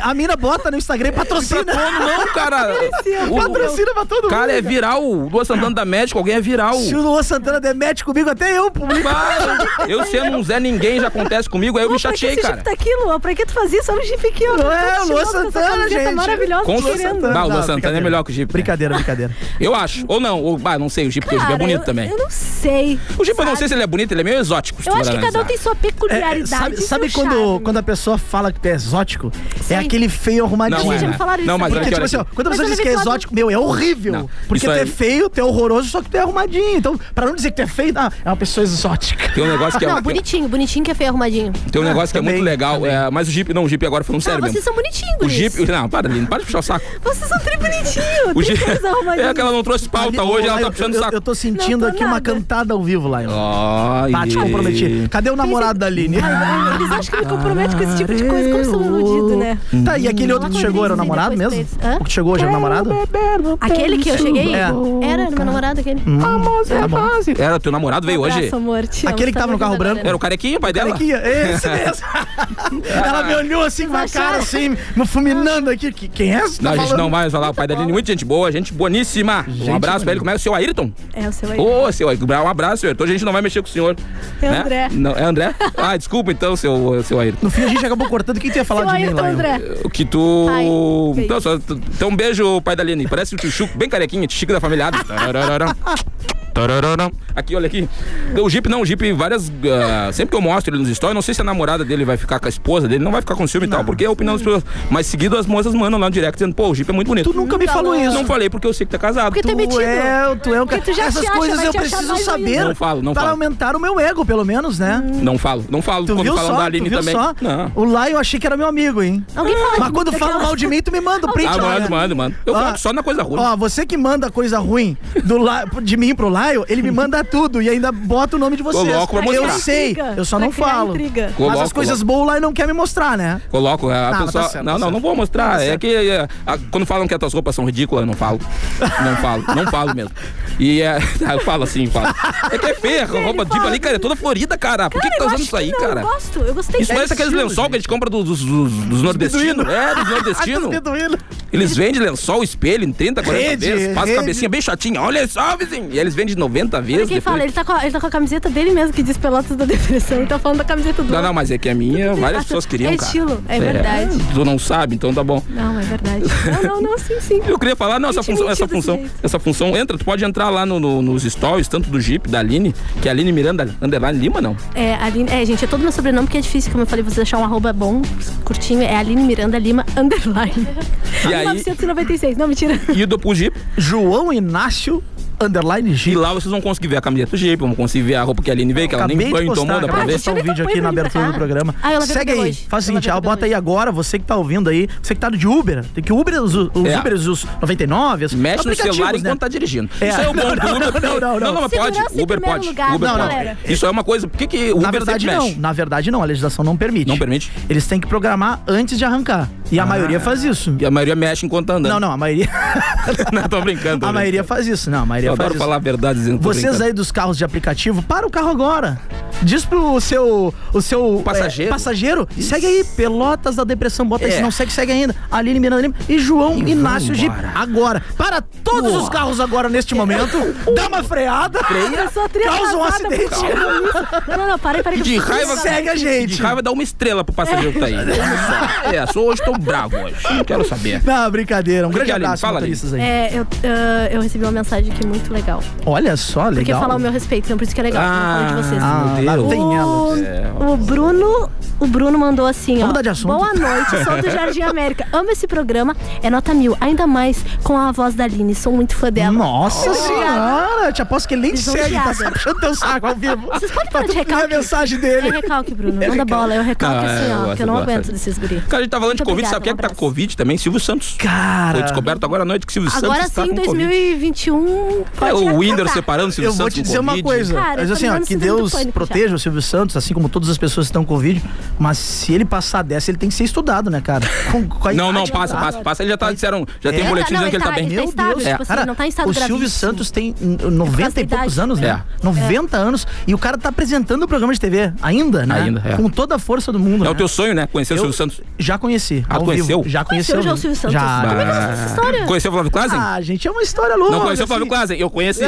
Speaker 5: A, a mina bota no Instagram e patrocina.
Speaker 3: Não, cara.
Speaker 5: é
Speaker 3: O-
Speaker 5: patrocina pra todo mundo.
Speaker 3: Cara, é viral. O Luan Santana da médico, alguém é viral.
Speaker 5: Se o Luan Santana der match comigo, até eu publico.
Speaker 3: Para! Eu sendo um Zé Ninguém já acontece comigo, aí eu me chateei,
Speaker 11: esse
Speaker 3: cara.
Speaker 11: Jeep tá aqui, Luan? Pra que tu fazia isso? Olha o Jeep aqui, ó.
Speaker 5: Não
Speaker 11: Todo
Speaker 5: é, Luan
Speaker 11: estiloso, com essa
Speaker 5: Santana,
Speaker 11: camiseta
Speaker 5: gente.
Speaker 11: Maravilhosa,
Speaker 3: Com certeza. Bah, o Luan
Speaker 5: Não,
Speaker 3: Santana é
Speaker 5: brincadeira.
Speaker 3: melhor que o Jeep.
Speaker 5: Brincadeira, brincadeira.
Speaker 3: Eu acho. Ou não, ou bah, não sei, o Jeep, porque o Jeep é
Speaker 4: Cara,
Speaker 3: bonito
Speaker 4: eu-
Speaker 3: também.
Speaker 4: Eu não sei.
Speaker 3: O Jeep eu não sei se ele é né? bonito, ele é meio exótico. se
Speaker 4: Eu
Speaker 3: tu
Speaker 4: acho que cada
Speaker 3: analisar.
Speaker 4: um tem sua peculiaridade.
Speaker 5: É, sabe
Speaker 4: e seu
Speaker 5: sabe quando,
Speaker 4: charme.
Speaker 5: quando a pessoa fala que tu é exótico? É aquele feio arrumadinho.
Speaker 3: Não é,
Speaker 5: né?
Speaker 3: Já me falaram isso Não, mas também.
Speaker 5: Porque,
Speaker 3: olha
Speaker 5: tipo assim,
Speaker 3: aqui,
Speaker 5: ó,
Speaker 3: olha aqui.
Speaker 5: quando a pessoa
Speaker 4: Mas
Speaker 5: diz
Speaker 4: eu
Speaker 5: que é
Speaker 4: levei lado-
Speaker 5: exótico, meu, é horrível.
Speaker 3: Não,
Speaker 5: porque
Speaker 3: isso
Speaker 5: tu é
Speaker 3: aí-
Speaker 5: feio, tu é horroroso, só que tu é arrumadinho. Então, pra não dizer que tu é feio, ah, é uma pessoa exótica.
Speaker 3: Tem um negócio que é,
Speaker 4: Não, bonitinho, bonitinho que é feio arrumadinho.
Speaker 3: tem um negócio que é
Speaker 5: Também,
Speaker 3: muito legal, é, mas o Jeep, não, o Jeep agora falando
Speaker 4: Ah,
Speaker 3: sério
Speaker 4: vocês
Speaker 3: mesmo.
Speaker 4: são bonitinhos,
Speaker 3: O
Speaker 4: guris.
Speaker 3: Jeep, não, para, Aline, para de puxar o saco.
Speaker 4: Vocês são tri bonitinhos.
Speaker 3: O
Speaker 4: tri
Speaker 3: Jeep,
Speaker 4: coisa arrumadinha.
Speaker 3: é que ela não trouxe pauta
Speaker 5: Ali-
Speaker 3: hoje,
Speaker 5: Ô,
Speaker 3: ela tá
Speaker 5: Lion,
Speaker 3: puxando o
Speaker 5: eu-
Speaker 3: saco.
Speaker 5: Eu tô sentindo
Speaker 4: Não tô
Speaker 5: aqui uma
Speaker 4: nada.
Speaker 5: cantada ao vivo, Lion.
Speaker 3: Ai,
Speaker 5: Tá, te comprometi. Cadê o namorado da Aline?
Speaker 11: Ai, ai, Eles acham que me comprometem com esse tipo de coisa. Como são
Speaker 4: um
Speaker 11: iludidos, né?
Speaker 5: Tá, e
Speaker 4: Hum.
Speaker 5: aquele outro que chegou era o namorado mesmo? O que chegou hoje era o namorado?
Speaker 4: Aquele que eu cheguei,
Speaker 5: É.
Speaker 4: era meu namorado aquele.
Speaker 3: Hum.
Speaker 5: Tá bom.
Speaker 3: Era teu namorado veio hoje?
Speaker 4: Abraço, amor, te amo,
Speaker 5: Aquele que
Speaker 4: tá
Speaker 5: tava no
Speaker 4: muito
Speaker 5: carro branco.
Speaker 4: adorando.
Speaker 3: Era o carequinho, o pai dela?
Speaker 5: Carequinha, esse mesmo. Ela me olhou assim com a cara assim, me fulminando aqui. Que- Quem é essa? que
Speaker 3: Não,
Speaker 5: tá
Speaker 3: a gente
Speaker 5: falando?
Speaker 3: não vai falar. O pai da Aline, muito gente boa, gente boníssima. um abraço pra ele. Como é o seu Ayrton?
Speaker 11: É o seu aí.
Speaker 3: Ô, seu Ayrton, um abraço, senhor. Então a gente não vai mexer com o senhor.
Speaker 11: É
Speaker 3: né?
Speaker 11: André.
Speaker 3: Não, é André? Ah, desculpa então, seu, seu Ayrton.
Speaker 5: No fim a gente acabou cortando. Quem tu ia falar
Speaker 11: Seu
Speaker 5: de mim,
Speaker 11: Ayrton
Speaker 5: Lion?
Speaker 11: André.
Speaker 3: O que tu.
Speaker 11: Ai, que
Speaker 3: então, só- tu- então, um beijo, pai da Aline. Parece o tio Chuco, bem carequinha, tio Chico da família Adams. Tarararam. Tarararam. Aqui, olha aqui. O Jeep não, o Jeep várias. ah, sempre que eu mostro ele nos stories, não sei se a namorada dele vai ficar com a esposa dele, não vai ficar com ciúme e tal, porque é a opinião das pessoas. Mas seguido as moças mandam lá no direct dizendo, pô, o Jeep é muito bonito.
Speaker 5: Tu nunca me falou isso.
Speaker 3: Não falei porque eu sei que tá casado.
Speaker 5: Porque tu é metido. É, tu é o cara.
Speaker 3: Porque tu já
Speaker 5: Essas
Speaker 3: se acha,
Speaker 5: coisas
Speaker 3: vai
Speaker 5: eu
Speaker 3: te achar
Speaker 5: preciso
Speaker 3: mais
Speaker 5: saber.
Speaker 3: bonito. Hum. Não falo, não
Speaker 5: Para
Speaker 3: falo.
Speaker 5: aumentar o meu ego, pelo menos, né?
Speaker 3: Não falo, não falo.
Speaker 5: Tu
Speaker 3: quando
Speaker 5: viu
Speaker 3: falam
Speaker 5: só?
Speaker 3: da
Speaker 5: tu
Speaker 3: Aline
Speaker 5: viu
Speaker 3: também.
Speaker 5: só?
Speaker 3: Não.
Speaker 5: O Lai eu achei que era meu amigo, hein?
Speaker 4: Alguém fala
Speaker 5: Mas quando
Speaker 4: daquela-
Speaker 5: fala mal de mim, tu me manda o print.
Speaker 3: Ah,
Speaker 5: lá,
Speaker 3: mando,
Speaker 5: né?
Speaker 3: mando, mando. Eu
Speaker 5: Ó,
Speaker 3: falo só na coisa ruim.
Speaker 5: Ó, você que manda coisa ruim do La- de mim pro Laio, ele me manda tudo e ainda bota o nome de vocês.
Speaker 3: Coloco pra
Speaker 5: eu
Speaker 3: mostrar.
Speaker 5: sei, eu só
Speaker 4: Pra
Speaker 5: não
Speaker 4: criar
Speaker 5: falo.
Speaker 4: intriga.
Speaker 5: Mas as
Speaker 3: Coloco,
Speaker 5: coisas boas o Laio não quer me mostrar, né?
Speaker 3: Coloco, é, a
Speaker 5: mas tá
Speaker 3: pessoa.
Speaker 5: certo,
Speaker 3: não,
Speaker 5: tá
Speaker 3: não, não
Speaker 5: certo.
Speaker 3: vou mostrar.
Speaker 5: Tá
Speaker 3: é
Speaker 5: certo.
Speaker 3: que é, a- quando falam que as tuas roupas são ridículas, eu não falo. Não falo, não falo mesmo. E é. Eu falo assim, falo. É que é feia, a roupa tipo ali,
Speaker 5: assim.
Speaker 3: cara, é toda florida, cara. Por que que tá
Speaker 4: eu
Speaker 3: usando
Speaker 4: acho
Speaker 3: isso aí,
Speaker 4: não,
Speaker 3: cara?
Speaker 4: Eu gosto, eu gostei
Speaker 3: Isso é parece aqueles lençol que a gente compra dos, dos, dos- dos nordestinos. É, dos nordestinos. Eles vendem lençol, espelho em 30, 40
Speaker 5: Rede,
Speaker 3: vezes. Passa
Speaker 5: rede.
Speaker 3: a cabecinha bem chatinha. Olha só, vizinho. E eles vendem 90 vezes.
Speaker 4: Quem
Speaker 3: depois.
Speaker 4: fala, ele tá, com a, ele tá com a camiseta dele mesmo, que diz Pelotas da Depressão, e tá falando da camiseta do
Speaker 3: Não,
Speaker 4: outro.
Speaker 3: não, mas é que a minha, várias pessoas queriam,
Speaker 4: É
Speaker 3: cara.
Speaker 4: estilo, é verdade.
Speaker 3: Tu não sabe, então tá bom.
Speaker 4: Não, é verdade. Não, não, não, sim, sim.
Speaker 3: Eu queria falar, não, essa
Speaker 4: Gente,
Speaker 3: função, essa
Speaker 4: mentido
Speaker 3: função,
Speaker 4: desse jeito.
Speaker 3: essa função entra, tu pode entrar lá no- no- nos stories, tanto do Jeep, da Aline, que é Aline Miranda, underline Lima, não.
Speaker 4: É, Aline, é, gente, é todo meu sobrenome porque é difícil, como eu falei, você deixar um arroba bom, curtinho, é Aline Miranda Lima, underline.
Speaker 3: E aí-
Speaker 4: 1996, não, mentira.
Speaker 3: E do pro Jeep,
Speaker 5: João Inácio Underline G.
Speaker 3: e lá vocês vão conseguir ver a camiseta do Jeep, vão conseguir ver a roupa que a Aline veio, que ela nem
Speaker 5: Acabei de
Speaker 3: banho tomou,
Speaker 5: postar,
Speaker 3: dá pra
Speaker 5: acabei de postar
Speaker 3: ver.
Speaker 5: um vídeo aqui na abertura do programa.
Speaker 4: Ah, ela vai
Speaker 5: Segue
Speaker 4: beber
Speaker 5: aí.
Speaker 4: hoje.
Speaker 5: Faz o
Speaker 4: Ela
Speaker 5: seguinte,
Speaker 4: vai
Speaker 5: ah,
Speaker 4: beber
Speaker 5: bota aí agora, você que tá ouvindo aí, você que tá de Uber, tem que Uber, os, os
Speaker 3: É.
Speaker 5: Ubers, os 99, os
Speaker 3: Mexe no
Speaker 5: aplicativos,
Speaker 3: celular
Speaker 5: né?
Speaker 3: enquanto tá dirigindo.
Speaker 5: É.
Speaker 3: Isso aí é o bom
Speaker 5: Não,
Speaker 3: do
Speaker 5: não,
Speaker 3: Uber. porque-
Speaker 5: não, não, não.
Speaker 3: mas pode.
Speaker 4: Segurança em
Speaker 3: Uber
Speaker 4: primeiro
Speaker 3: pode.
Speaker 4: lugar,
Speaker 3: Uber
Speaker 4: não,
Speaker 3: pode.
Speaker 4: galera.
Speaker 3: Isso é uma coisa. Por que, que o Uber
Speaker 5: na verdade
Speaker 3: sempre
Speaker 5: não,
Speaker 3: mexe?
Speaker 5: na verdade não, a legislação não permite.
Speaker 3: Não permite? Ah.
Speaker 5: Eles têm que programar antes de arrancar. E a maioria faz isso.
Speaker 3: E a maioria mexe enquanto tá andando.
Speaker 5: Não, não, a maioria,
Speaker 3: não tô brincando. tô
Speaker 5: a maioria
Speaker 3: brincando.
Speaker 5: faz isso. Não, a maioria
Speaker 3: Eu
Speaker 5: faz
Speaker 3: adoro
Speaker 5: isso.
Speaker 3: falar a verdade dizendo tô
Speaker 5: Vocês
Speaker 3: brincando.
Speaker 5: aí dos carros de aplicativo, para o carro agora. Diz pro seu o seu
Speaker 3: Passageiro.
Speaker 5: é, passageiro, segue aí Pelotas da Depressão, bota aí,
Speaker 3: É.
Speaker 5: se não segue, segue ainda. Aline Miranda Lima e João Inácio Jeep
Speaker 3: vambora.
Speaker 5: agora. Para todos os carros agora neste momento, dá uma freada.
Speaker 4: Eu sou atriz
Speaker 5: Causa um
Speaker 4: arrasada,
Speaker 5: acidente.
Speaker 4: porque eu amo isso. Não, não, não, parei, parei. que eu
Speaker 3: De
Speaker 4: preciso
Speaker 3: raiva,
Speaker 4: falar.
Speaker 5: segue a gente.
Speaker 3: De raiva dá uma estrela pro passageiro que tá aí. Olha só. É, sou hoje tô bravo hoje. Não quero saber.
Speaker 5: Não, brincadeira. Um grande
Speaker 3: Aline,
Speaker 5: abraço,
Speaker 3: fala,
Speaker 5: motoristas aí.
Speaker 4: É, eu, ah, eu recebi uma mensagem aqui muito legal.
Speaker 5: Olha só, legal.
Speaker 4: Porque falar o meu respeito, então por isso que é legal.
Speaker 3: Ah,
Speaker 4: eu falo de vocês.
Speaker 5: Ah, lá
Speaker 3: Deus.
Speaker 5: vem ela.
Speaker 4: O, o Bruno, o Bruno mandou assim, ó.
Speaker 5: mudar de assunto.
Speaker 4: Boa noite, sou do Jardim América. Amo esse programa, é nota mil, ainda mais com a voz da Aline. Sou muito fã dela.
Speaker 5: Nossa
Speaker 4: Obrigada.
Speaker 5: senhora, te aposto que ele nem te segue, tá
Speaker 4: Lisonjeada.
Speaker 5: só puxando teu saco ao vivo.
Speaker 4: Vocês podem
Speaker 5: Pra
Speaker 4: parar
Speaker 5: tu
Speaker 4: de
Speaker 5: ler
Speaker 4: recalque?
Speaker 5: a mensagem
Speaker 4: É
Speaker 5: dele.
Speaker 4: recalque, Bruno. Manda bola, eu recalque
Speaker 3: Ah,
Speaker 4: assim,
Speaker 3: eu
Speaker 4: ó.
Speaker 3: gosto,
Speaker 4: que eu não
Speaker 3: gosto.
Speaker 4: aguento desses guri.
Speaker 3: Cara, a gente tá falando de
Speaker 4: Muito
Speaker 3: Covid,
Speaker 4: obrigada,
Speaker 3: sabe quem é que tá
Speaker 4: um
Speaker 3: com
Speaker 4: abraço.
Speaker 3: Covid também? Silvio Santos. Foi
Speaker 5: Cara,
Speaker 3: descoberto agora à noite que Silvio
Speaker 4: Agora
Speaker 3: Santos tá
Speaker 4: sim,
Speaker 3: com Covid.
Speaker 4: 2021.
Speaker 3: É,
Speaker 4: pode
Speaker 3: o Whindersson
Speaker 4: acabar.
Speaker 3: separando Silvio
Speaker 5: eu vou
Speaker 3: Santos
Speaker 5: te
Speaker 3: com
Speaker 5: dizer uma
Speaker 3: Covid.
Speaker 5: coisa.
Speaker 4: Cara,
Speaker 5: mas
Speaker 4: eu tô
Speaker 5: assim, ó,
Speaker 4: virando
Speaker 5: que
Speaker 4: síndrome do
Speaker 5: Deus
Speaker 4: pânico já.
Speaker 5: proteja o Silvio Santos, assim como todas as pessoas que estão com Covid. Mas se ele passar dessa, ele tem que ser estudado, né, cara? Com- com a
Speaker 3: Não, não,
Speaker 5: idade
Speaker 3: passa,
Speaker 5: que tá.
Speaker 3: passa, passa. Ele já tá, disseram, já
Speaker 5: É.
Speaker 3: tem um boletim
Speaker 4: Não,
Speaker 3: dizendo que ele tá
Speaker 4: ele
Speaker 3: bem.
Speaker 4: tá estável, tipo assim, não tá em estado
Speaker 5: o Silvio
Speaker 4: gravíssimo.
Speaker 5: Santos tem hum, 90 e
Speaker 4: idade.
Speaker 5: poucos anos, né?
Speaker 3: É.
Speaker 5: 90 anos. E o cara tá apresentando o programa de TV ainda, né?
Speaker 3: Ainda, é.
Speaker 5: Com toda a força do mundo.
Speaker 3: É o
Speaker 5: né?
Speaker 3: teu sonho, né? Conhecer o
Speaker 5: Eu
Speaker 3: Silvio Santos.
Speaker 5: Já conheci.
Speaker 3: Ah,
Speaker 5: ao vivo.
Speaker 3: conheceu?
Speaker 5: Já
Speaker 4: é Conheceu
Speaker 5: conheceu.
Speaker 4: já o Silvio Santos?
Speaker 5: Já.
Speaker 4: Como é que é essa história?
Speaker 3: Conheceu o Flávio Klazen?
Speaker 5: Ah, gente, é uma história louca.
Speaker 3: Não conheceu o Flávio
Speaker 5: assim.
Speaker 3: Klazen? Eu conheci.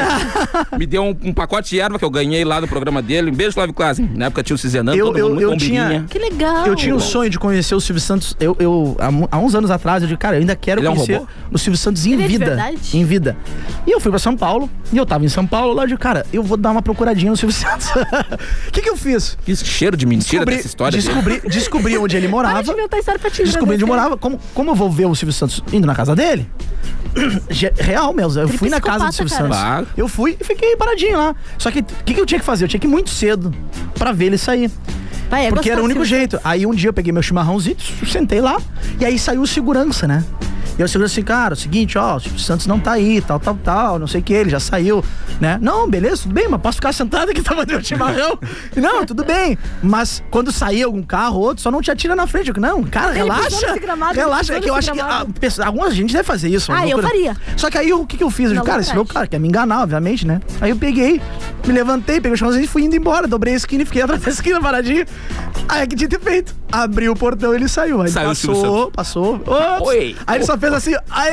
Speaker 3: Me deu um, um pacote de erva que eu ganhei lá do programa dele. Um beijo, Flávio Klazen. Na época tinha o Cizenan,
Speaker 5: Eu-
Speaker 3: todo
Speaker 5: eu-
Speaker 3: mundo
Speaker 5: eu
Speaker 3: com
Speaker 5: tinha-
Speaker 3: biquinha.
Speaker 4: Que legal.
Speaker 5: Eu tinha um o sonho de conhecer o Silvio Santos. Eu, eu há, mu- há uns anos atrás, eu digo, cara, eu ainda quero
Speaker 3: Ele é um
Speaker 5: conhecer
Speaker 3: robô?
Speaker 5: o Silvio Santos em
Speaker 4: Ele é de
Speaker 5: vida.
Speaker 4: verdade?
Speaker 5: em vida. E eu fui pra São Paulo, e eu tava em São Paulo, lá eu digo, cara, eu vou dar uma procuradinha no Silvio Santos. O que, que eu fiz?
Speaker 3: Que cheiro de mentira
Speaker 5: Descobri-
Speaker 3: dessa história. dele.
Speaker 5: descobri, descobri onde ele
Speaker 4: Para de
Speaker 5: morava.
Speaker 4: inventar história pra te
Speaker 5: Descobri onde
Speaker 4: agradecer.
Speaker 5: eu morava. Como, como eu vou ver o Silvio Santos indo na casa dele? Ge- Real, meu, eu fui na casa do Silvio
Speaker 4: psicopata,
Speaker 5: Santos.
Speaker 3: cara. Claro.
Speaker 5: Eu fui e fiquei paradinho lá. Só que o que, que eu tinha que fazer? Eu tinha que ir muito cedo pra ver ele sair.
Speaker 4: Vai, é
Speaker 5: Porque era o
Speaker 4: gostoso,
Speaker 5: único
Speaker 4: Silvio
Speaker 5: jeito. Aí um dia eu peguei meu chimarrãozinho, sentei lá, e aí saiu o segurança, né? E aí o segurança assim, cara, é o seguinte, ó, o Silvio Santos não tá aí, tal, tal, tal, não sei o que, ele já saiu, né? Não, beleza, tudo bem, mas posso ficar sentado aqui tomando meu chimarrão? não, tudo bem. Mas quando sair algum carro, outro, só não te atira na frente. Eu digo, não, cara,
Speaker 4: Ele pisou
Speaker 5: relaxa.
Speaker 4: nesse gramado, ele
Speaker 5: relaxa,
Speaker 4: pisou
Speaker 5: é que eu
Speaker 4: nesse
Speaker 5: acho que
Speaker 4: gramado.
Speaker 5: a pessoa- algumas gente deve fazer isso. é
Speaker 4: Ah,
Speaker 5: uma
Speaker 4: eu
Speaker 5: loucura.
Speaker 4: faria.
Speaker 5: Só que aí o que, que eu fiz? Eu
Speaker 4: Na
Speaker 5: digo, cara, esse
Speaker 4: loucura.
Speaker 5: louco, cara, quer me enganar, obviamente, né? Aí eu peguei, me levantei, peguei o chãozinho e fui indo embora. Dobrei a esquina e fiquei atrás da esquina paradinho. Aí que tinha feito. abriu o portão ele saiu. Aí
Speaker 3: Saiu o Silvio
Speaker 5: passou, passou. Ops.
Speaker 3: Oi.
Speaker 5: Aí ele só fez assim, aê!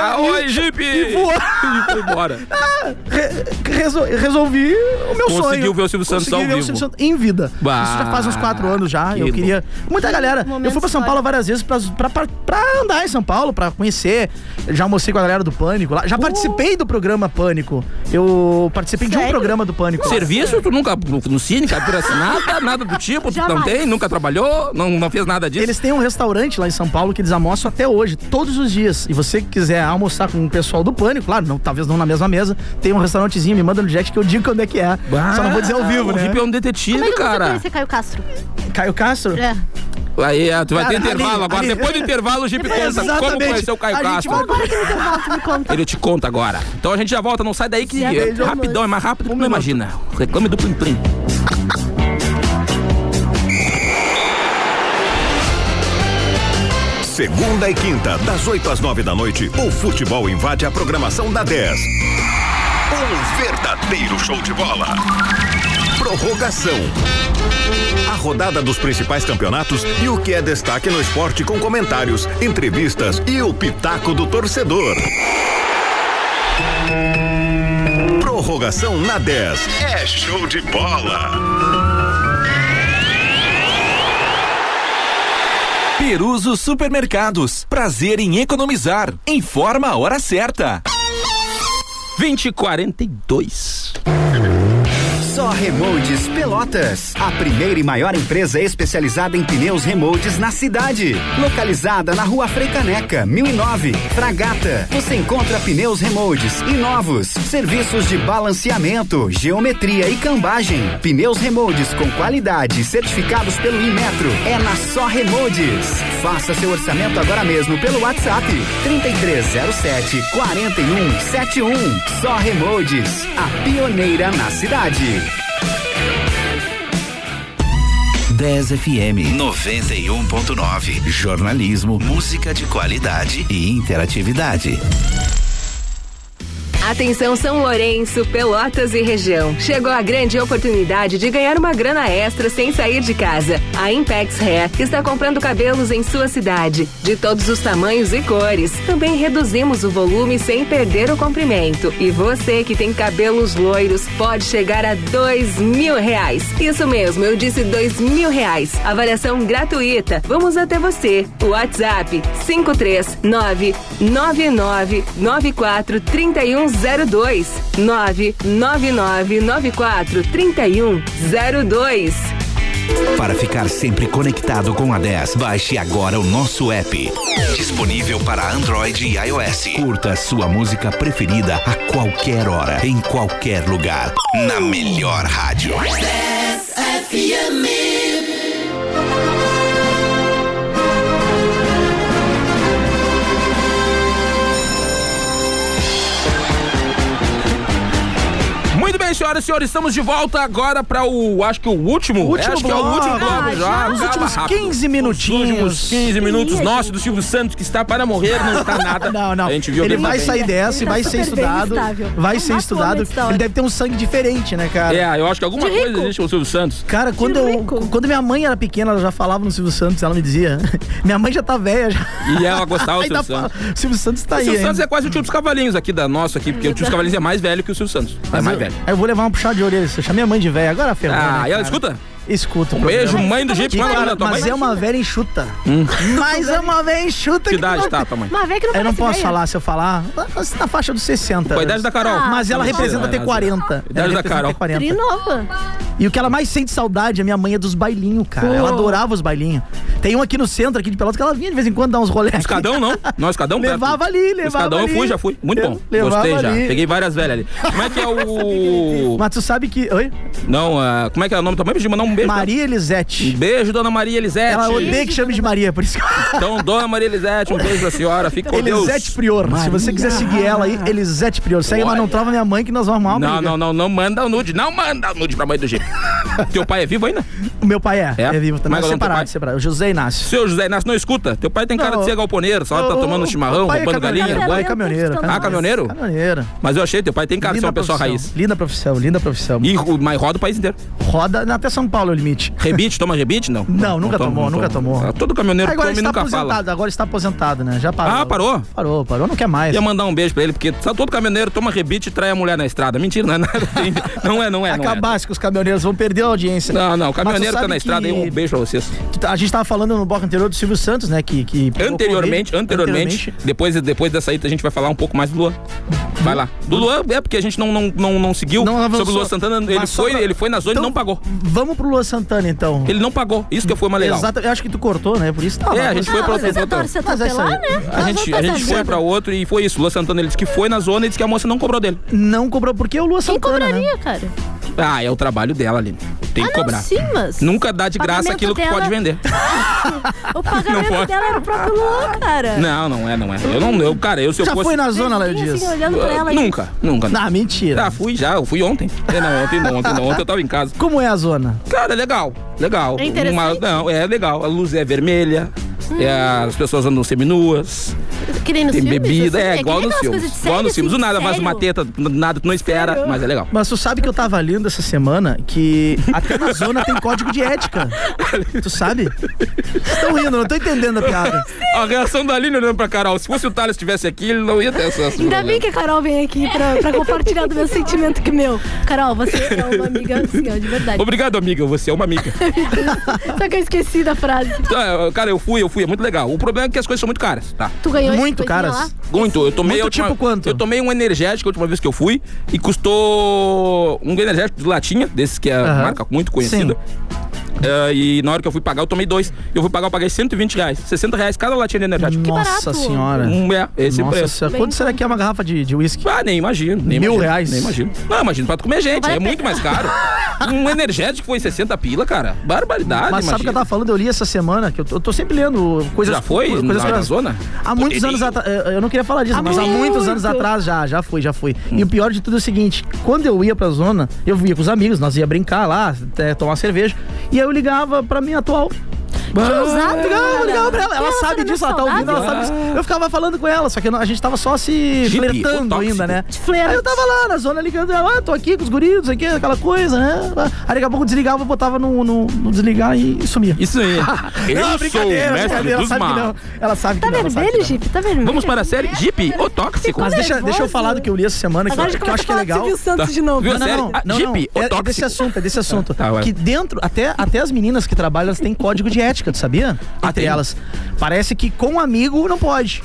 Speaker 3: Ah, Oi, Jeep!
Speaker 5: E voou.
Speaker 3: E foi embora.
Speaker 5: Ah, re- resol- resolvi o meu
Speaker 3: Conseguiu
Speaker 5: sonho.
Speaker 3: ver o Silvio Santos
Speaker 5: Consegui
Speaker 3: ao
Speaker 5: ver o
Speaker 3: vivo.
Speaker 5: Silvio Santos em vida.
Speaker 3: Bah,
Speaker 5: Isso já faz uns quatro anos já.
Speaker 3: que
Speaker 5: eu queria. Muita
Speaker 4: Que
Speaker 5: galera.
Speaker 4: momento
Speaker 5: Eu fui pra São Paulo várias vezes pra, pra, pra- pra andar em São Paulo, pra conhecer. Já almocei com a galera do Pânico
Speaker 4: Uh!
Speaker 5: lá. Já participei do programa Pânico. Eu participei de um
Speaker 4: Sério?
Speaker 5: programa do Pânico.
Speaker 3: Serviço, tu nunca no, no Cine, captura assinada, nada do tipo, tu não
Speaker 5: Jamais.
Speaker 3: tem, nunca trabalhou, não, não fez nada disso.
Speaker 5: Eles têm um restaurante lá em São Paulo que eles almoçam até hoje, todos os dias. E você que quiser almoçar com o pessoal do Pânico, claro, não, talvez não na mesma mesa, tem um restaurantezinho, me manda no direct que eu digo onde é que é. Só não vou dizer ao vivo,
Speaker 3: o
Speaker 5: né?
Speaker 3: Jeep é um
Speaker 4: Como
Speaker 3: detetive,
Speaker 4: é que você
Speaker 3: cara.
Speaker 4: conhece Caio Castro?
Speaker 5: Caio Castro?
Speaker 4: É.
Speaker 3: Aí, ah, tu vai ter
Speaker 5: Cara,
Speaker 3: intervalo
Speaker 5: ali-
Speaker 3: agora.
Speaker 5: ali-
Speaker 3: Depois do intervalo, o Jeep
Speaker 4: Depois-
Speaker 3: conta como
Speaker 5: Exatamente.
Speaker 3: conheceu o Caio
Speaker 5: A gente
Speaker 3: Castro.
Speaker 5: vai
Speaker 4: Agora que me intervalo, tu me conta.
Speaker 3: Ele te conta agora. Então a gente já volta, não sai daí que
Speaker 4: Já
Speaker 3: é
Speaker 4: beijou,
Speaker 3: rapidão, é mais rápido
Speaker 5: Um
Speaker 3: que tu não imagina. Reclame do Plim Plim.
Speaker 12: Segunda e quinta, das 8 às 9 da noite, o futebol invade a programação da 10. Um verdadeiro show de bola. Prorrogação. A rodada dos principais campeonatos e o que é destaque no esporte com comentários, entrevistas e o pitaco do torcedor. Prorrogação na 10. É show de bola.
Speaker 6: Peruso Supermercados. Prazer em economizar. Informa a hora certa.
Speaker 3: 20 e 42.
Speaker 13: Só Remotes Pelotas, a primeira e maior empresa especializada em pneus remotes na cidade. Localizada na rua Frei Caneca, 1009, Fragata. Você encontra pneus remotes e novos, serviços de balanceamento, geometria e cambagem. Pneus remotes com qualidade e certificados pelo Inmetro. É na Só Remotes. Faça seu orçamento agora mesmo pelo WhatsApp 3307 4171. Só Remotes, a pioneira na cidade.
Speaker 1: 10 FM 91.9. Jornalismo, música de qualidade e interatividade.
Speaker 14: Atenção São Lourenço, Pelotas e região. Chegou a grande oportunidade de ganhar uma grana extra sem sair de casa. A Impex Hair está comprando cabelos em sua cidade, de todos os tamanhos e cores. Também reduzimos o volume sem perder o comprimento. E você que tem cabelos loiros pode chegar a dois mil reais. Isso mesmo, eu disse dois mil reais. Avaliação gratuita. Vamos até você. WhatsApp 539 9994 3102 99994 3102
Speaker 1: Para ficar sempre conectado com a 10, baixe agora o nosso app. Disponível para Android e iOS. Curta a sua música preferida a qualquer hora, em qualquer lugar. Na melhor rádio.
Speaker 3: Muito bem, senhoras e senhores, estamos de volta agora para o, acho que o último,
Speaker 5: Último
Speaker 3: acho que é o
Speaker 5: bloco.
Speaker 3: último bloco
Speaker 5: Ah,
Speaker 3: já,
Speaker 5: já?
Speaker 3: acaba
Speaker 5: Os últimos
Speaker 3: rápido.
Speaker 5: 15 minutinhos.
Speaker 3: Os últimos 15 minutos nossos do Silvio Santos que está para morrer, não está nada. não, não. A gente viu
Speaker 5: Ele
Speaker 3: bem
Speaker 5: vai
Speaker 3: também.
Speaker 5: sair dessa e
Speaker 4: Ele tá
Speaker 5: vai ser
Speaker 4: super bem
Speaker 5: estudado.
Speaker 4: estável.
Speaker 5: Vai
Speaker 4: Não
Speaker 5: ser
Speaker 4: mata o
Speaker 5: estudado.
Speaker 4: homem dessa hora.
Speaker 5: Ele deve ter um sangue diferente, né, cara?
Speaker 3: É, eu acho que
Speaker 5: De
Speaker 3: alguma coisa
Speaker 5: rico.
Speaker 3: existe com o Silvio Santos.
Speaker 5: Cara, quando, eu, quando minha mãe era pequena, ela já falava no Silvio Santos, ela me dizia. Minha mãe já tá velha. Já.
Speaker 3: E ela gostava do
Speaker 5: Ainda
Speaker 3: Ah, Silvio
Speaker 5: fala,
Speaker 3: Santos.
Speaker 5: Silvio Santos tá
Speaker 3: o
Speaker 5: aí.
Speaker 3: Silvio
Speaker 5: hein?
Speaker 3: Santos é quase o tio dos cavalinhos aqui da nossa aqui, porque o tio dos cavalinhos é mais velho que o Silvio Santos. É
Speaker 5: Mas
Speaker 3: mais
Speaker 5: eu-
Speaker 3: velho.
Speaker 5: Aí eu vou levar uma puxada de orelha. Se eu chamei a mãe de velha, agora ferrou.
Speaker 3: Ah,
Speaker 5: né,
Speaker 3: e
Speaker 5: cara?
Speaker 3: ela escuta?
Speaker 5: Escuta. o
Speaker 3: Um
Speaker 5: programa.
Speaker 3: beijo, mãe do Jeep, manda um beijo na tua
Speaker 5: Mas
Speaker 3: mãe.
Speaker 5: é uma velha enxuta.
Speaker 3: Hum.
Speaker 5: Mais uma velha enxuta.
Speaker 3: Que idade tá tua mãe?
Speaker 4: Uma velha que não
Speaker 5: Eu não
Speaker 4: parece
Speaker 5: posso
Speaker 4: velha.
Speaker 5: falar, se eu falar. mas Na faixa dos 60.
Speaker 3: Com a idade da Carol.
Speaker 5: Mas ela
Speaker 3: Ah,
Speaker 5: representa
Speaker 3: mentira,
Speaker 5: ter
Speaker 3: né?
Speaker 5: 40.
Speaker 3: Idade
Speaker 5: Ela
Speaker 3: da
Speaker 5: representa
Speaker 3: Carol.
Speaker 5: ter 40.
Speaker 4: Trinova.
Speaker 3: Ah,
Speaker 5: E o que ela mais sente saudade, a minha mãe é dos bailinhos, cara.
Speaker 3: Pô.
Speaker 5: Ela adorava os bailinhos. Tem um aqui no centro, aqui de Pelotas, que ela vinha de vez em quando dar uns rolê. aqui.
Speaker 3: Escadão não? Não, escadão perto.
Speaker 5: Levava ali, levava
Speaker 3: Escadão eu
Speaker 5: ali.
Speaker 3: fui, já fui. Muito bom.
Speaker 5: Levava
Speaker 3: Gostei já.
Speaker 5: ali.
Speaker 3: Peguei várias velhas ali. Como é que é o.
Speaker 5: Mas tu sabe que. Oi?
Speaker 3: Não, ah, como é que é o nome da mãe? Pedi mandar um beijo.
Speaker 5: Maria Elisete.
Speaker 3: Um beijo, dona Maria Elisete.
Speaker 5: Ela odeia que chame de Maria, por isso que.
Speaker 3: Então, dona Maria Elisete, um beijo pra senhora. Fica com Deus.
Speaker 5: Elisete Prior. Se você quiser seguir ela aí, Elisete Prior. Segue, mas não trova minha mãe que nós vamos arrumar uma
Speaker 3: Não,
Speaker 5: briga.
Speaker 3: não, não, não manda o nude. Não manda o nude pra mãe do Jeep. Teu pai é vivo ainda?
Speaker 5: O meu pai é, é, vivo também. Mas
Speaker 3: Mas não, teu
Speaker 5: separado,
Speaker 3: pai-
Speaker 5: separado. José Inácio.
Speaker 3: Seu José Inácio, não escuta. Teu pai tem cara
Speaker 5: Não,
Speaker 3: de ser galponeiro, só tá
Speaker 5: o-
Speaker 3: tomando
Speaker 5: o-
Speaker 3: chimarrão,
Speaker 5: o pai é
Speaker 3: roubando
Speaker 5: caminhoneiro,
Speaker 3: galinha.
Speaker 5: o pai é caminhoneiro,
Speaker 3: Ah, caminhoneiro?
Speaker 5: Caminhoneiro.
Speaker 3: Mas eu achei, teu pai tem cara de ser uma pessoa
Speaker 5: profissão,
Speaker 3: raiz.
Speaker 5: Linda profissão, linda profissão.
Speaker 3: E ro- mas roda o país inteiro.
Speaker 5: Roda até São Paulo é o limite.
Speaker 3: Rebite, toma rebite? Não.
Speaker 5: Não, nunca
Speaker 3: toma,
Speaker 5: tomou,
Speaker 3: não
Speaker 5: nunca
Speaker 3: toma.
Speaker 5: tomou.
Speaker 3: Ah, Todo caminhoneiro
Speaker 5: agora
Speaker 3: come e
Speaker 5: está
Speaker 3: nunca
Speaker 5: aposentado,
Speaker 3: fala.
Speaker 5: agora está aposentado, né? Já parou.
Speaker 3: Ah, parou?
Speaker 5: Parou, parou, não quer mais.
Speaker 3: Ia mandar um beijo pra ele, porque sabe, todo caminhoneiro toma rebite e trai a mulher na estrada. Mentira, não é nada. Não é, não é. Não, é.
Speaker 5: Acabasse que os caminhoneiros vão perder a audiência.
Speaker 3: não, não o caminhoneiro
Speaker 5: Mas tu
Speaker 3: tá
Speaker 5: sabe
Speaker 3: na estrada,
Speaker 5: que-
Speaker 3: aí um beijo pra vocês.
Speaker 5: A gente tava falando no bloco anterior do Silvio Santos, né? Que, que pegou
Speaker 3: Anteriormente,
Speaker 5: Covid.
Speaker 3: anteriormente, depois, depois dessa ida a gente vai falar um pouco mais do Luan. Vai lá. Do Luan, é porque a gente não, não, não, não seguiu
Speaker 5: Não avançou.
Speaker 3: sobre o Luan Santana. Ele
Speaker 5: Mas só
Speaker 3: foi,
Speaker 5: pra-
Speaker 3: ele foi na zona
Speaker 5: Então,
Speaker 3: e não pagou.
Speaker 5: Vamos pro Luan Santana, então.
Speaker 3: Ele não pagou. Isso que foi mais legal.
Speaker 5: Exato, eu acho que tu cortou, né? Por isso tá.
Speaker 3: É, a gente foi pra outro-
Speaker 4: Você
Speaker 3: outro-
Speaker 4: torce
Speaker 5: Mas
Speaker 4: atropelar,
Speaker 5: essa-
Speaker 4: né?
Speaker 3: A gente, a gente foi pra outro e foi isso. Luan Santana ele disse que foi na zona e disse que a moça não cobrou dele.
Speaker 5: Não cobrou, porque o Luan
Speaker 4: Quem
Speaker 5: Santana. né?
Speaker 4: cobraria, cara?
Speaker 3: Ah, é o trabalho dela, Aline. Tem
Speaker 4: Ah,
Speaker 3: que
Speaker 4: não,
Speaker 3: cobrar.
Speaker 4: sim, mas-
Speaker 3: Nunca dá de graça
Speaker 4: Pagamento
Speaker 3: aquilo que
Speaker 4: dela-
Speaker 3: pode vender.
Speaker 4: O pagamento
Speaker 3: pode. Ah.
Speaker 4: dela era o próprio Luan, cara.
Speaker 3: Não, não é, não é. Eu não, eu, cara, eu se eu
Speaker 5: Já
Speaker 3: fosse.
Speaker 5: foi na zona, Léo
Speaker 4: Assim,
Speaker 5: Dias?
Speaker 4: olhando pra ela.
Speaker 3: Nunca, nunca.
Speaker 5: Ah, mentira.
Speaker 3: Ah, fui já, eu fui ontem. É, não, ontem não, ontem não, ontem eu tava em casa.
Speaker 5: Como é a zona?
Speaker 3: Cara, é legal, legal.
Speaker 4: É interessante?
Speaker 3: não, é legal. A luz é vermelha, é, as pessoas andam seminuas,
Speaker 4: Que nem nos
Speaker 3: tem
Speaker 4: Hum. filmes,
Speaker 3: bebida,
Speaker 4: assim,
Speaker 3: é,
Speaker 4: que
Speaker 3: igual
Speaker 4: nem
Speaker 3: nos
Speaker 4: aquelas
Speaker 3: filmes.
Speaker 4: coisas de
Speaker 3: igual
Speaker 4: série,
Speaker 3: nos filmes. Do
Speaker 4: assim,
Speaker 3: nada, vaza uma
Speaker 4: sério.
Speaker 3: teta, do nada tu não espera, mas é legal.
Speaker 5: Mas tu sabe que eu tava lendo essa semana que até na zona tem código de ética. Tu sabe? Vocês estão rindo, não tô entendendo a piada.
Speaker 3: A reação da Aline olhando pra Carol. Se fosse o Thales estivesse aqui, ele não ia ter essa. esse
Speaker 4: Ainda bem
Speaker 3: problema.
Speaker 4: que a Carol vem aqui pra, pra compartilhar do meu sentimento que meu. Carol, você é uma amiga assim, ó, de verdade.
Speaker 3: Obrigado, amiga. Você é uma amiga.
Speaker 4: Só que eu esqueci da frase.
Speaker 3: Tá, cara, eu fui, eu fui, é muito legal. O problema é que as coisas são muito caras, tá?
Speaker 4: Tu ganhou
Speaker 5: Muito
Speaker 4: esse coisinha Tá
Speaker 5: caras.
Speaker 3: Muito, eu tomei.
Speaker 5: Muito
Speaker 3: a última-
Speaker 5: tipo quanto?
Speaker 3: Eu tomei um energético a última vez que eu fui e custou um energético de latinha, desses que é
Speaker 5: Aham.
Speaker 3: marca muito conhecida. É, e na hora que eu fui pagar, eu tomei dois. Eu fui pagar, eu paguei 120 reais. 60 reais cada latinha de energético.
Speaker 5: Nossa senhora.
Speaker 3: Um, é, esse
Speaker 5: Nossa
Speaker 3: preço.
Speaker 5: senhora, Quanto será que é uma garrafa de, de whisky?
Speaker 3: Ah, nem imagino. Nem
Speaker 5: Mil
Speaker 3: imagino,
Speaker 5: reais?
Speaker 3: Nem imagino. Não, imagino pra tu comer gente.
Speaker 5: vale
Speaker 3: É
Speaker 5: a pena.
Speaker 3: muito mais caro. um energético foi 60 pila, cara. Barbaridade,
Speaker 5: Mas sabe o que eu
Speaker 3: imagina.
Speaker 5: tava falando? Eu li essa semana, que eu tô, eu tô sempre lendo coisas.
Speaker 3: Já foi
Speaker 5: coisas
Speaker 3: na- na
Speaker 5: pra-
Speaker 3: zona?
Speaker 5: Há muitos anos atrás. Eu eu não queria falar disso,
Speaker 3: Há
Speaker 5: mas há
Speaker 3: muito.
Speaker 5: muitos anos atrás já, já fui, já fui. E
Speaker 3: Hum.
Speaker 5: o pior de tudo é o seguinte: quando eu ia pra zona, eu ia com os amigos, nós ia brincar lá, até tomar cerveja, e aí eu ligava pra minha atual.
Speaker 4: ousado,
Speaker 5: ligava,
Speaker 4: cara.
Speaker 5: ligava pra ela. Ela
Speaker 4: Que
Speaker 5: sabe
Speaker 4: relacionamento
Speaker 5: disso, ela tá ouvindo, ela sabe
Speaker 4: saudável.
Speaker 5: disso. Eu ficava falando com ela, só que não- a gente tava só se
Speaker 3: Hippie, o
Speaker 5: flertando
Speaker 3: tóxico.
Speaker 5: ainda, né?
Speaker 4: flerte.
Speaker 5: Aí eu tava lá na zona ligando, ela, ah, tô aqui com os guris, não sei o que, aquela coisa, né? Aí daqui a pouco desligava, botava no, no- no desligar e sumia.
Speaker 3: Isso aí. Eu sou o mestre
Speaker 5: brincadeira, ela
Speaker 3: dos
Speaker 5: sabe que não.
Speaker 3: maus.
Speaker 5: Ela sabe que
Speaker 4: Tá
Speaker 5: não. ela sabe que
Speaker 4: vermelho,
Speaker 5: não.
Speaker 4: Jeep? Tá vermelho?
Speaker 3: Vamos para a série Jeep, o tóxico.
Speaker 5: Mas deixa,
Speaker 4: nervoso.
Speaker 5: deixa eu falar do que eu li essa semana, que,
Speaker 4: Agora
Speaker 5: eu-
Speaker 4: já
Speaker 5: que eu acho que é
Speaker 4: começa a
Speaker 5: legal.
Speaker 4: falar de Silvio Santos Tá. de novo.
Speaker 5: Não,
Speaker 3: Viu a
Speaker 5: não,
Speaker 3: série?
Speaker 5: não,
Speaker 3: Ah,
Speaker 5: não,
Speaker 3: Jeep,
Speaker 5: não. É-
Speaker 3: o
Speaker 5: É,
Speaker 3: tóxico.
Speaker 5: desse assunto, é desse assunto.
Speaker 3: Tá, vai.
Speaker 5: que dentro, até, até as meninas que trabalham, elas têm código de ética, tu sabia?
Speaker 3: Ah,
Speaker 5: Entre elas. Parece que com um amigo não pode.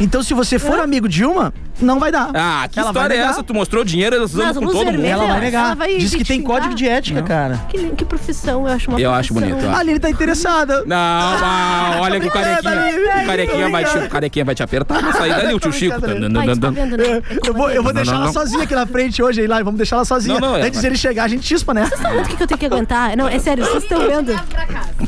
Speaker 5: Então, se você for amigo de uma, não vai dar.
Speaker 3: Ah, que
Speaker 5: Ela vai
Speaker 3: história é
Speaker 5: negar.
Speaker 3: essa? Tu mostrou dinheiro, elas
Speaker 4: Mas
Speaker 3: usando com
Speaker 4: luz
Speaker 3: todo mundo.
Speaker 4: vermelha,
Speaker 5: Ela vai negar.
Speaker 4: ela vai
Speaker 5: Diz que tem
Speaker 4: identificar.
Speaker 5: código de ética, cara.
Speaker 4: Que, que profissão, eu acho uma
Speaker 3: Eu acho
Speaker 4: profissão.
Speaker 3: bonito, eu acho.
Speaker 5: Ali ele tá interessada.
Speaker 3: Não, ah, olha que o
Speaker 5: brincando,
Speaker 3: carequinha.
Speaker 5: Aline,
Speaker 3: O carequinha
Speaker 5: tô
Speaker 3: vai te,
Speaker 5: brincando.
Speaker 3: o carequinha vai te apertar, vai sair dali o tio Chico.
Speaker 5: brincando,
Speaker 3: Dan, dan, dan, dan.
Speaker 4: Vendo, né? É
Speaker 5: Eu vou, eu vou
Speaker 3: Não,
Speaker 5: deixar
Speaker 3: não,
Speaker 5: ela
Speaker 3: não.
Speaker 5: sozinha aqui na frente hoje, aí lá. Vamos deixar ela sozinha.
Speaker 3: Não, não, é,
Speaker 5: Antes
Speaker 3: vai.
Speaker 5: dele chegar, a gente chispa, né?
Speaker 4: Sabe o que que eu tenho que aguentar? Não, é sério, vocês estão vendo.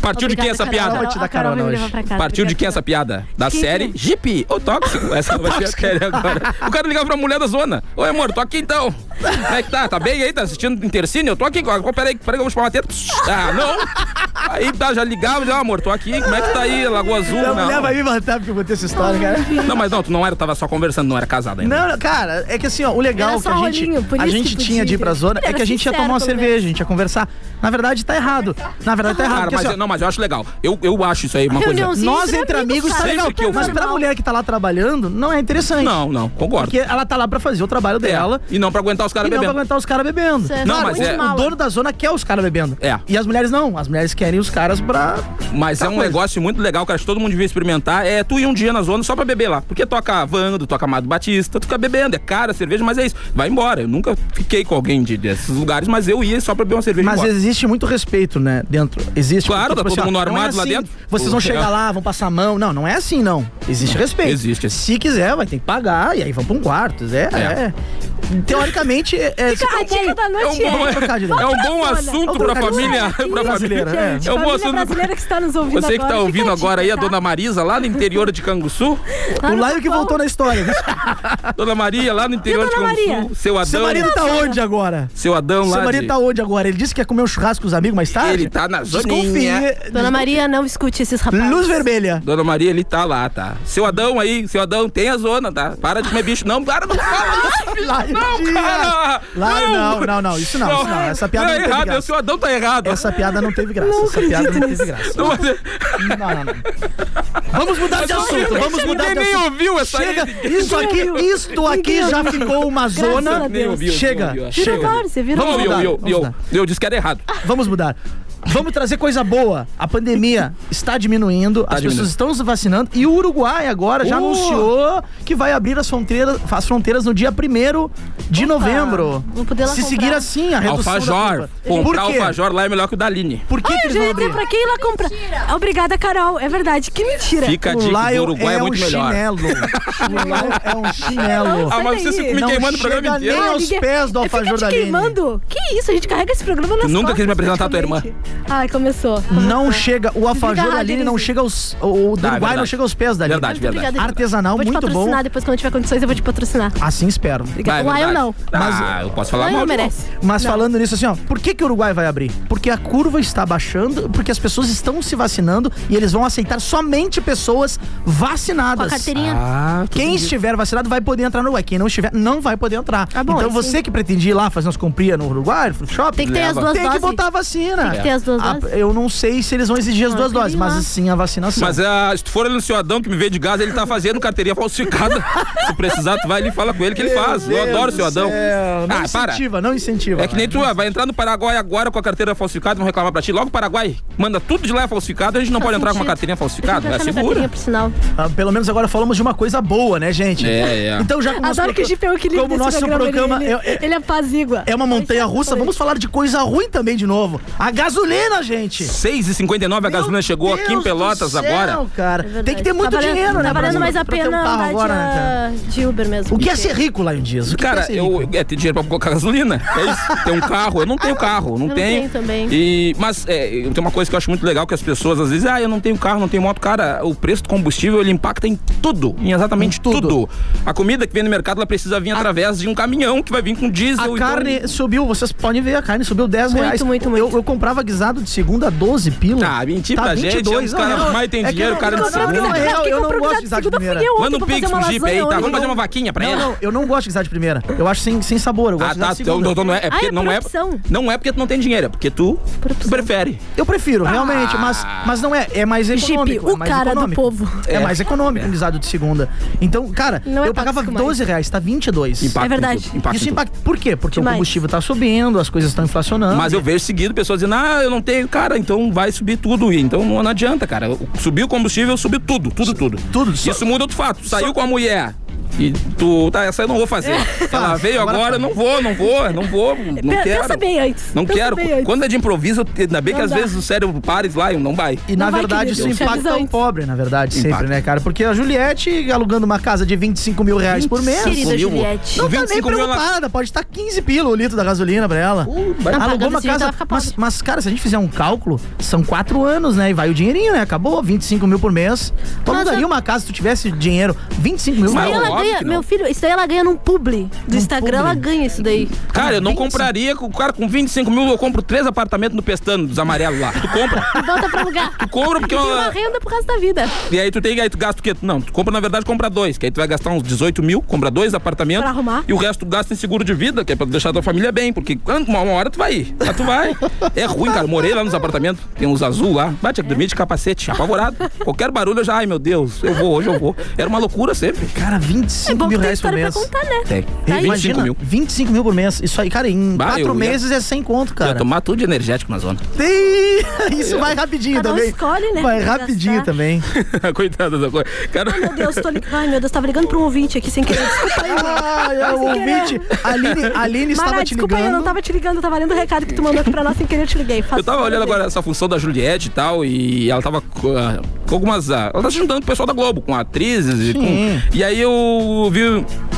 Speaker 3: Partiu de quem é essa
Speaker 4: Obrigada,
Speaker 3: piada?
Speaker 5: te dar
Speaker 4: A Carol
Speaker 5: carona
Speaker 4: vai me
Speaker 5: hoje.
Speaker 4: levar pra casa.
Speaker 3: Partiu de
Speaker 4: obrigada.
Speaker 3: quem é essa piada? Da
Speaker 4: Quem
Speaker 3: série
Speaker 4: que
Speaker 3: Jeep, o tóxico. Essa vai ser a série agora. O cara ligava pra mulher da zona. Oi, amor, tô aqui então. Como é que tá? Tá bem aí? Tá assistindo Intercine? Eu tô aqui. Peraí, peraí que eu vou chamar uma teta. Ah, não. Aí tá, já ligava, já, amor, tô aqui. Como é que tá aí? Lagoa Azul,
Speaker 5: A mulher
Speaker 3: não.
Speaker 5: vai me matar tá, porque eu contei essa história, cara.
Speaker 3: Não, mas não, tu não era, tava só conversando, não era casada ainda.
Speaker 5: Não, não, cara, é que assim, ó, o legal
Speaker 4: Era
Speaker 5: que
Speaker 4: só
Speaker 5: a gente,
Speaker 4: rolinho, por
Speaker 5: a
Speaker 4: isso
Speaker 5: gente
Speaker 4: que
Speaker 5: tinha de ir
Speaker 4: podia.
Speaker 5: pra zona é
Speaker 4: Era
Speaker 5: que a gente ia
Speaker 4: sincero,
Speaker 5: tomar uma
Speaker 4: pelo
Speaker 5: cerveja, a gente ia conversar. Na verdade, tá errado. Na verdade, tá errado.
Speaker 3: Cara,
Speaker 5: porque,
Speaker 3: mas
Speaker 5: assim, ó,
Speaker 3: eu- não, mas eu acho legal. Eu, eu acho isso aí uma coisa.
Speaker 4: Reuniãozinha.
Speaker 5: nós
Speaker 4: Isso é
Speaker 5: entre
Speaker 4: amigo,
Speaker 5: amigos tá
Speaker 4: sabe?
Speaker 5: legal,
Speaker 3: Sempre que eu
Speaker 5: mas
Speaker 3: vou-
Speaker 5: pra mulher que tá lá trabalhando, não é interessante.
Speaker 3: Não, É. não, concordo.
Speaker 5: Porque ela tá lá pra fazer o trabalho dela
Speaker 3: E não pra aguentar os
Speaker 5: e
Speaker 3: caras
Speaker 5: não vai
Speaker 3: bebendo.
Speaker 5: aguentar os caras bebendo.
Speaker 4: Isso é
Speaker 3: Não,
Speaker 5: Claro,
Speaker 3: mas
Speaker 5: o-
Speaker 3: é-
Speaker 5: O dono da zona quer os caras bebendo.
Speaker 3: É.
Speaker 5: E as mulheres não. As mulheres querem os caras pra.
Speaker 3: Mas é um
Speaker 5: coisa.
Speaker 3: negócio muito legal, cara. que todo mundo devia experimentar. É tu ir um dia na zona só pra beber lá. Porque toca Vando, toca Amado Batista, tu fica bebendo, é cara a cerveja, mas é isso. Vai embora. Eu nunca fiquei com alguém de- desses lugares, mas eu ia só pra beber uma cerveja. e
Speaker 5: Mas
Speaker 3: embora.
Speaker 5: existe muito respeito, né? Dentro. Existe.
Speaker 3: Claro,
Speaker 5: porque,
Speaker 3: tá todo mundo
Speaker 5: não é
Speaker 3: armado lá
Speaker 5: assim,
Speaker 3: dentro.
Speaker 5: Vocês vão chegar lá, vão passar a mão. Não, não é assim, não. Existe respeito.
Speaker 3: Hum, Existe.
Speaker 5: Se quiser, vai ter que pagar. E aí vão pra um quarto. É.
Speaker 3: É.
Speaker 5: é. teoricamente, é. é
Speaker 11: Fica a dica da noite
Speaker 3: É um bom-
Speaker 11: é trocar de
Speaker 3: é um bom
Speaker 11: Olha,
Speaker 3: assunto
Speaker 11: vamos
Speaker 3: pra
Speaker 11: trocar de
Speaker 3: família-
Speaker 11: assunto aqui.
Speaker 3: pra família,
Speaker 11: Gente,
Speaker 3: é. É um bom
Speaker 11: família
Speaker 3: assunto pra-
Speaker 11: brasileira que está nos ouvindo
Speaker 3: Você que tá
Speaker 11: agora,
Speaker 3: ouvindo
Speaker 11: fica a
Speaker 3: agora aí,
Speaker 11: dica,
Speaker 3: a dona Marisa, lá no interior de Canguçu.
Speaker 4: Tá
Speaker 5: O Laio que voltou na história.
Speaker 3: Dona Maria, lá no interior de
Speaker 5: dona
Speaker 3: Canguçu.
Speaker 5: Maria?
Speaker 3: Seu Adão.
Speaker 5: Seu marido tá onde agora?
Speaker 3: Seu Adão
Speaker 5: Seu
Speaker 3: lá
Speaker 5: marido
Speaker 3: de-
Speaker 5: tá onde agora? Ele disse que ia comer um churrasco com os amigos mais tarde?
Speaker 3: Ele tá na zoninha.
Speaker 4: Dona Maria, não escute esses rapazes.
Speaker 5: Luz vermelha.
Speaker 3: Dona Maria, ele tá lá, tá? Seu Adão aí, seu Adão, tem a zona, tá? Para de comer bicho. Não, para, não fala isso, filho. Não, cara.
Speaker 5: Lá, não, não, não, isso não, isso não. Essa piada
Speaker 3: não
Speaker 5: não
Speaker 3: é
Speaker 5: teve
Speaker 3: errado,
Speaker 5: graça.
Speaker 3: o seu Adão tá errado.
Speaker 5: Essa piada não teve graça. Essa piada não teve graça.
Speaker 3: Não, mas- é
Speaker 5: Vamos mudar de
Speaker 3: Mas
Speaker 5: assunto,
Speaker 3: ninguém-
Speaker 5: vamos mudar de
Speaker 3: ninguém
Speaker 5: assunto.
Speaker 3: nem ouviu essa aí,
Speaker 5: Chega,
Speaker 3: ninguém-
Speaker 5: isso aqui, isto aqui já ficou uma zona.
Speaker 3: Nem ouviu, nem
Speaker 5: Chega,
Speaker 3: ouviu, acho.
Speaker 5: chega.
Speaker 3: Vamos, eu, eu,
Speaker 5: Vamos
Speaker 3: eu,
Speaker 5: mudar.
Speaker 3: eu disse que era errado.
Speaker 5: Vamos mudar. Vamos trazer coisa boa. A pandemia está diminuindo, as
Speaker 3: Tá diminuindo.
Speaker 5: pessoas estão se vacinando e o Uruguai agora já
Speaker 3: Uh!
Speaker 5: anunciou que vai abrir as fronteiras, as fronteiras no dia 1 de novembro.
Speaker 4: vou poder lá
Speaker 5: se
Speaker 4: comprar.
Speaker 5: seguir assim, a redução
Speaker 3: Alfajor.
Speaker 5: da curva.
Speaker 3: Comprar
Speaker 5: Por quê?
Speaker 3: alfajor lá é melhor que o Daline.
Speaker 5: Por que,
Speaker 11: Ai,
Speaker 5: que
Speaker 11: eu
Speaker 5: eles
Speaker 11: já
Speaker 5: vão
Speaker 11: ia dizer
Speaker 5: abrir?
Speaker 11: pra quem ir lá comprar. Obrigada, Carol. É verdade, que mentira.
Speaker 3: Fica a dica que o
Speaker 5: Lion
Speaker 3: Uruguai é,
Speaker 5: é
Speaker 3: muito
Speaker 5: um
Speaker 3: melhor.
Speaker 5: chinelo. O Lion é um chinelo.
Speaker 3: Ah, mas vocês ficam me
Speaker 5: Não
Speaker 3: queimando o programa
Speaker 5: chega
Speaker 3: inteiro.
Speaker 5: nem
Speaker 11: Ah,
Speaker 5: aos
Speaker 11: ninguém-
Speaker 5: pés do
Speaker 11: Eu fico
Speaker 5: alfajor
Speaker 11: te
Speaker 5: da Aline.
Speaker 11: queimando. Que isso, a gente carrega esse programa nas
Speaker 3: Tu nunca
Speaker 11: costas,
Speaker 3: quis me apresentar a tua irmã.
Speaker 11: praticamente.
Speaker 4: Ah,
Speaker 11: Ai, começou.
Speaker 5: Não chega, o alfajor
Speaker 11: rádio,
Speaker 5: da Aline não
Speaker 11: Denise.
Speaker 5: chega aos. O do
Speaker 3: Tá, é
Speaker 5: Uruguai não
Speaker 3: verdade.
Speaker 5: chega aos pés da Aline.
Speaker 3: Verdade, verdade.
Speaker 4: Obrigada,
Speaker 5: Artesanal,
Speaker 4: Vou te
Speaker 5: muito bom.
Speaker 4: patrocinar depois, quando eu tiver condições, eu vou te patrocinar.
Speaker 5: Assim espero.
Speaker 3: Vai,
Speaker 4: O
Speaker 3: é
Speaker 4: Lion
Speaker 3: verdade.
Speaker 4: não.
Speaker 3: Ah, eu posso falar
Speaker 4: Lion
Speaker 3: mal.
Speaker 4: não
Speaker 3: de novo.
Speaker 4: merece.
Speaker 5: Mas falando nisso assim, ó, por que, que o Uruguai vai abrir? Porque a curva está baixando, porque as pessoas estão se vacinando e eles vão aceitar somente pessoas vacinadas.
Speaker 4: Com a carteirinha.
Speaker 3: Ah, tu-
Speaker 5: Quem estiver vacinado vai poder entrar no Uruguai. Quem não estiver, não vai poder entrar.
Speaker 4: bom,
Speaker 5: então
Speaker 4: assim.
Speaker 5: você que pretende ir lá fazer umas comprinhas no Uruguai, no shopping,
Speaker 4: Tem que ter
Speaker 3: Leva.
Speaker 4: as duas
Speaker 5: tem que
Speaker 4: doses.
Speaker 5: botar a vacina.
Speaker 4: Tem que ter as duas
Speaker 5: A-
Speaker 4: doses.
Speaker 5: eu não sei se eles vão exigir as
Speaker 4: Ah,
Speaker 5: duas
Speaker 4: tem que
Speaker 5: doses,
Speaker 4: ir lá.
Speaker 5: mas sim a vacinação.
Speaker 3: Mas ah, se tu for ali no seu Adão que me vende gás, ele tá fazendo carteirinha falsificada. se precisar, tu vai ali e fala com ele que ele faz. Eu adoro o seu Adão.
Speaker 5: É, não
Speaker 3: Ah, para.
Speaker 5: incentiva, não incentiva.
Speaker 3: É que nem tu ah, vai entrar no Paraguai agora com a carteira falsificada, vão reclamar pra ti. Logo o Paraguai manda tudo de lá é falsificado, a gente não
Speaker 4: Faz
Speaker 3: pode entrar com uma
Speaker 4: sentido.
Speaker 3: carteirinha falsificada.
Speaker 4: Eu
Speaker 3: É
Speaker 4: tenho que achar minha carteirinha,
Speaker 3: segura.
Speaker 4: por sinal.
Speaker 5: Ah, pelo menos agora falamos de uma coisa boa, né, gente?
Speaker 3: É, é.
Speaker 5: Então já que o nosso
Speaker 11: Adoro que o
Speaker 5: progra-
Speaker 4: um
Speaker 11: Gipe é o equilíbrio
Speaker 5: como o
Speaker 11: desse
Speaker 5: nosso programa
Speaker 11: Ele,
Speaker 5: é- é-
Speaker 11: ele apazigua.
Speaker 5: É uma montanha russa, vamos falar de coisa ruim também de novo. A gasolina, gente!
Speaker 3: 6h59 a gasolina chegou aqui em
Speaker 5: Deus
Speaker 3: Pelotas
Speaker 5: do céu,
Speaker 3: agora.
Speaker 5: Cara. Tem que ter muito
Speaker 4: tá valendo,
Speaker 5: dinheiro, né?
Speaker 4: Tá valendo
Speaker 5: pra-
Speaker 4: mais a
Speaker 5: pra ter
Speaker 4: pena
Speaker 5: um carro
Speaker 4: andar
Speaker 5: agora, né, cara?
Speaker 4: de, ah, de Uber mesmo.
Speaker 5: O que é ser rico, Lion Dias? O que é
Speaker 3: Cara,
Speaker 5: ser
Speaker 3: eu é ter dinheiro pra colocar gasolina. É isso. Ter um carro. Eu não tenho carro. Não
Speaker 4: Eu não
Speaker 3: tenho.
Speaker 4: tenho também.
Speaker 3: E, mas é, tem uma coisa que eu acho muito legal que as pessoas às vezes, ah, eu não tenho carro, não tenho moto. Cara, o preço do combustível ele impacta em tudo. Em exatamente tudo. A comida que vem no mercado ela precisa vir através de um caminhão que vai vir com
Speaker 5: A
Speaker 3: diesel. então-
Speaker 5: carne subiu, vocês podem ver, a carne subiu 10
Speaker 4: Muito,
Speaker 5: reais.
Speaker 4: muito, muito.
Speaker 5: Eu, eu comprava guisado de segunda a 12 pila. Tá
Speaker 3: Ah, mentir pra gente, é um dos
Speaker 5: não,
Speaker 3: caras
Speaker 5: não,
Speaker 3: mais tem
Speaker 5: é que
Speaker 3: dinheiro,
Speaker 5: eu-
Speaker 3: cara de
Speaker 5: não,
Speaker 3: segunda.
Speaker 5: não, é
Speaker 11: Quem
Speaker 5: real, Eu não
Speaker 11: comprou
Speaker 5: gosto
Speaker 11: guisado de
Speaker 5: de guisado de
Speaker 11: segunda
Speaker 5: primeira.
Speaker 11: fui eu.
Speaker 3: Manda um
Speaker 11: Ontem pra
Speaker 3: pix
Speaker 11: fazer
Speaker 3: pro
Speaker 11: uma
Speaker 3: Jeep aí,
Speaker 11: lasanha
Speaker 3: tá? Vamos
Speaker 11: hoje,
Speaker 3: fazer
Speaker 11: não.
Speaker 3: uma vaquinha pra
Speaker 5: Não,
Speaker 3: ela.
Speaker 5: não, eu não gosto de guisado de primeira. Eu acho sem, sem sabor, eu gosto
Speaker 3: Ah,
Speaker 5: de guisado
Speaker 3: tá.
Speaker 5: de
Speaker 3: Então,
Speaker 5: segunda.
Speaker 3: então não é, é porque
Speaker 4: Ah, é
Speaker 3: não
Speaker 4: por
Speaker 3: é,
Speaker 4: opção.
Speaker 3: não é porque tu não tem dinheiro, é porque tu, tu prefere.
Speaker 5: Eu prefiro, realmente, mas,
Speaker 3: Ah.
Speaker 5: mas não é. É mais econômico.
Speaker 11: Jipe,
Speaker 5: é
Speaker 11: o
Speaker 5: mais
Speaker 11: cara
Speaker 5: econômico.
Speaker 11: do povo.
Speaker 5: É, mais econômico o guisado de segunda. Então, cara,
Speaker 11: Não é
Speaker 5: eu pagava
Speaker 11: tóxico mais.
Speaker 5: 12 reais, tá 22.
Speaker 3: Impacta
Speaker 11: É verdade.
Speaker 3: em tudo, impacta
Speaker 5: Isso
Speaker 3: em tudo.
Speaker 5: impacta. Por quê? Porque
Speaker 11: Demais.
Speaker 5: o combustível tá subindo, as coisas estão inflacionando.
Speaker 3: Mas eu vejo seguido pessoas dizendo, ah, eu não tenho, cara, então vai subir tudo. E Então não, não adianta, cara. Subiu o combustível, subiu tudo, tudo, tudo.
Speaker 5: Tudo, só-
Speaker 3: Isso muda outro fato. Tu Saiu com a mulher. E tu, tá, essa eu não vou fazer. Ela
Speaker 5: Faz,
Speaker 3: veio
Speaker 5: agora
Speaker 3: agora,
Speaker 5: faz.
Speaker 3: não vou, não vou, não vou, não
Speaker 11: Pe-
Speaker 3: quero.
Speaker 11: É. Pensa bem antes.
Speaker 3: Não
Speaker 11: pensa
Speaker 3: quero.
Speaker 11: bem antes.
Speaker 3: Quando é de improviso, eu te- ainda bem que
Speaker 11: Não
Speaker 3: às
Speaker 11: dá.
Speaker 3: vezes o cérebro pares lá e não vai.
Speaker 5: E na
Speaker 11: Não vai,
Speaker 5: verdade
Speaker 11: querido,
Speaker 5: isso
Speaker 11: te avisa
Speaker 5: impacta o
Speaker 11: antes.
Speaker 5: pobre, na verdade,
Speaker 3: Impacta.
Speaker 5: sempre, né, cara? Porque a Juliette alugando uma casa de 25 mil reais por mês.
Speaker 4: Querida
Speaker 3: Comigo?
Speaker 4: Juliette.
Speaker 5: Não tá nem
Speaker 3: 25 mil ela-
Speaker 5: preocupada, pode estar 15 pila o litro da gasolina pra ela.
Speaker 4: Tá
Speaker 5: Alugou
Speaker 4: pagando
Speaker 11: assim,
Speaker 5: uma
Speaker 4: esse
Speaker 11: então
Speaker 4: jeito,
Speaker 5: casa.
Speaker 4: ela fica pobre.
Speaker 5: Mas, mas, cara, se a gente fizer um cálculo, são quatro anos, né? E vai o dinheirinho, né? Acabou, 25 mil por mês. Tu
Speaker 4: Mas
Speaker 5: alugaria
Speaker 4: eu-
Speaker 5: uma casa se tu tivesse dinheiro. 25 mil
Speaker 4: Isso daí
Speaker 3: Mas
Speaker 5: reais.
Speaker 4: ela
Speaker 3: óbvio
Speaker 4: ganha,
Speaker 3: que não.
Speaker 4: meu filho, isso daí ela ganha num publi. Do
Speaker 5: Num
Speaker 4: Instagram ela
Speaker 5: publi?
Speaker 4: ganha isso daí.
Speaker 3: Cara, eu não
Speaker 5: 25.
Speaker 3: compraria. com- Cara, com 25 mil eu compro três apartamentos no Pestano, dos amarelos lá. Tu compra.
Speaker 4: Volta pra lugar.
Speaker 3: Tu compra porque.
Speaker 4: Tem uma renda pro resto da vida.
Speaker 3: E aí tu tem, aí tu gasta o quê? Não, tu compra, na verdade, compra dois, que aí tu vai gastar uns 18 mil, compra dois apartamentos.
Speaker 11: Pra arrumar.
Speaker 3: E o resto tu gasta em seguro de vida, que é pra deixar tua família bem, porque quando- uma uma hora tu vai ir. Aí tu vai. É ruim, cara. Morei lá nos apartamentos, tem uns azul lá. Bate aqui dormir de capacete, apavorado. Qualquer barulho eu já, ai meu Deus, eu vou, hoje eu vou. Era uma loucura sempre.
Speaker 5: Cara, 25
Speaker 11: É bom que
Speaker 5: mil
Speaker 11: tem
Speaker 5: reais por
Speaker 11: história pra contar,
Speaker 5: mês.
Speaker 11: né?
Speaker 3: Tem.
Speaker 5: Tá aí.
Speaker 3: 25
Speaker 5: Imagina,
Speaker 3: mil.
Speaker 5: 25 mil por mês. Isso aí, cara, em
Speaker 3: Bah, eu
Speaker 5: quatro
Speaker 3: ia-
Speaker 5: meses é 100 conto,
Speaker 3: Cara.
Speaker 5: cara.
Speaker 3: tomar tudo de energético na zona.
Speaker 5: Ih, Isso vai rapidinho
Speaker 11: Cada um
Speaker 5: também.
Speaker 11: escolhe, né?
Speaker 5: Vai
Speaker 11: Pra
Speaker 5: rapidinho
Speaker 11: gastar.
Speaker 5: também.
Speaker 3: Coitada da coisa. Cara,
Speaker 5: é
Speaker 11: Ai, meu Deus, tô li- Ai, meu Deus, tava ligando pra um ouvinte aqui sem querer. Desculpa aí, mano.
Speaker 5: Ai, é, o ouvinte. Aline, Aline estava
Speaker 11: Mara,
Speaker 5: te
Speaker 11: desculpa aí, eu não
Speaker 5: ligando.
Speaker 11: tava te ligando, eu tava lendo o recado que tu mandou aqui pra nós sem querer, eu te liguei. Faço
Speaker 3: Eu tava
Speaker 11: toda
Speaker 3: olhando
Speaker 11: vez.
Speaker 3: agora essa função da Juliette e tal, e ela tava co- ah, com algumas. ah, Ela tá se juntando com o pessoal da Globo, com atrizes e com. E aí eu vi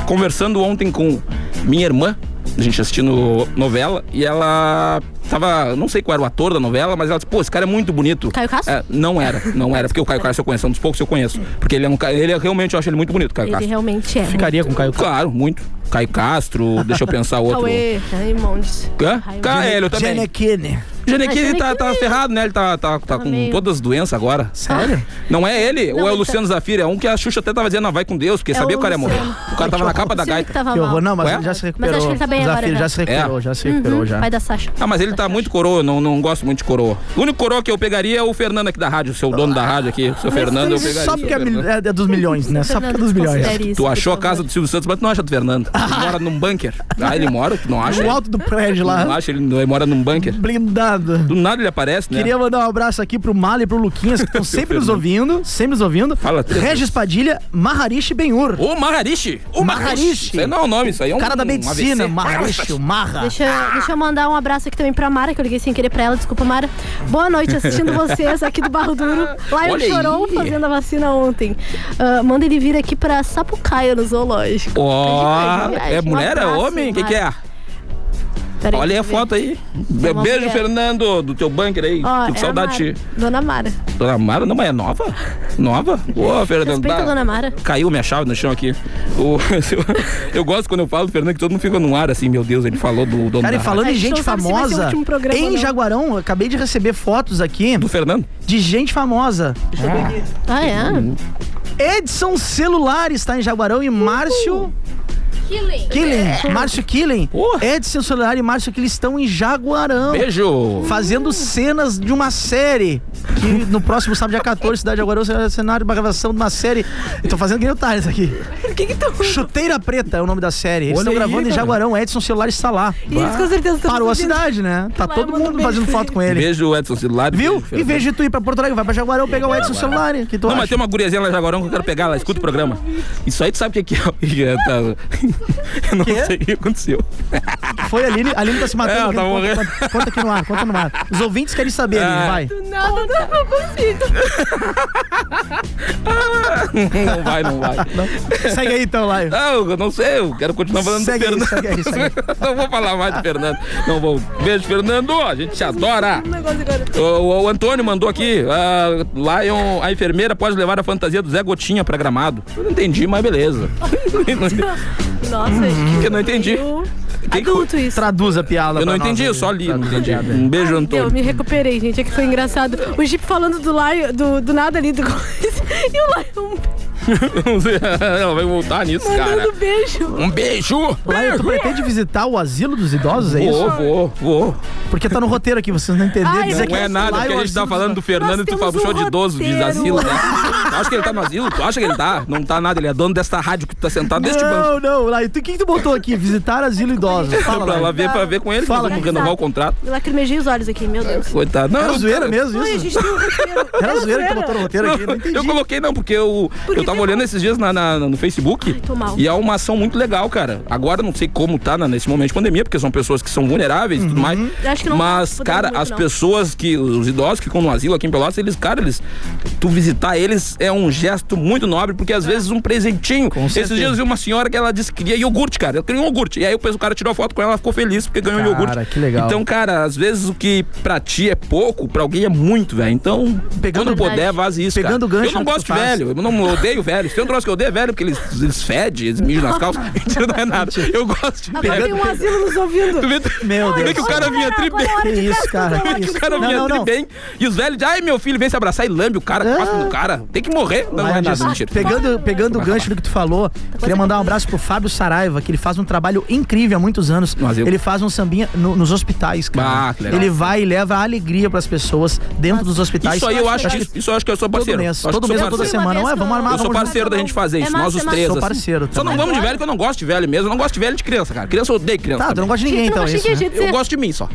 Speaker 3: conversando ontem com minha irmã, a gente assistindo novela, e ela tava, não sei qual era o ator da novela, mas ela disse, pô, esse cara é muito bonito.
Speaker 4: Caio Castro?
Speaker 3: É, não era, não era, porque o Caio Castro eu conheço, é um dos poucos que eu conheço. Porque ele é um ca- ele é, realmente, eu acho ele muito bonito, Caio
Speaker 4: Ele
Speaker 3: Castro.
Speaker 4: realmente é.
Speaker 5: Ficaria com Caio
Speaker 3: Castro? Claro, muito. Caio Castro, deixa eu pensar outro.
Speaker 4: Cauê, Raimondes.
Speaker 3: Hã? Ca- é, ele também.
Speaker 5: Genequine.
Speaker 3: Genequini tá,
Speaker 5: é
Speaker 3: tá ferrado, né? Ele tá, tá, tá com
Speaker 4: meio.
Speaker 3: todas as doenças agora.
Speaker 5: Sério?
Speaker 3: Não é ele,
Speaker 4: Não,
Speaker 3: ou é o
Speaker 4: ele tá-
Speaker 3: Luciano Zafira, é um que a Xuxa até tava dizendo, ah, vai com Deus, porque
Speaker 4: É
Speaker 3: sabia
Speaker 4: o
Speaker 3: que o cara ia morrer. O cara tava na capa da
Speaker 4: Luciano
Speaker 3: gaita.
Speaker 5: tá.
Speaker 4: que tava Que horror, mal. não, mas
Speaker 3: Ué?
Speaker 4: ele já se Mas recuperou. acho que ele tá bem Zafira agora,
Speaker 5: já se né?
Speaker 3: É.
Speaker 5: recuperou, já se recuperou, Uhum, já. pai
Speaker 4: da Sasha.
Speaker 3: Ah, mas ele tá muito coroa, não, não gosto muito de coroa. O único coroa que eu pegaria é o Fernando aqui da rádio, o seu dono da rádio aqui, o seu Fernando, eu pegaria.
Speaker 5: Só
Speaker 3: o seu
Speaker 5: porque é, mil-
Speaker 3: Fernando.
Speaker 5: é dos milhões, né? Só porque é dos milhões.
Speaker 3: Tu achou a casa do Silvio Santos, mas tu não acha do Fernando. Ele mora num bunker. Ah, ele mora, tu não acha?
Speaker 5: No alto do prédio lá.
Speaker 3: Não acha, ele, ele mora num bunker.
Speaker 5: Blindado.
Speaker 3: Do nada ele aparece, né?
Speaker 5: Queria mandar um abraço aqui pro Mala e pro Luquinhas, que estão sempre nos ouvindo, sempre nos ouvindo.
Speaker 3: Fala, três
Speaker 5: Regis Padilha, Maharishi Benhur.
Speaker 3: Ô, Maharishi! Ô, Maharishi! Isso aí não é o nome, isso aí é um-
Speaker 5: Cara da
Speaker 3: um
Speaker 5: medicina,
Speaker 3: AVC.
Speaker 5: Maharishi, o Marra.
Speaker 4: Deixa, eu- deixa eu mandar um abraço aqui também pra Mara, que eu liguei sem querer pra ela, desculpa, Mara. Boa noite, assistindo vocês aqui do Barro Duro. Lá
Speaker 3: Olha aí.
Speaker 4: ele chorou fazendo a vacina ontem. Ah, manda ele vir aqui pra Sapucaia, no zoológico.
Speaker 3: Ó, é
Speaker 4: Um
Speaker 3: mulher, é
Speaker 4: abraço,
Speaker 3: homem? O que, que é?
Speaker 4: Mara. Peraí,
Speaker 3: Olha aí a
Speaker 4: deixa eu
Speaker 3: foto aí.
Speaker 4: Tem É uma
Speaker 3: Beijo,
Speaker 4: mulher.
Speaker 3: Fernando, do teu bunker aí.
Speaker 4: Ó,
Speaker 3: Tô
Speaker 4: é
Speaker 3: com
Speaker 4: a
Speaker 3: saudade de ti.
Speaker 4: Mara. Dona Mara.
Speaker 3: Dona Mara, não, mas é nova? Nova? Ô, Fernando.
Speaker 4: Respeita a
Speaker 3: dá-
Speaker 4: Dona Mara.
Speaker 3: Caiu minha chave no chão aqui. O- eu gosto quando eu falo do Fernando que todo mundo fica no ar assim, meu Deus, ele falou do dono
Speaker 5: Cara, e
Speaker 3: da
Speaker 5: falando em
Speaker 3: rádio.
Speaker 5: gente famosa, em
Speaker 4: né?
Speaker 5: Jaguarão, eu acabei de receber fotos aqui. Do
Speaker 3: Fernando?
Speaker 5: De gente famosa.
Speaker 4: Ah,
Speaker 3: Uhum.
Speaker 4: é?
Speaker 5: Edson Celular está em Jaguarão e Márcio
Speaker 7: Killing.
Speaker 5: Killing. Márcio Killing. Edson Celular e Márcio Killing estão em Jaguarão.
Speaker 3: Beijo.
Speaker 5: Fazendo cenas de uma série. Que no próximo sábado, dia 14, Cidade de Jaguarão, será cenário para gravação de uma série. Eu tô fazendo que nem o Thales aqui. que que Chuteira Preta é o nome da série. Eles
Speaker 9: Olha
Speaker 5: estão
Speaker 9: aí,
Speaker 5: gravando em
Speaker 9: cara.
Speaker 5: Jaguarão, Edson Celular está lá.
Speaker 9: E eles com certeza estão
Speaker 5: Parou a
Speaker 9: fazendo-
Speaker 5: cidade, né? Tá todo mundo fazendo foto com ele.
Speaker 3: Beijo, Edson Celular. Viu?
Speaker 5: E veja tu ir pra Porto Alegre, vai pra Jaguarão pegar o Edson Celular. Que tu
Speaker 3: Não, mas
Speaker 5: acha?
Speaker 3: tem uma guriazinha lá em Jaguarão que eu quero pegar, ela escuta o programa. Isso aí tu sabe o que que é. que é, tá- Eu não sei o que é? aconteceu.
Speaker 5: Foi a Aline, a Aline tá se matando.
Speaker 3: É, ela
Speaker 5: aqui
Speaker 3: tá
Speaker 5: no-
Speaker 3: morrendo.
Speaker 5: Conta, conta aqui no ar, conta no ar. Os ouvintes querem saber, Aline,
Speaker 3: Ah.
Speaker 5: vai.
Speaker 11: Do nada, não foi
Speaker 3: Não vai, não vai.
Speaker 5: Segue aí então, Laio.
Speaker 3: Não, eu não sei, eu quero continuar falando né?
Speaker 5: Segue aí,
Speaker 3: do Fernando.
Speaker 5: segue aí, segue aí.
Speaker 3: Não vou falar mais do Fernando. Não vou. Beijo, Fernando. A gente te adora. O, o Antônio mandou aqui. ah, Lion, a enfermeira pode levar a fantasia do Zé Gotinha pra gramado. Eu não entendi, mas beleza.
Speaker 4: Nossa,
Speaker 5: Uhum.
Speaker 4: acho que
Speaker 3: Eu não entendi. Adulto
Speaker 4: isso.
Speaker 5: Traduz a piada.
Speaker 3: Eu não
Speaker 5: pra nós,
Speaker 3: entendi, eu
Speaker 5: Aline.
Speaker 3: só li, não entendi. Um beijo,
Speaker 4: Deu,
Speaker 3: Antônio.
Speaker 4: me recuperei, gente. É que foi engraçado. O Jeep falando do Laio, do, do nada ali, do coisa. E o Laio
Speaker 3: Não sei, Ela vai voltar nisso, cara.
Speaker 4: mandando beijo.
Speaker 3: Um beijo!
Speaker 5: Laio, tu pretende visitar o asilo dos idosos, é
Speaker 3: Vou,
Speaker 5: isso?
Speaker 3: vou, vou.
Speaker 5: Porque tá no roteiro aqui, vocês não entenderam.
Speaker 3: Não
Speaker 5: Dizer que
Speaker 3: é nada,
Speaker 5: Laio
Speaker 3: porque a gente tá
Speaker 5: asilo-
Speaker 3: falando do Fernando e tu fala, puxou de idoso, de
Speaker 5: um roteiro.
Speaker 3: asilo, né? Tu acha que ele tá no asilo? Tu acha que ele tá? Não tá nada, ele é dono desta rádio que tu tá sentado neste
Speaker 5: Não,
Speaker 3: banco.
Speaker 5: não, Laio, tu, o que que tu botou aqui? Visitar asilo idoso. Fala,
Speaker 3: pra
Speaker 5: Laio.
Speaker 3: lá ver, pra ver com ele,
Speaker 5: Fala,
Speaker 3: Fala, vamos renovar o contrato.
Speaker 4: Eu lacrimejei os olhos aqui, meu Deus.
Speaker 3: Coitado. Não,
Speaker 5: Era
Speaker 3: eu-
Speaker 5: zoeira mesmo
Speaker 4: Ai, a
Speaker 5: isso?
Speaker 4: gente tem um roteiro.
Speaker 5: Era zoeira que tu botou no roteiro aqui, não entendi.
Speaker 3: Eu coloquei não, porque eu, eu tava olhando esses dias na, na- no Facebook
Speaker 4: tô mal.
Speaker 3: e é uma ação muito legal, cara. Agora eu não sei como tá na- nesse momento de pandemia, porque são pessoas que são vulneráveis
Speaker 5: Uhum.
Speaker 3: e tudo mais.
Speaker 4: Eu acho que não
Speaker 3: Mas,
Speaker 4: tá podendo
Speaker 3: cara,
Speaker 4: muito,
Speaker 3: as
Speaker 4: não.
Speaker 3: pessoas que. Os idosos que ficam no asilo aqui em Pelotas, eles, cara, eles. Tu visitar eles é um gesto muito nobre, porque
Speaker 4: É.
Speaker 3: às vezes um presentinho. Esses
Speaker 5: certeza.
Speaker 3: dias eu vi uma senhora que ela disse que queria iogurte, cara. Ela queria um iogurte. E aí o pessoal- o cara tirou a foto com ela, ela ficou feliz porque ganhou um
Speaker 5: Cara,
Speaker 3: iogurte.
Speaker 5: que legal.
Speaker 3: Então, cara, às vezes o que pra ti é pouco, pra alguém é muito, velho. Então, quando puder, vaze isso. cara.
Speaker 5: Pegando o gancho é
Speaker 3: Eu não
Speaker 5: do que
Speaker 3: gosto
Speaker 5: tu
Speaker 3: de
Speaker 5: faz.
Speaker 3: velho. Eu não eu odeio velho. Se tem um troço que eu odeio é velho, porque eles, eles fedem, eles mijam nas calças. Mentira, não é nada. Eu gosto de
Speaker 4: Agora tem
Speaker 3: velho.
Speaker 4: um asilo nos ouvindo.
Speaker 3: Tu vê,
Speaker 5: Meu
Speaker 3: tu vê
Speaker 5: Deus.
Speaker 3: que o cara vinha tri bem.
Speaker 5: Que isso, cara.
Speaker 3: Tu
Speaker 5: Que
Speaker 3: vê que
Speaker 5: isso.
Speaker 3: o cara vinha
Speaker 5: Não, não,
Speaker 3: tri
Speaker 5: não.
Speaker 3: bem. E os velhos, ai meu filho, vem se abraçar e lambe o cara, cospe no cara. Tem que morrer. Não, não é nada,
Speaker 5: Dias,
Speaker 3: mentira.
Speaker 5: Pegando, pegando o gancho do que tu falou, queria mandar um abraço pro Fábio Saraiva, que ele faz um trabalho incrível há muitos anos.
Speaker 3: asilo.
Speaker 5: Ele faz um sambinha no- nos hospitais, cara.
Speaker 3: Ah, que legal.
Speaker 5: ele vai e leva alegria pras pessoas dentro dos hospitais.
Speaker 3: Isso aí eu acho que isso, isso eu acho que eu sou
Speaker 5: Todo
Speaker 3: parceiro.
Speaker 5: mês,
Speaker 3: Eu acho
Speaker 5: todo
Speaker 3: que eu
Speaker 5: mês
Speaker 3: sou
Speaker 5: ou toda
Speaker 3: parceiro.
Speaker 5: semana. Ué, vamos armar, então."
Speaker 3: Eu sou
Speaker 5: vamos
Speaker 3: parceiro da gente fazer isso,
Speaker 4: É
Speaker 3: nós os
Speaker 4: massa, é
Speaker 3: três.
Speaker 4: massa.
Speaker 5: Sou
Speaker 3: assim.
Speaker 5: parceiro
Speaker 3: Só não
Speaker 5: também.
Speaker 3: vamos de velho que eu não gosto de velho mesmo. Eu não gosto de velho de criança, cara. Criança eu odeio criança.
Speaker 5: Tá, tu não
Speaker 3: também.
Speaker 5: gosta de ninguém,
Speaker 4: Gente, eu
Speaker 5: então.
Speaker 4: achei
Speaker 5: Isso,
Speaker 4: que a
Speaker 5: né?
Speaker 4: gente-
Speaker 3: Eu gosto de mim só.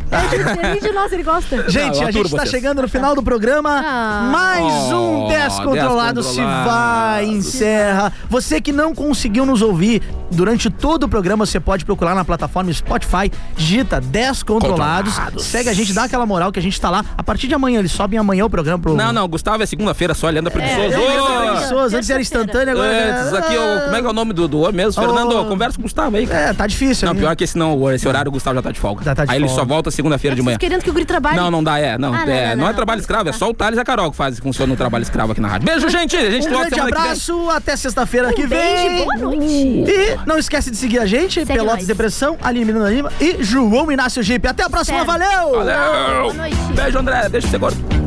Speaker 4: Ele de nós, ele gosta.
Speaker 5: Gente,
Speaker 3: Não, eu
Speaker 5: a gente tá
Speaker 3: aturo vocês.
Speaker 5: chegando no final do programa.
Speaker 4: Ah.
Speaker 5: Mais um
Speaker 3: Oh,
Speaker 5: Descontrolado se
Speaker 3: Descontrolado.
Speaker 5: vai, encerra. Você que não conseguiu nos ouvir durante todo o programa, você pode procurar na plataforma Spotify, digita Descontrolados,
Speaker 3: Controlados.
Speaker 5: segue a gente, dá aquela moral que a gente tá lá. A partir de amanhã, eles sobem amanhã o programa pro...
Speaker 3: Não, não, Gustavo é segunda-feira só, ele anda preguiçoso.
Speaker 5: É, ele anda
Speaker 3: Ô!
Speaker 5: preguiçoso, pessoas, antes era instantânea, agora. né?
Speaker 3: Antes, aqui, ó, como é que é o nome do, do homem mesmo? Fernando, ó, conversa com o Gustavo aí.
Speaker 5: É, tá difícil.
Speaker 3: Não, pior que esse não, esse horário o Gustavo já tá de folga.
Speaker 5: Já tá de
Speaker 3: aí ele só
Speaker 5: folga.
Speaker 3: volta segunda-feira de manhã.
Speaker 4: Vocês querendo que o Guri trabalhe?
Speaker 3: Não, não dá, é. Não,
Speaker 4: Ah, não,
Speaker 3: é,
Speaker 4: não,
Speaker 3: não,
Speaker 4: não,
Speaker 3: é trabalho escravo, é só o Thales e a Carol que faz, que funciona o trabalho escravo aqui na rádio. Beijo, gente! A gente
Speaker 5: um
Speaker 3: volta
Speaker 5: grande
Speaker 3: semana que vem.
Speaker 5: abraço, até sexta-feira
Speaker 4: Um
Speaker 5: que
Speaker 4: beijo,
Speaker 5: vem.
Speaker 4: boa noite.
Speaker 5: E não esquece de seguir a gente, Pelotas Depressão, Aline Lima e João Inácio Jeep. Até a próxima, valeu!
Speaker 3: Valeu! Beijo, André. Deixa de ser gordo.